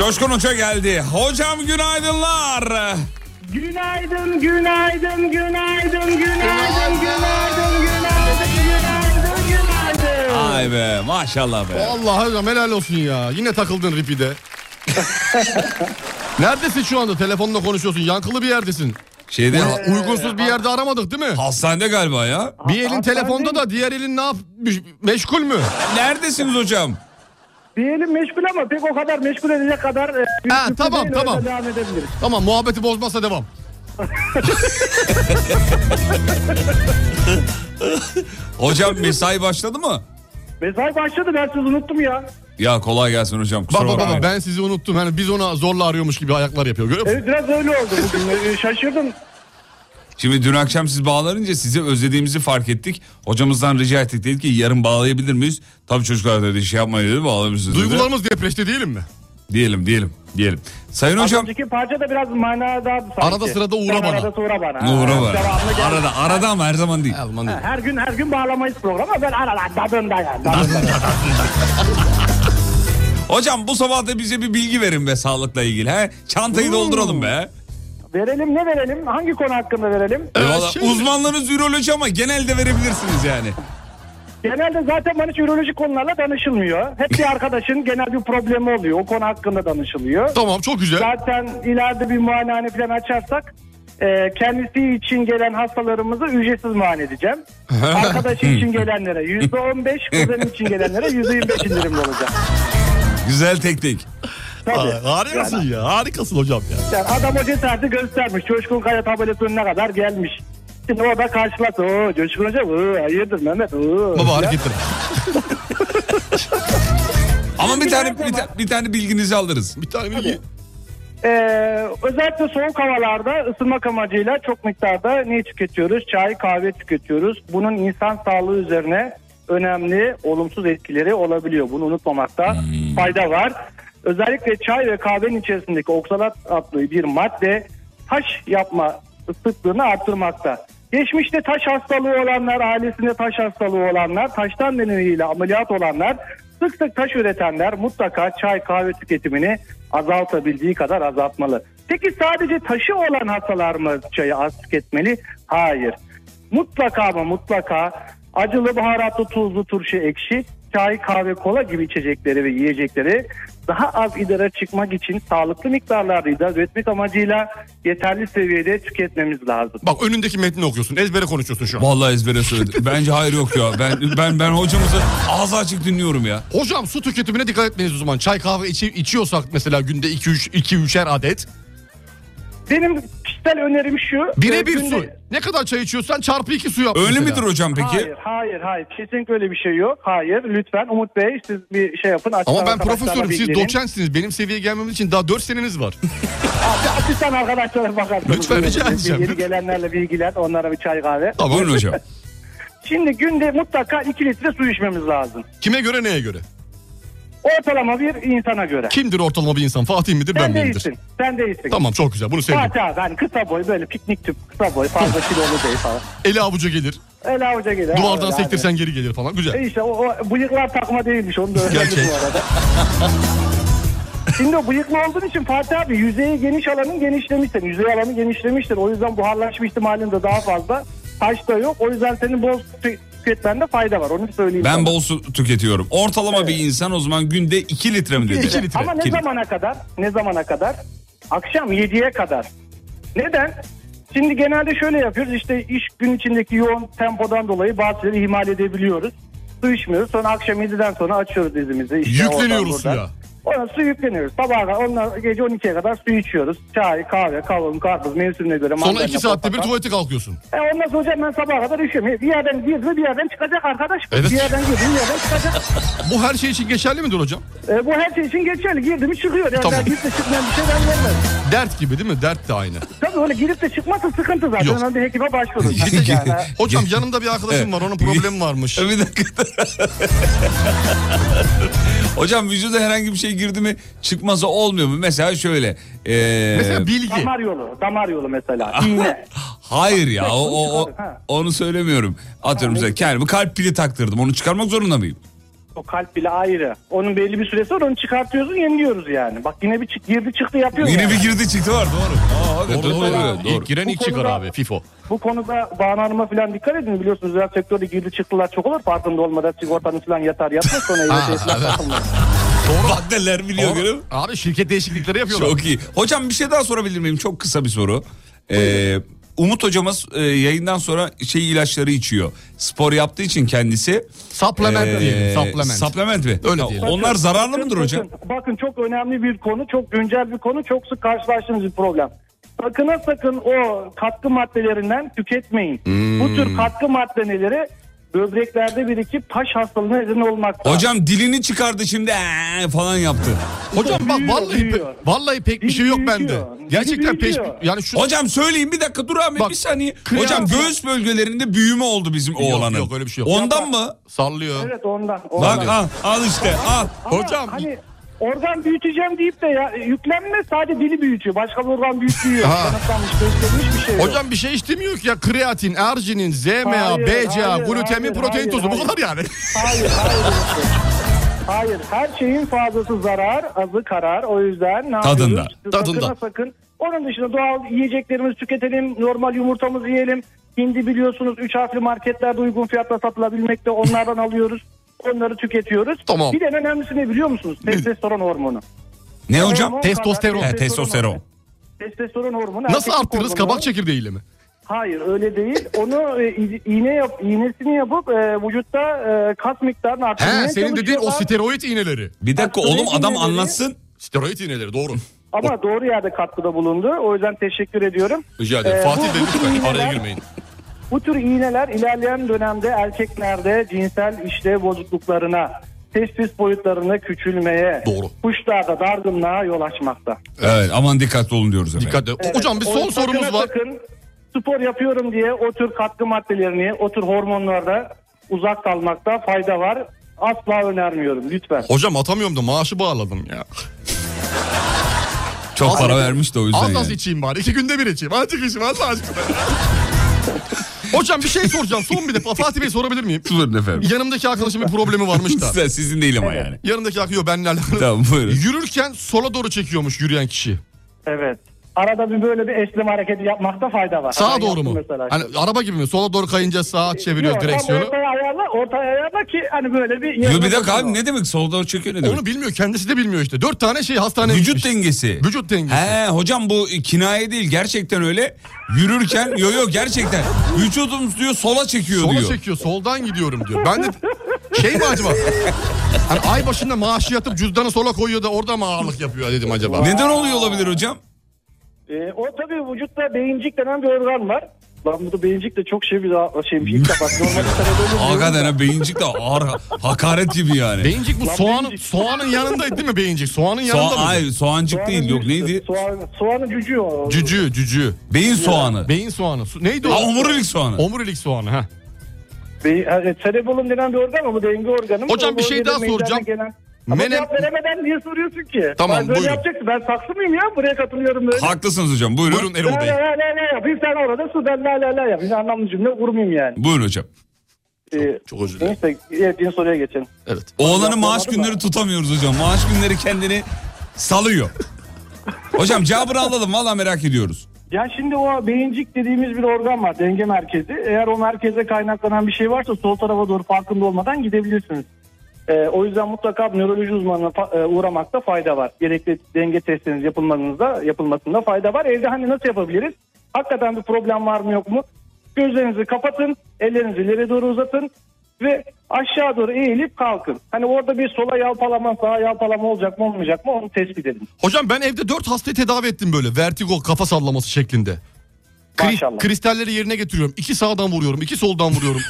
Speaker 2: Coşkun Hoca geldi. Hocam günaydınlar.
Speaker 12: Günaydın, günaydın, günaydın, günaydın, günaydın, günaydın, günaydın, günaydın.
Speaker 2: Ay be maşallah be.
Speaker 3: Vallahi hocam helal olsun ya. Yine takıldın ripide. Neredesin şu anda? Telefonla konuşuyorsun. Yankılı bir yerdesin.
Speaker 2: Şeyde-
Speaker 3: Uy- uygunsuz bir yerde aramadık değil mi?
Speaker 2: Şey Hastanede galiba ya.
Speaker 3: Bir elin telefonda da diğer elin ne yapmış? Meşgul mü?
Speaker 2: Neredesiniz hocam?
Speaker 12: Diyelim meşgul ama pek o kadar meşgul edecek kadar... e,
Speaker 3: Ha
Speaker 12: yüklü
Speaker 3: tamam
Speaker 12: değil,
Speaker 3: tamam.
Speaker 12: öyle Devam edebiliriz.
Speaker 3: Tamam muhabbeti bozmazsa devam.
Speaker 2: Hocam mesai başladı mı?
Speaker 12: Mesai başladı ben sizi unuttum ya.
Speaker 2: Ya kolay gelsin hocam.
Speaker 3: Bak
Speaker 2: Kusura
Speaker 3: bak
Speaker 2: bakmayın.
Speaker 3: bak ben sizi unuttum. Hani biz ona zorla arıyormuş gibi ayaklar yapıyor. Görüyor musun?
Speaker 12: Evet biraz öyle oldu bugün. E, Şaşırdım.
Speaker 2: Şimdi dün akşam siz bağlanınca sizi özlediğimizi fark ettik. Hocamızdan rica ettik dedik ki yarın bağlayabilir miyiz? Tabii çocuklar dedi şey yapmayın dedi bağlayabilirsiniz dedi.
Speaker 3: Duygularımız depreşte diyelim mi?
Speaker 2: Diyelim diyelim diyelim. Sayın
Speaker 12: Az
Speaker 2: hocam
Speaker 12: önceki parça da biraz manadar sanki.
Speaker 2: Arada sırada uğra
Speaker 12: Sen
Speaker 2: bana.
Speaker 12: Arada uğra bana. Ha,
Speaker 2: Uğra bana.
Speaker 12: devamlı gel.
Speaker 2: Arada arada ama her zaman değil.
Speaker 12: Ha, Her gün her gün bağlamayız programı. Ben arada dadında yani. dadında.
Speaker 2: Hocam bu sabah da bize bir bilgi verin be sağlıkla ilgili. He? Çantayı dolduralım be.
Speaker 12: verelim ne verelim? Hangi konu hakkında verelim?
Speaker 2: E valla Uzmanlarınız üroloji ama genelde verebilirsiniz yani.
Speaker 12: Genelde zaten bana hiç ürolojik konularla danışılmıyor. Hep bir arkadaşın genel bir problemi oluyor. O konu hakkında danışılıyor.
Speaker 3: Tamam, çok güzel.
Speaker 12: Zaten ileride bir muayenehane falan açarsak e, kendisi için gelen hastalarımızı ücretsiz muayene edeceğim. Arkadaşı için gelenlere %15, kuzenim için gelenlere %25 indirimli olacak.
Speaker 2: Güzel teknik.
Speaker 12: Tabii.
Speaker 3: Ha, Harikasın
Speaker 12: Yani-
Speaker 3: ya. Harikasın hocam ya.
Speaker 12: Yani adam o cesareti göstermiş. Coşkun Kaya tabelası önüne kadar gelmiş. Şimdi orada karşılattı. Oo, Coşkun Hoca oo, hayırdır Mehmet. Oo.
Speaker 2: Baba,
Speaker 12: falan.
Speaker 2: hareketler. Ama bir tane bir, ta- bir tane bilginizi alırız.
Speaker 3: Bir tane bilgi.
Speaker 12: Ee, özellikle soğuk havalarda ısınmak amacıyla çok miktarda ne tüketiyoruz? Çay, kahve tüketiyoruz. Bunun insan sağlığı üzerine önemli olumsuz etkileri olabiliyor. Bunu unutmamakta
Speaker 3: Hmm.
Speaker 12: fayda var. Özellikle çay ve kahvenin içerisindeki oksalat adlı bir madde taş yapma sıklığını arttırmakta. Geçmişte taş hastalığı olanlar, ailesinde taş hastalığı olanlar, taştan nedeniyle ameliyat olanlar, sık sık taş üretenler mutlaka çay kahve tüketimini azaltabildiği kadar azaltmalı. Peki sadece taşı olan hastalar mı çayı az tüketmeli? Hayır. Mutlaka ama mutlaka acılı, baharatlı, tuzlu, turşu, ekşi, çay, kahve, kola gibi içecekleri ve yiyecekleri daha az idara çıkmak için sağlıklı miktarlarda idrar üretmek amacıyla yeterli seviyede tüketmemiz lazım.
Speaker 3: Bak önündeki metni okuyorsun. Ezbere konuşuyorsun şu an.
Speaker 2: Vallahi ezbere söyledi. Bence hayır yok ya. Ben ben ben hocamızı ağzı açık dinliyorum ya.
Speaker 3: Hocam su tüketimine dikkat etmeniz o zaman. Çay kahve içi, içiyorsak mesela günde 2 3 2 3'er adet.
Speaker 12: Benim kişisel önerim şu.
Speaker 3: Birebir
Speaker 12: e, günde-
Speaker 3: su. Ne kadar çay içiyorsan çarpı 2 su yap. mesela.
Speaker 12: Hayır, hayır, hayır. Kesinlikle öyle bir şey yok. Hayır, lütfen Umut Bey siz bir şey yapın.
Speaker 3: Ama
Speaker 12: Açıklama
Speaker 3: ben
Speaker 12: arkadaşlarla
Speaker 3: profesörüm siz
Speaker 12: bilgilenin.
Speaker 3: doçentsiniz. Benim seviyeye gelmemiz için daha 4 seneniz var.
Speaker 12: Abi, Asistan arkadaşlara bakarsınız.
Speaker 3: Lütfen rica
Speaker 12: Yeni-
Speaker 3: edeceğim.
Speaker 12: Yeni gelenlerle bilgiler, onlara bir çay kahve.
Speaker 3: Tamam. Buyurun hocam.
Speaker 12: Şimdi günde mutlaka 2 litre su içmemiz lazım.
Speaker 3: Kime göre neye göre?
Speaker 12: Ortalama bir insana göre.
Speaker 3: Kimdir ortalama bir insan? Fatih midir ben,
Speaker 12: Sen
Speaker 3: miyimdir?
Speaker 12: değilsin. Sen değilsin.
Speaker 3: Tamam çok güzel bunu sevdim.
Speaker 12: Fatih abi hani kısa boy böyle piknik tüp kısa boy fazla kilolu değil falan.
Speaker 3: Eli avuca gelir.
Speaker 12: El avuca gelir.
Speaker 3: Duvardan
Speaker 12: Öyle
Speaker 3: sektirsen
Speaker 12: abi.
Speaker 3: geri gelir falan. Güzel.
Speaker 12: E işte o, o bıyıklar takma değilmiş onu da öğrendim
Speaker 3: Gerçek.
Speaker 12: bu arada. Şimdi o bıyıklı olduğun için Fatih abi yüzeyi geniş alanın genişlemiştir. Yüzey alanı genişlemiştir. O yüzden buharlaşma ihtimalin de daha fazla. Taş da yok. O yüzden senin bol tü- tüketmende fayda var. Onu bir söyleyeyim.
Speaker 2: Ben
Speaker 12: sana.
Speaker 2: bol su tüketiyorum. Ortalama bir insan o zaman günde 2 litre mi dedi?
Speaker 12: İşte, Ama ne
Speaker 2: İki litre.
Speaker 12: zamana kadar? Ne zamana kadar? Akşam 7'ye kadar. Neden? Şimdi genelde şöyle yapıyoruz işte iş gün içindeki yoğun tempodan dolayı bazı şeyleri ihmal edebiliyoruz. Su içmiyoruz sonra akşam 7'den sonra açıyoruz dizimizi. Işte
Speaker 3: Yükleniyoruz
Speaker 12: oradan buradan.
Speaker 3: suya.
Speaker 12: Ona su yükleniyoruz. Sabaha ondan gece 12'ye kadar su içiyoruz. Çay, kahve, kavun, karpuz, mevsimine göre.
Speaker 3: Sonra
Speaker 12: mandalina,
Speaker 3: 2 saatte bir
Speaker 12: portakal.
Speaker 3: tuvalete kalkıyorsun.
Speaker 12: E ondan sonra hocam ben sabaha kadar üşüyorum. Bir yerden girdi bir yerden çıkacak arkadaş.
Speaker 3: Evet.
Speaker 12: Bir yerden girdi bir yerden çıkacak.
Speaker 3: Bu her şey için geçerli midir hocam?
Speaker 12: E, bu her şey için geçerli. Girdi mi çıkıyor. Yani
Speaker 3: Tamam.
Speaker 12: ben girip de çıkmayan bir şey ben vermem.
Speaker 3: Dert gibi değil mi? Dert de aynı.
Speaker 12: Tabii öyle girip de çıkmazsa sıkıntı zaten.
Speaker 3: Yok.
Speaker 12: Hemen bir hekime başvurun. yani.
Speaker 3: Hocam yanımda bir arkadaşım var onun problemi varmış.
Speaker 2: bir dakika. Hocam vücuda herhangi bir şey girdi mi çıkması olmuyor mu? Mesela şöyle. ee,
Speaker 12: Damar yolu. Damar yolu mesela. İğne.
Speaker 2: Hayır ya o, o- o- onu söylemiyorum. Atıyorum mesela kendime kalp pili taktırdım. Onu çıkarmak zorunda mıyım?
Speaker 12: O kalp bile ayrı. Onun belli bir süresi var onu çıkartıyorsun yeniliyoruz yani. Bak yine bir çık, girdi çıktı yapıyoruz.
Speaker 2: Yine
Speaker 12: yani.
Speaker 2: bir girdi çıktı var doğru. Aa,
Speaker 3: Doğru,
Speaker 2: hakikaten
Speaker 3: doğru,
Speaker 2: öyle,
Speaker 3: İlk giren
Speaker 12: Bu
Speaker 3: ilk çıkar
Speaker 12: konuda-
Speaker 3: abi FIFO.
Speaker 12: Bu konuda Banu Hanım'a falan dikkat edin. Biliyorsunuz özel sektörde girdi çıktılar çok olur. Farkında olmadan sigortanız falan yatar yatmaz sonra yine tesisler takılmaz.
Speaker 2: Doğru. Bak neler biliyor görüyor musun?
Speaker 3: Abi şirket değişiklikleri yapıyorlar.
Speaker 2: Çok iyi. Hocam bir şey daha sorabilir miyim? Çok kısa bir soru. Ee, Umut hocamız e, yayından sonra şey ilaçları içiyor. Spor yaptığı için kendisi. e,
Speaker 3: Supplement diyelim, supplement.
Speaker 2: Supplement mi? Öyle Onlar
Speaker 12: Bakın,
Speaker 2: zararlı
Speaker 12: bakın,
Speaker 2: mıdır hocam?
Speaker 12: Bakın, bakın çok önemli bir konu, çok güncel bir konu, çok sık karşılaştığımız bir problem. Sakına sakın o katkı maddelerinden tüketmeyin.
Speaker 2: Hmm.
Speaker 12: Bu tür katkı maddeleri böbreklerde birikip taş hastalığına neden olmakta.
Speaker 2: Hocam dilini çıkardı şimdi "Ee" falan yaptı.
Speaker 3: Hocam bak vallahi pe- vallahi pek bir şey yok bende. Gerçekten peş
Speaker 2: büyüyor.
Speaker 3: yani şu
Speaker 2: Hocam söyleyin bir dakika dur Ahmet bir saniye.
Speaker 3: kıyas-
Speaker 2: Hocam göğüs bölgelerinde büyüme oldu bizim
Speaker 3: Yok,
Speaker 2: oğlanın.
Speaker 3: yok, öyle bir şey yok.
Speaker 2: Ondan
Speaker 3: Yapma.
Speaker 2: mı?
Speaker 3: Sallıyor.
Speaker 12: Evet ondan. ondan.
Speaker 2: Bak al, al işte al.
Speaker 12: Ama Hani organ büyüteceğim deyip de ya yüklenme sadece dili büyütüyor. Başka bir organ büyütmüyor.
Speaker 3: Ha.
Speaker 12: Kanıtlanmış, gösterilmiş bir şey yok.
Speaker 3: Hocam bir şey istemiyor ki ya kreatin, erginin, ZMA,
Speaker 12: Hayır,
Speaker 3: BCA,
Speaker 12: hayır,
Speaker 3: glutamin,
Speaker 12: hayır,
Speaker 3: protein
Speaker 12: hayır,
Speaker 3: tozu bu
Speaker 12: hayır.
Speaker 3: kadar yani.
Speaker 12: Hayır, hayır. yoktur. Hayır, her şeyin fazlası zarar, azı karar. O yüzden ne
Speaker 3: Tadında,
Speaker 12: yapıyoruz?
Speaker 3: tadında.
Speaker 12: Sakına sakın. Onun dışında doğal yiyeceklerimizi tüketelim, normal yumurtamızı yiyelim. Hindi biliyorsunuz 3 harfli marketlerde uygun fiyatla satılabilmekte. Onlardan alıyoruz. Onları tüketiyoruz.
Speaker 2: Tamam.
Speaker 12: Bir de en önemlisi ne biliyor musunuz? Testosteron hormonu.
Speaker 2: Ne
Speaker 12: Hormon
Speaker 2: hocam?
Speaker 12: kadar şey Testosteron.
Speaker 2: He, testosteron.
Speaker 12: Testosteron hormonu.
Speaker 3: Nasıl
Speaker 12: erkeklik
Speaker 3: arttırırız
Speaker 12: hormonu.
Speaker 3: kabak çekirdeğiyle mi?
Speaker 12: Hayır öyle değil. Onu e, i- iğne yap, iğnesini yapıp e, vücutta e, kas miktarını arttırmaya
Speaker 3: He senin dediğin o
Speaker 12: çalışıyorlar.
Speaker 3: steroid iğneleri.
Speaker 2: Bir dakika
Speaker 12: Steroid oğlum, adam iğneleri-
Speaker 2: anlatsın.
Speaker 3: Steroid iğneleri doğru.
Speaker 12: Ama doğru yerde katkıda bulundu. O yüzden teşekkür ediyorum.
Speaker 3: Rica ederim.
Speaker 12: Ee,
Speaker 3: Fatih
Speaker 12: bu-
Speaker 3: Bey
Speaker 12: bu tür
Speaker 3: lütfen araya
Speaker 12: iğneler-
Speaker 3: girmeyin.
Speaker 12: Bu tür iğneler ilerleyen dönemde erkeklerde cinsel işlev bozukluklarına, testis boyutlarına küçülmeye,
Speaker 2: Doğru.
Speaker 12: kuşlarda dargınlığa yol açmakta.
Speaker 2: Evet aman dikkatli olun diyoruz efendim.
Speaker 3: Dikkat
Speaker 12: Evet, o yüzden sakın ha sakın spor yapıyorum diye o tür katkı maddelerini, o tür hormonlarda uzak kalmakta fayda var. Asla önermiyorum lütfen.
Speaker 3: Hocam atamıyorum da maaşı bağladım ya.
Speaker 2: Çok
Speaker 3: Az-
Speaker 2: para vermiş de o yüzden
Speaker 3: Az az
Speaker 2: yani.
Speaker 3: içeyim bari. İki günde bir içeyim. Azıcık içeyim. Allah aşkına. Hocam bir şey soracağım. Son bir defa. Fatih Bey sorabilir miyim?
Speaker 2: Sorun efendim.
Speaker 3: Yanımdaki arkadaşın bir problemi varmış da.
Speaker 2: Sizden- sizin değil ama yani.
Speaker 3: Yanımdaki akıyor benimle alakalı.
Speaker 2: Tamam buyurun.
Speaker 3: Yürürken sola doğru çekiyormuş yürüyen kişi.
Speaker 12: Evet. Arada bir böyle bir esneme hareketi yapmakta fayda var.
Speaker 3: Sağa
Speaker 12: Ben
Speaker 3: doğru
Speaker 12: yaptım
Speaker 3: mu?
Speaker 12: mesela.
Speaker 3: Hani araba gibi mi? Sola doğru kayınca sağa çeviriyor
Speaker 12: Yok, tam
Speaker 3: direksiyonu.
Speaker 12: Ortaya ayarla, ortaya ayarla ki hani böyle bir...
Speaker 2: Yo, bir dakika abi ne demek solda o çekiyor ne demek?
Speaker 3: Onu bilmiyor. Kendisi de bilmiyor işte. Dört tane şey hastaneye
Speaker 2: Vücut dengesi.
Speaker 3: Vücut dengesi.
Speaker 2: He hocam bu kinaye değil gerçekten öyle. Yürürken yo yo gerçekten vücudum diyor sola çekiyor
Speaker 3: Sola
Speaker 2: diyor.
Speaker 3: çekiyor. Soldan gidiyorum diyor. Ben de şey mi acaba? Hani ay başında maaşı yatıp cüzdanı sola koyuyor da orada mı ağırlık yapıyor dedim acaba.
Speaker 2: Neden oluyor olabilir hocam?
Speaker 12: Ee, o tabii vücutta beyincik denen bir organ var. Lan bu beyincik de çok şey bir a- şeymiş. İlk defa normalde sebebi
Speaker 2: Hakikaten ha, beyincik de ağır hakaret gibi yani.
Speaker 3: Beyincik bu
Speaker 12: Lan
Speaker 3: soğanın soğanın yanındaydı değil mi beyincik? Soğanın yanında
Speaker 2: Soğan,
Speaker 3: mı?
Speaker 2: hayır soğancık değil yok neydi?
Speaker 12: Soğan, soğanı cücüğü o.
Speaker 3: Cücü, cücü.
Speaker 2: Beyin soğanı.
Speaker 3: Beyin soğanı. Su- Neydi o?
Speaker 2: Ha, omurilik soğanı.
Speaker 3: Omurilik soğanı ha.
Speaker 12: Beyin, yani cerebellum denen bir organ ama denge organı. mı?
Speaker 3: Hocam
Speaker 12: O
Speaker 3: bir şey
Speaker 12: bölgede
Speaker 3: daha
Speaker 12: meydana
Speaker 3: soracağım.
Speaker 12: Gelen... Ama
Speaker 3: Menem-
Speaker 12: cevap veremeden niye soruyorsun ki?
Speaker 3: Tamam,
Speaker 12: ben böyle
Speaker 3: buyurun.
Speaker 12: yapacaksın. Ben saksı mıyım ya? Buraya katılıyorum böyle.
Speaker 2: Haklısınız hocam buyurun.
Speaker 3: Buyurun
Speaker 12: La
Speaker 3: Erol
Speaker 12: la
Speaker 3: Bey.
Speaker 12: la la la yapayım sen orada su ben la la la yapayım. Anlamlı cümle vurmayayım yani.
Speaker 2: Buyurun hocam.
Speaker 12: Ee,
Speaker 3: Çok özür dilerim.
Speaker 12: neyse evet, yeni soruya geçelim.
Speaker 3: Evet.
Speaker 2: Oğlanın maaş günleri tutamıyoruz hocam. Maaş günleri kendini salıyor. Hocam cevabını alalım valla merak ediyoruz.
Speaker 12: Ya şimdi o beyincik dediğimiz bir organ var denge merkezi. Eğer o merkeze kaynaklanan bir şey varsa sol tarafa doğru farkında olmadan gidebilirsiniz. Ee, o yüzden mutlaka nöroloji uzmanına fa- e, uğramakta fayda var. Gerekli denge testiniz yapılmanızda yapılmasında fayda var. Evde hani nasıl yapabiliriz? Hakikaten bir problem var mı yok mu? Gözlerinizi kapatın, ellerinizi ileri doğru uzatın ve aşağı doğru eğilip kalkın. Hani orada bir sola yalpalama, sağa yalpalama olacak mı olmayacak mı onu tespit edin.
Speaker 3: Hocam ben evde dört hastayı tedavi ettim böyle. Vertigo kafa sallaması şeklinde. Kri-
Speaker 12: Maşallah.
Speaker 3: kristalleri yerine getiriyorum. İki sağdan vuruyorum, iki soldan vuruyorum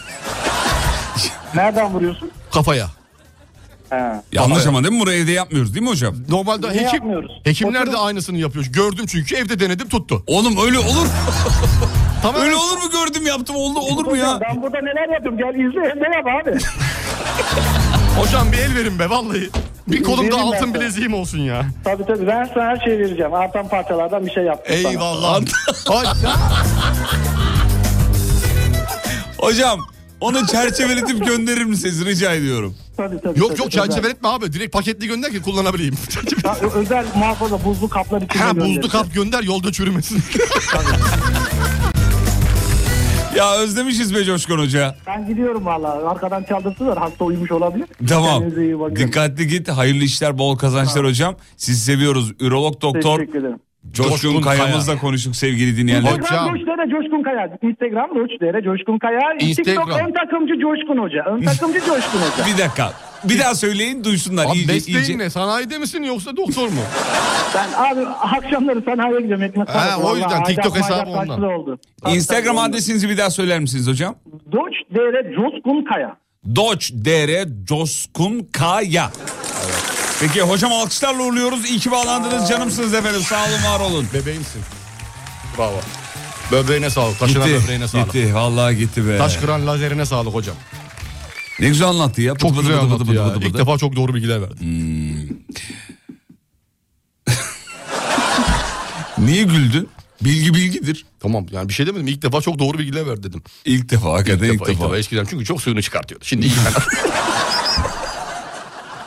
Speaker 12: Nereden vuruyorsun?
Speaker 3: kafaya.
Speaker 12: Ha.
Speaker 2: Yanlış
Speaker 3: Kafaya.
Speaker 2: ama değil mi? Burayı evde yapmıyoruz değil mi hocam?
Speaker 3: Normalde
Speaker 12: Ne
Speaker 3: hekim,
Speaker 12: yapmıyoruz?
Speaker 3: hekimler de
Speaker 12: Oturun.
Speaker 3: aynısını yapıyor. Gördüm çünkü evde denedim tuttu.
Speaker 2: Oğlum öyle olur.
Speaker 3: Tamam.
Speaker 2: Öyle olur mu gördüm yaptım oldu olur mu
Speaker 12: Hocam
Speaker 2: ya?
Speaker 12: Ben burada neler yaptım gel izle hem de yap abi.
Speaker 3: Hocam bir el verin be vallahi. Bir kolumda
Speaker 12: Verin ben
Speaker 3: altın
Speaker 12: sana.
Speaker 3: bileziğim olsun ya.
Speaker 12: tabii tabii ben sana her şeyi vereceğim. Artan parçalardan bir şey yaptım
Speaker 3: Eyvallah. Ay,
Speaker 2: Hocam Onu çerçeveletip gönderir misiniz rica ediyorum.
Speaker 12: Tabii, tabii,
Speaker 3: Yok
Speaker 12: tabii,
Speaker 3: yok
Speaker 12: özel.
Speaker 3: çerçeveletme abi. Direkt paketli gönder ki kullanabileyim.
Speaker 12: Ha, ö- özel muhafaza buzlu kaplar içinde
Speaker 3: ha buzlu
Speaker 12: gönderir.
Speaker 3: kap gönder yolda çürümesin.
Speaker 2: Ya özlemişiz be Coşkun Hoca.
Speaker 12: Ben gidiyorum valla. Arkadan çaldırtılar. Hasta uyumuş olabilir.
Speaker 2: Tamam.
Speaker 12: Kendinize iyi bakın.
Speaker 2: Dikkatli git. Hayırlı işler, bol kazançlar hocam. Sizi seviyoruz. Ürolog doktor
Speaker 12: Teşekkür ederim.
Speaker 2: Coşkun,
Speaker 3: Coşkun Kaya.
Speaker 2: Kaya'mızla konuştuk sevgili dinleyenler.
Speaker 12: Instagram Roçlere Coşkun Kaya. Instagram Roçlere Coşkun Kaya.
Speaker 2: Instagram.
Speaker 12: TikTok ön takımcı Coşkun Hoca. Ön takımcı Coşkun Hoca.
Speaker 2: Bir dakika. Bir daha söyleyin duysunlar.
Speaker 3: Abi
Speaker 2: iyice,
Speaker 3: mesleğin
Speaker 2: iyice.
Speaker 3: ne? Sanayide misin yoksa doktor mu?
Speaker 12: Ben abi akşamları sanayiye gidiyorum. Ekmek
Speaker 3: Ha,
Speaker 12: arası.
Speaker 3: o yüzden
Speaker 12: Vallahi
Speaker 3: TikTok
Speaker 12: acayip
Speaker 3: hesabı
Speaker 12: acayip
Speaker 3: ondan.
Speaker 12: farklı Oldu.
Speaker 2: Instagram adresinizi bir daha söyler misiniz hocam?
Speaker 12: Roçlere Coşkun Kaya.
Speaker 2: Doç DR Coşkun Kaya. Peki hocam alkışlarla uğurluyoruz. İyi ki bağlandınız canımsınız efendim. Sağ olun var olun.
Speaker 3: Bebeğimsin. Bravo. Böbreğine sağlık. Taşıran
Speaker 2: Gitti,
Speaker 3: böbreğine sağlık.
Speaker 2: Gitti vallahi gitti be.
Speaker 3: Taş kıran lazerine sağlık hocam.
Speaker 2: Ne güzel anlattı ya. Bıdı
Speaker 3: Çok
Speaker 2: bıdı
Speaker 3: güzel
Speaker 2: bıdı
Speaker 3: anlattı
Speaker 2: bıdı
Speaker 3: ya.
Speaker 2: bıdı
Speaker 3: İlk
Speaker 2: bıdı.
Speaker 3: defa çok doğru bilgiler verdi. Hmm.
Speaker 2: Niye güldün? Bilgi bilgidir.
Speaker 3: Tamam yani bir şey demedim. İlk defa çok doğru bilgiler ver dedim.
Speaker 2: İlk defa hakikaten ilk, defa.
Speaker 3: Eskiden çünkü çok suyunu çıkartıyordu. Şimdi iyi. Yani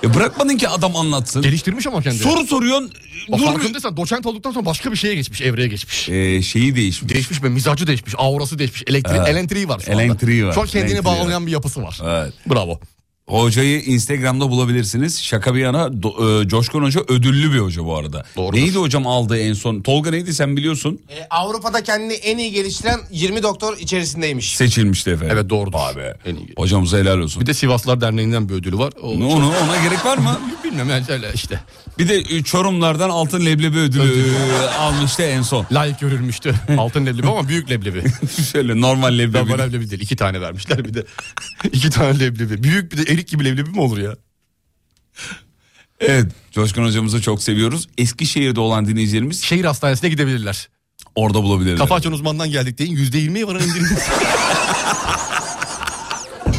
Speaker 2: Ya bırakmadın ki adam anlatsın.
Speaker 3: Geliştirmiş ama kendini.
Speaker 2: Soru soruyorsun.
Speaker 3: Bak
Speaker 2: durmuyor.
Speaker 3: farkındaysan doçent olduktan sonra başka bir şeye geçmiş, evreye geçmiş.
Speaker 2: Ee, şeyi değişmiş.
Speaker 3: Değişmiş be, mizacı değişmiş, aurası değişmiş, elektri
Speaker 2: Evet.
Speaker 3: elektriği var şu anda.
Speaker 2: Elektriği şey var,
Speaker 3: Şu an kendini
Speaker 2: elektriği
Speaker 3: bağlayan bir yapısı var.
Speaker 2: Evet.
Speaker 3: Bravo.
Speaker 2: Hocayı Instagram'da bulabilirsiniz. Şaka bir yana Do- e, Coşkun Hoca ödüllü bir hoca bu arada. Neydi hocam aldığı en son? Tolga neydi sen biliyorsun.
Speaker 5: E, Avrupa'da kendini en iyi geliştiren 20 doktor içerisindeymiş.
Speaker 2: Seçilmişti efendim.
Speaker 3: Evet doğrudur.
Speaker 2: Abi. Hocamıza helal olsun.
Speaker 3: Bir de Sivaslar Derneği'nden bir ödülü var. O-
Speaker 2: Ne onu- ona gerek var mı?
Speaker 3: Bilmem yani öyle işte.
Speaker 2: Bir de e, Çorumlardan altın leblebi ödülü e, almıştı en son.
Speaker 3: Layık görülmüştü. Altın leblebi ama büyük leblebi.
Speaker 2: Şöyle normal leblebi.
Speaker 3: Normal leblebi değil. İki tane vermişler bir de. İki tane leblebi. Büyük bir de erik gibi leblebi mi olur ya?
Speaker 2: Evet Coşkun hocamızı çok seviyoruz. Eskişehir'de olan dinleyicilerimiz...
Speaker 3: Şehir hastanesine gidebilirler.
Speaker 2: Orada bulabilirler.
Speaker 3: Kafa açan uzmandan geldik deyin. Yüzde yirmiye varan indirim.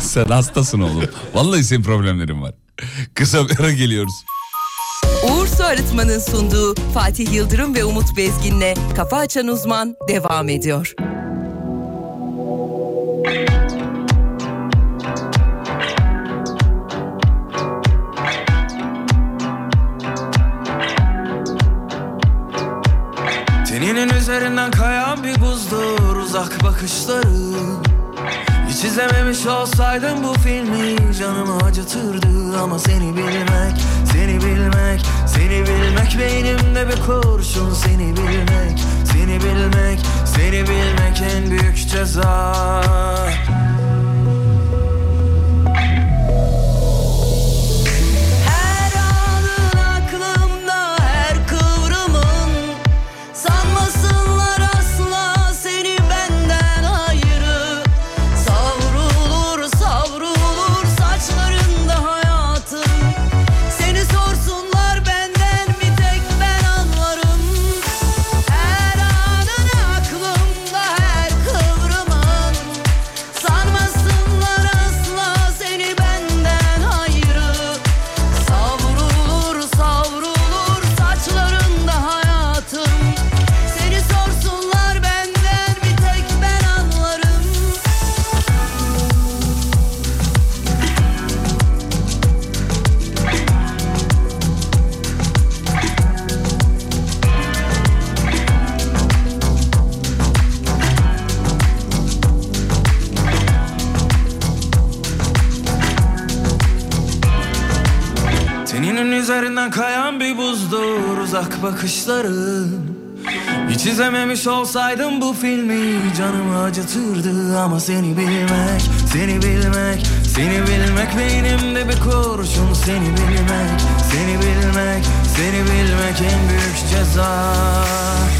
Speaker 2: Sen hastasın oğlum. Vallahi senin problemlerin var. Kısa bir ara geliyoruz.
Speaker 6: Uğur Su Arıtma'nın sunduğu Fatih Yıldırım ve Umut Bezgin'le Kafa Açan Uzman devam ediyor.
Speaker 16: Teninin üzerinden kayan bir buzdur uzak bakışları Hiç izlememiş olsaydım bu filmi canımı acıtırdı Ama seni bilmek, seni bilmek, seni bilmek Beynimde bir kurşun seni bilmek, seni bilmek, seni bilmek en büyük ceza
Speaker 7: Her anın aklımda her kıvrımın Sanmasınlar asla seni benden ayrı Savrulur savrulur saçlarında hayatım Seni sorsunlar benden bir tek ben anlarım Her anın aklımda her kıvrımın Sanmasınlar asla seni benden ayrı Savrulur savrulur saçlarında hayatım Seni sorsunlar benden bir tek ben anlarım
Speaker 16: Teninin üzerinden kayan bir buzdur uzak bakışları Hiç izlememiş olsaydım bu filmi canımı acıtırdı Ama seni bilmek, seni bilmek, seni bilmek Beynimde bir kurşun seni bilmek, seni bilmek, seni bilmek en büyük ceza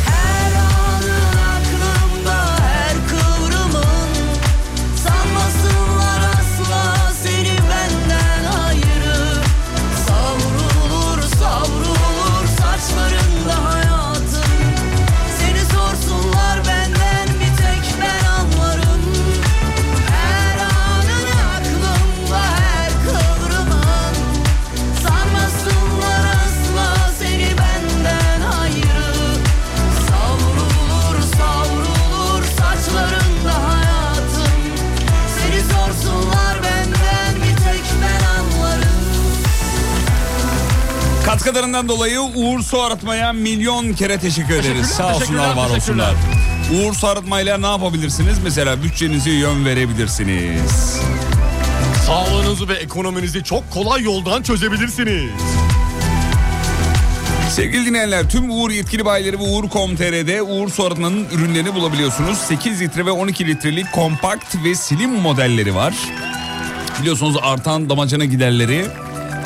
Speaker 7: Her anın aklımda her kıvrımın Sanmasınlar asla seni benden ayrı Savrulur savrulur saçlarında hayatım Seni sorsunlar benden bir tek ben anlarım Her anın aklımda her kıvrımın Sanmasınlar asla seni benden ayrı
Speaker 2: Katkılarından dolayı Uğur Su Arıtma'ya milyon kere teşekkür ederiz. Sağ olsunlar, var olsunlar. Uğur Su Arıtma'yla ne yapabilirsiniz? Mesela bütçenizi yön verebilirsiniz.
Speaker 3: Sağlığınızı ve ekonominizi çok kolay yoldan çözebilirsiniz.
Speaker 2: Sevgili dinleyenler tüm Uğur yetkili bayileri ve Uğur.com.tr'de Uğur Su Arıtma'nın ürünlerini bulabiliyorsunuz. 8 litre ve 12 litrelik kompakt ve slim modelleri var. Biliyorsunuz artan damacana giderleri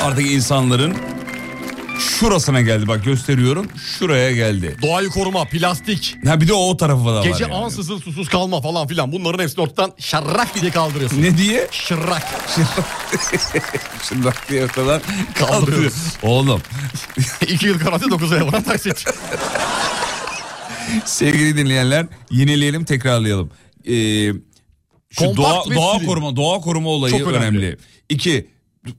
Speaker 2: artık insanların şurasına geldi. Bak gösteriyorum şuraya geldi.
Speaker 3: Doğayı koruma, plastik.
Speaker 2: Ha bir de o tarafı da var.
Speaker 3: Gece
Speaker 2: yani.
Speaker 3: ansızın susuz kalma falan filan bunların hepsini ortadan şarrak diye kaldırıyorsun.
Speaker 2: Ne diye?
Speaker 3: Şırrak.
Speaker 2: Şırrak diye ortadan kaldırıyoruz. Oğlum.
Speaker 3: İki yıl karate 9 ay bana taksit.
Speaker 2: Sevgili dinleyenler yenileyelim tekrarlayalım. Ee, şu
Speaker 3: Kompakt
Speaker 2: doğa,
Speaker 3: ve
Speaker 2: doğa
Speaker 3: slim.
Speaker 2: koruma doğa koruma olayı
Speaker 3: Çok önemli.
Speaker 2: önemli. İki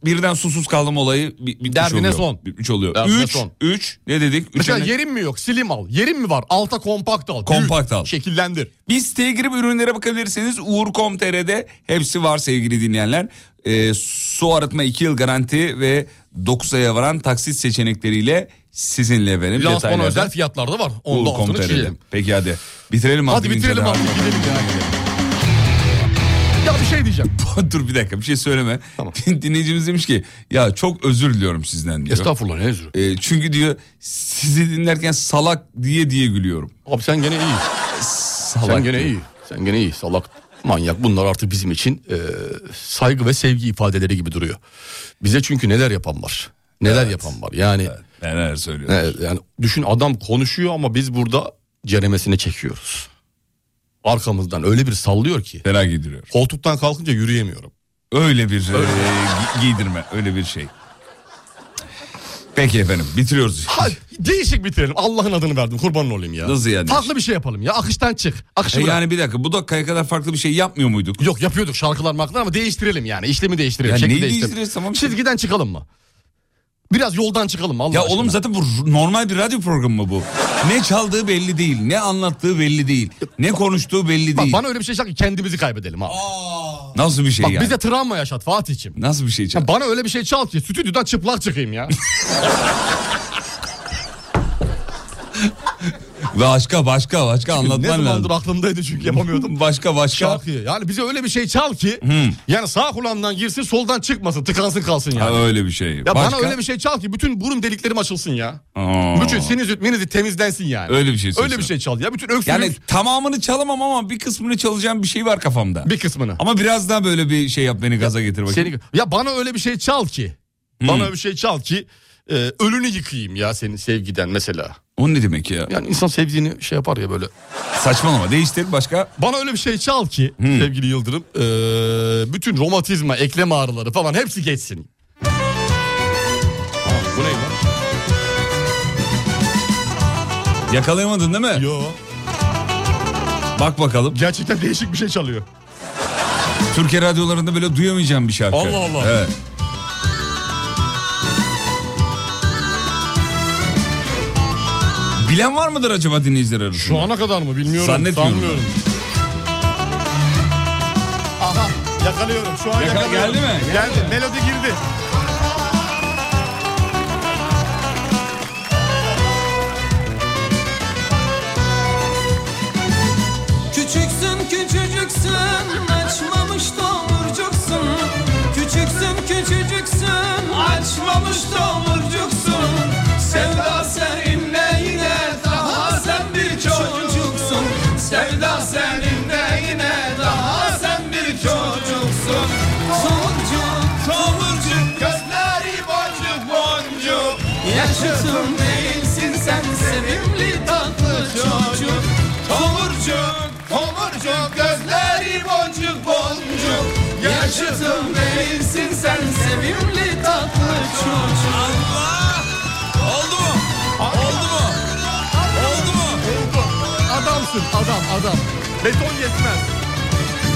Speaker 2: birden susuz kaldım olayı bi- bitmiş
Speaker 3: Derdine
Speaker 2: oluyor.
Speaker 3: son.
Speaker 2: Bitmiş oluyor.
Speaker 3: Derdine
Speaker 2: üç,
Speaker 3: son.
Speaker 2: üç ne dedik? Üçe
Speaker 3: Mesela
Speaker 2: ne-
Speaker 3: yerin mi yok? Slim al. Yerin mi var? Alta kompakt al.
Speaker 2: Kompakt al.
Speaker 3: Şekillendir.
Speaker 2: Bir siteye girip ürünlere bakabilirsiniz. Uğur.com.tr'de hepsi var sevgili dinleyenler. Ee, su arıtma 2 yıl garanti ve 9 aya varan taksit seçenekleriyle sizinle efendim.
Speaker 3: Lansmana
Speaker 2: Detaylarda
Speaker 3: özel fiyatlar da var. Onu da altını
Speaker 2: Uğur.com.tr'de.
Speaker 3: çizelim.
Speaker 2: Peki hadi bitirelim
Speaker 3: Hadi bitirelim
Speaker 2: inceleme.
Speaker 3: abi gidelim ya. Ya bir şey diyeceğim.
Speaker 2: Dur bir dakika bir şey söyleme. Dinleyicimiz demiş ki ya çok özür diliyorum sizden diyor.
Speaker 3: Estağfurullah ne özür.
Speaker 2: E, çünkü diyor sizi dinlerken salak diye diye gülüyorum.
Speaker 3: Abi sen gene iyi.
Speaker 2: Salak
Speaker 3: Sen gene
Speaker 2: diyor.
Speaker 3: iyi. Sen gene iyi salak. Manyak bunlar artık bizim için e, saygı ve sevgi ifadeleri gibi duruyor. Bize çünkü neler yapan var. Neler yapan var. Yani e,
Speaker 2: neler söylüyor.
Speaker 3: yani düşün adam konuşuyor ama biz burada ceremesini çekiyoruz. Arkamızdan öyle bir sallıyor ki.
Speaker 2: Fena giydiriyor.
Speaker 3: Koltuktan kalkınca yürüyemiyorum.
Speaker 2: Öyle bir e, gi- giydirme öyle bir şey. Peki efendim bitiriyoruz.
Speaker 3: Ha, değişik bitirelim. Allah'ın adını verdim. Kurbanın olayım ya.
Speaker 2: Nasıl yani?
Speaker 3: Farklı bir şey yapalım ya. Akıştan çık. Akışı
Speaker 2: E,
Speaker 3: bırak.
Speaker 2: yani bir dakika bu dakikaya kadar farklı bir şey yapmıyor muyduk?
Speaker 3: Yok yapıyorduk şarkılar markılar ama değiştirelim yani. İşlemi değiştirelim.
Speaker 2: Ya
Speaker 3: şekli
Speaker 2: neyi
Speaker 3: değiştirelim.
Speaker 2: değiştiririz tamam.
Speaker 3: Çizgiden çıkalım mı? Biraz yoldan çıkalım mı Allah
Speaker 2: Ya
Speaker 3: aşkına?
Speaker 2: oğlum zaten bu r- normal bir radyo programı mı bu? Ne çaldığı belli değil, ne anlattığı belli değil, ne konuştuğu belli
Speaker 3: Bak
Speaker 2: değil.
Speaker 3: bana öyle bir şey şart ki kendimizi kaybedelim abi.
Speaker 2: Nasıl bir şey
Speaker 3: Bak
Speaker 2: yani?
Speaker 3: bize travma yaşat Fatih'ciğim.
Speaker 2: Nasıl bir şey?
Speaker 3: Ya bana öyle bir şey çal ki stüdyodan çıplak çıkayım ya.
Speaker 2: Başka başka başka
Speaker 3: ne
Speaker 2: anlatman lazım.
Speaker 3: zamandır aklımdaydı çünkü yapamıyordum.
Speaker 2: Başka başka.
Speaker 3: Şarkıyı. Yani bize öyle bir şey çal ki yani sağ kulağımdan girsin soldan çıkmasın tıkansın kalsın yani.
Speaker 2: Ha, öyle bir şey.
Speaker 3: Ya
Speaker 2: başka?
Speaker 3: bana öyle bir şey çal ki bütün burun deliklerim açılsın ya.
Speaker 2: Aa.
Speaker 3: Bütün sinüzit minüzit temizlensin yani.
Speaker 2: Öyle bir şey istiyorsun.
Speaker 3: Öyle bir şey çal ya. Bütün öksürük.
Speaker 2: Yani tamamını çalamam ama bir kısmını çalacağım bir şey var kafamda.
Speaker 3: Bir kısmını.
Speaker 2: Ama biraz daha böyle bir şey yap beni gaza getir bakayım.
Speaker 3: Seni, ya bana öyle bir şey çal ki.
Speaker 2: Hmm.
Speaker 3: Bana öyle bir şey çal ki e, ölünü yıkayayım ya senin sevgiden mesela.
Speaker 2: O ne demek ya?
Speaker 3: Yani insan sevdiğini şey yapar ya böyle.
Speaker 2: Saçmalama değiştir başka. Hmm.
Speaker 3: Bana öyle bir şey çal ki sevgili Yıldırım e, bütün romatizma, eklem ağrıları falan hepsi geçsin. Aa, bu ne lan?
Speaker 2: Yakalayamadın değil mi?
Speaker 3: Yo.
Speaker 2: Bak bakalım.
Speaker 3: Gerçekten değişik bir şey çalıyor.
Speaker 2: Türkiye radyolarında böyle duyamayacağım bir şarkı.
Speaker 3: Allah Allah.
Speaker 2: Evet. Bilen var mıdır acaba dinleyiciler arasında?
Speaker 3: Şu ana kadar mı bilmiyorum.
Speaker 2: Zannetmiyorum.
Speaker 3: Sanmıyorum. Aha yakalıyorum şu an
Speaker 2: Yaka-
Speaker 3: yakalıyorum.
Speaker 2: geldi mi?
Speaker 3: Geldi. Melodi girdi.
Speaker 7: Küçüksün küçücüksün açmamış domurcuksun Küçüksün küçücüksün açmamış domurcuksun Sevda seninle yine daha sen bir çocuksun Sevda seninle yine daha sen bir çocuksun Tomurcuk tomurcuk gözleri boncuk boncuk Yaşasın değilsin sen sevimli tatlı çocuk Tomurcuk, tomurcuk, gözleri boncuk boncuk Yaşasın değilsin sen sevimli tatlı çocuk Allah! Oldu mu? Oldu mu? Oldu mu?
Speaker 3: Oldu. Adamsın adam adam. Beton yetmez.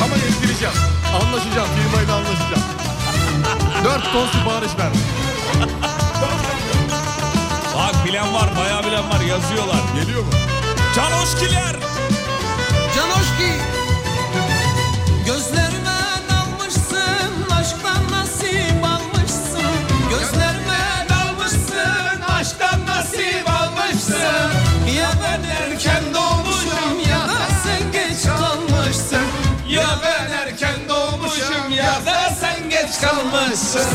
Speaker 3: Ama yettireceğim. Anlaşacağım firmayla anlaşacağım. Dört ton sipariş ver.
Speaker 2: Bak bilen var bayağı bilen var yazıyorlar.
Speaker 3: Geliyor mu?
Speaker 2: Canoşkiler.
Speaker 7: Canoşki Gözlerime dalmışsın Aşktan nasip almışsın Gözlerime dalmışsın ben erken doğmuşum ya da sen geç kalmışsın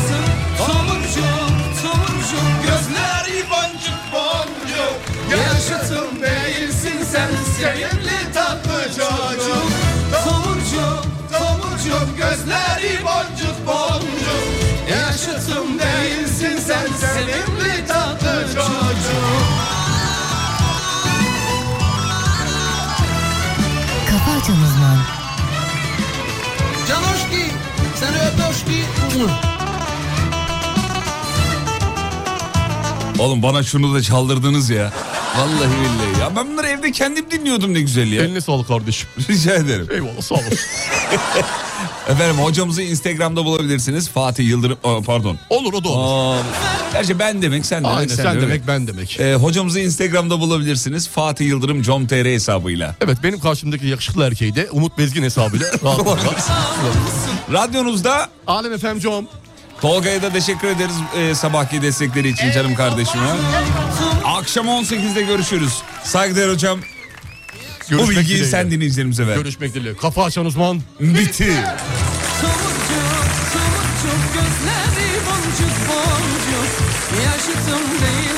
Speaker 7: Tomurcuk tomurcuk gözleri boncuk boncuk Yaşatım değilsin sen sevimli tatlı çocuk Tomurcuk tomurcuk gözleri boncuk boncuk Yaşatım değilsin sen sevimli tatlı çocuk
Speaker 17: Kafa Açan Uzman.
Speaker 7: Canoşki, sen öptoşki.
Speaker 2: Oğlum bana şunu da çaldırdınız ya. Vallahi billahi. Ya ben bunları evde kendim dinliyordum ne güzel ya. Eline sağlık kardeşim. Rica ederim. Eyvallah sağ olun. Efendim hocamızı Instagram'da bulabilirsiniz. Fatih Yıldırım Aa, pardon. Olur o da olur. gerçi ben demek sen demek.
Speaker 3: Aynen, sen demek,
Speaker 2: ben demek. Ee, hocamızı Instagram'da bulabilirsiniz. Fatih Yıldırım com.tr hesabıyla.
Speaker 3: Evet benim karşımdaki yakışıklı erkeği de Umut Bezgin hesabıyla rahatlıkla.
Speaker 2: Radyonuzda Alem FM com. Tolga'ya da teşekkür ederiz e, sabahki destekleri için canım kardeşime. Akşam 18'de görüşürüz. Saygıdeğer hocam. Bu
Speaker 3: Görüşmek
Speaker 2: bilgiyi
Speaker 3: dileğiyle.
Speaker 2: sen dinleyicilerimize ver.
Speaker 3: Görüşmek dileğiyle. Kafa açan uzman.
Speaker 2: Bitti.
Speaker 7: Çok gözleri boncuk boncuk Yaşıtım değil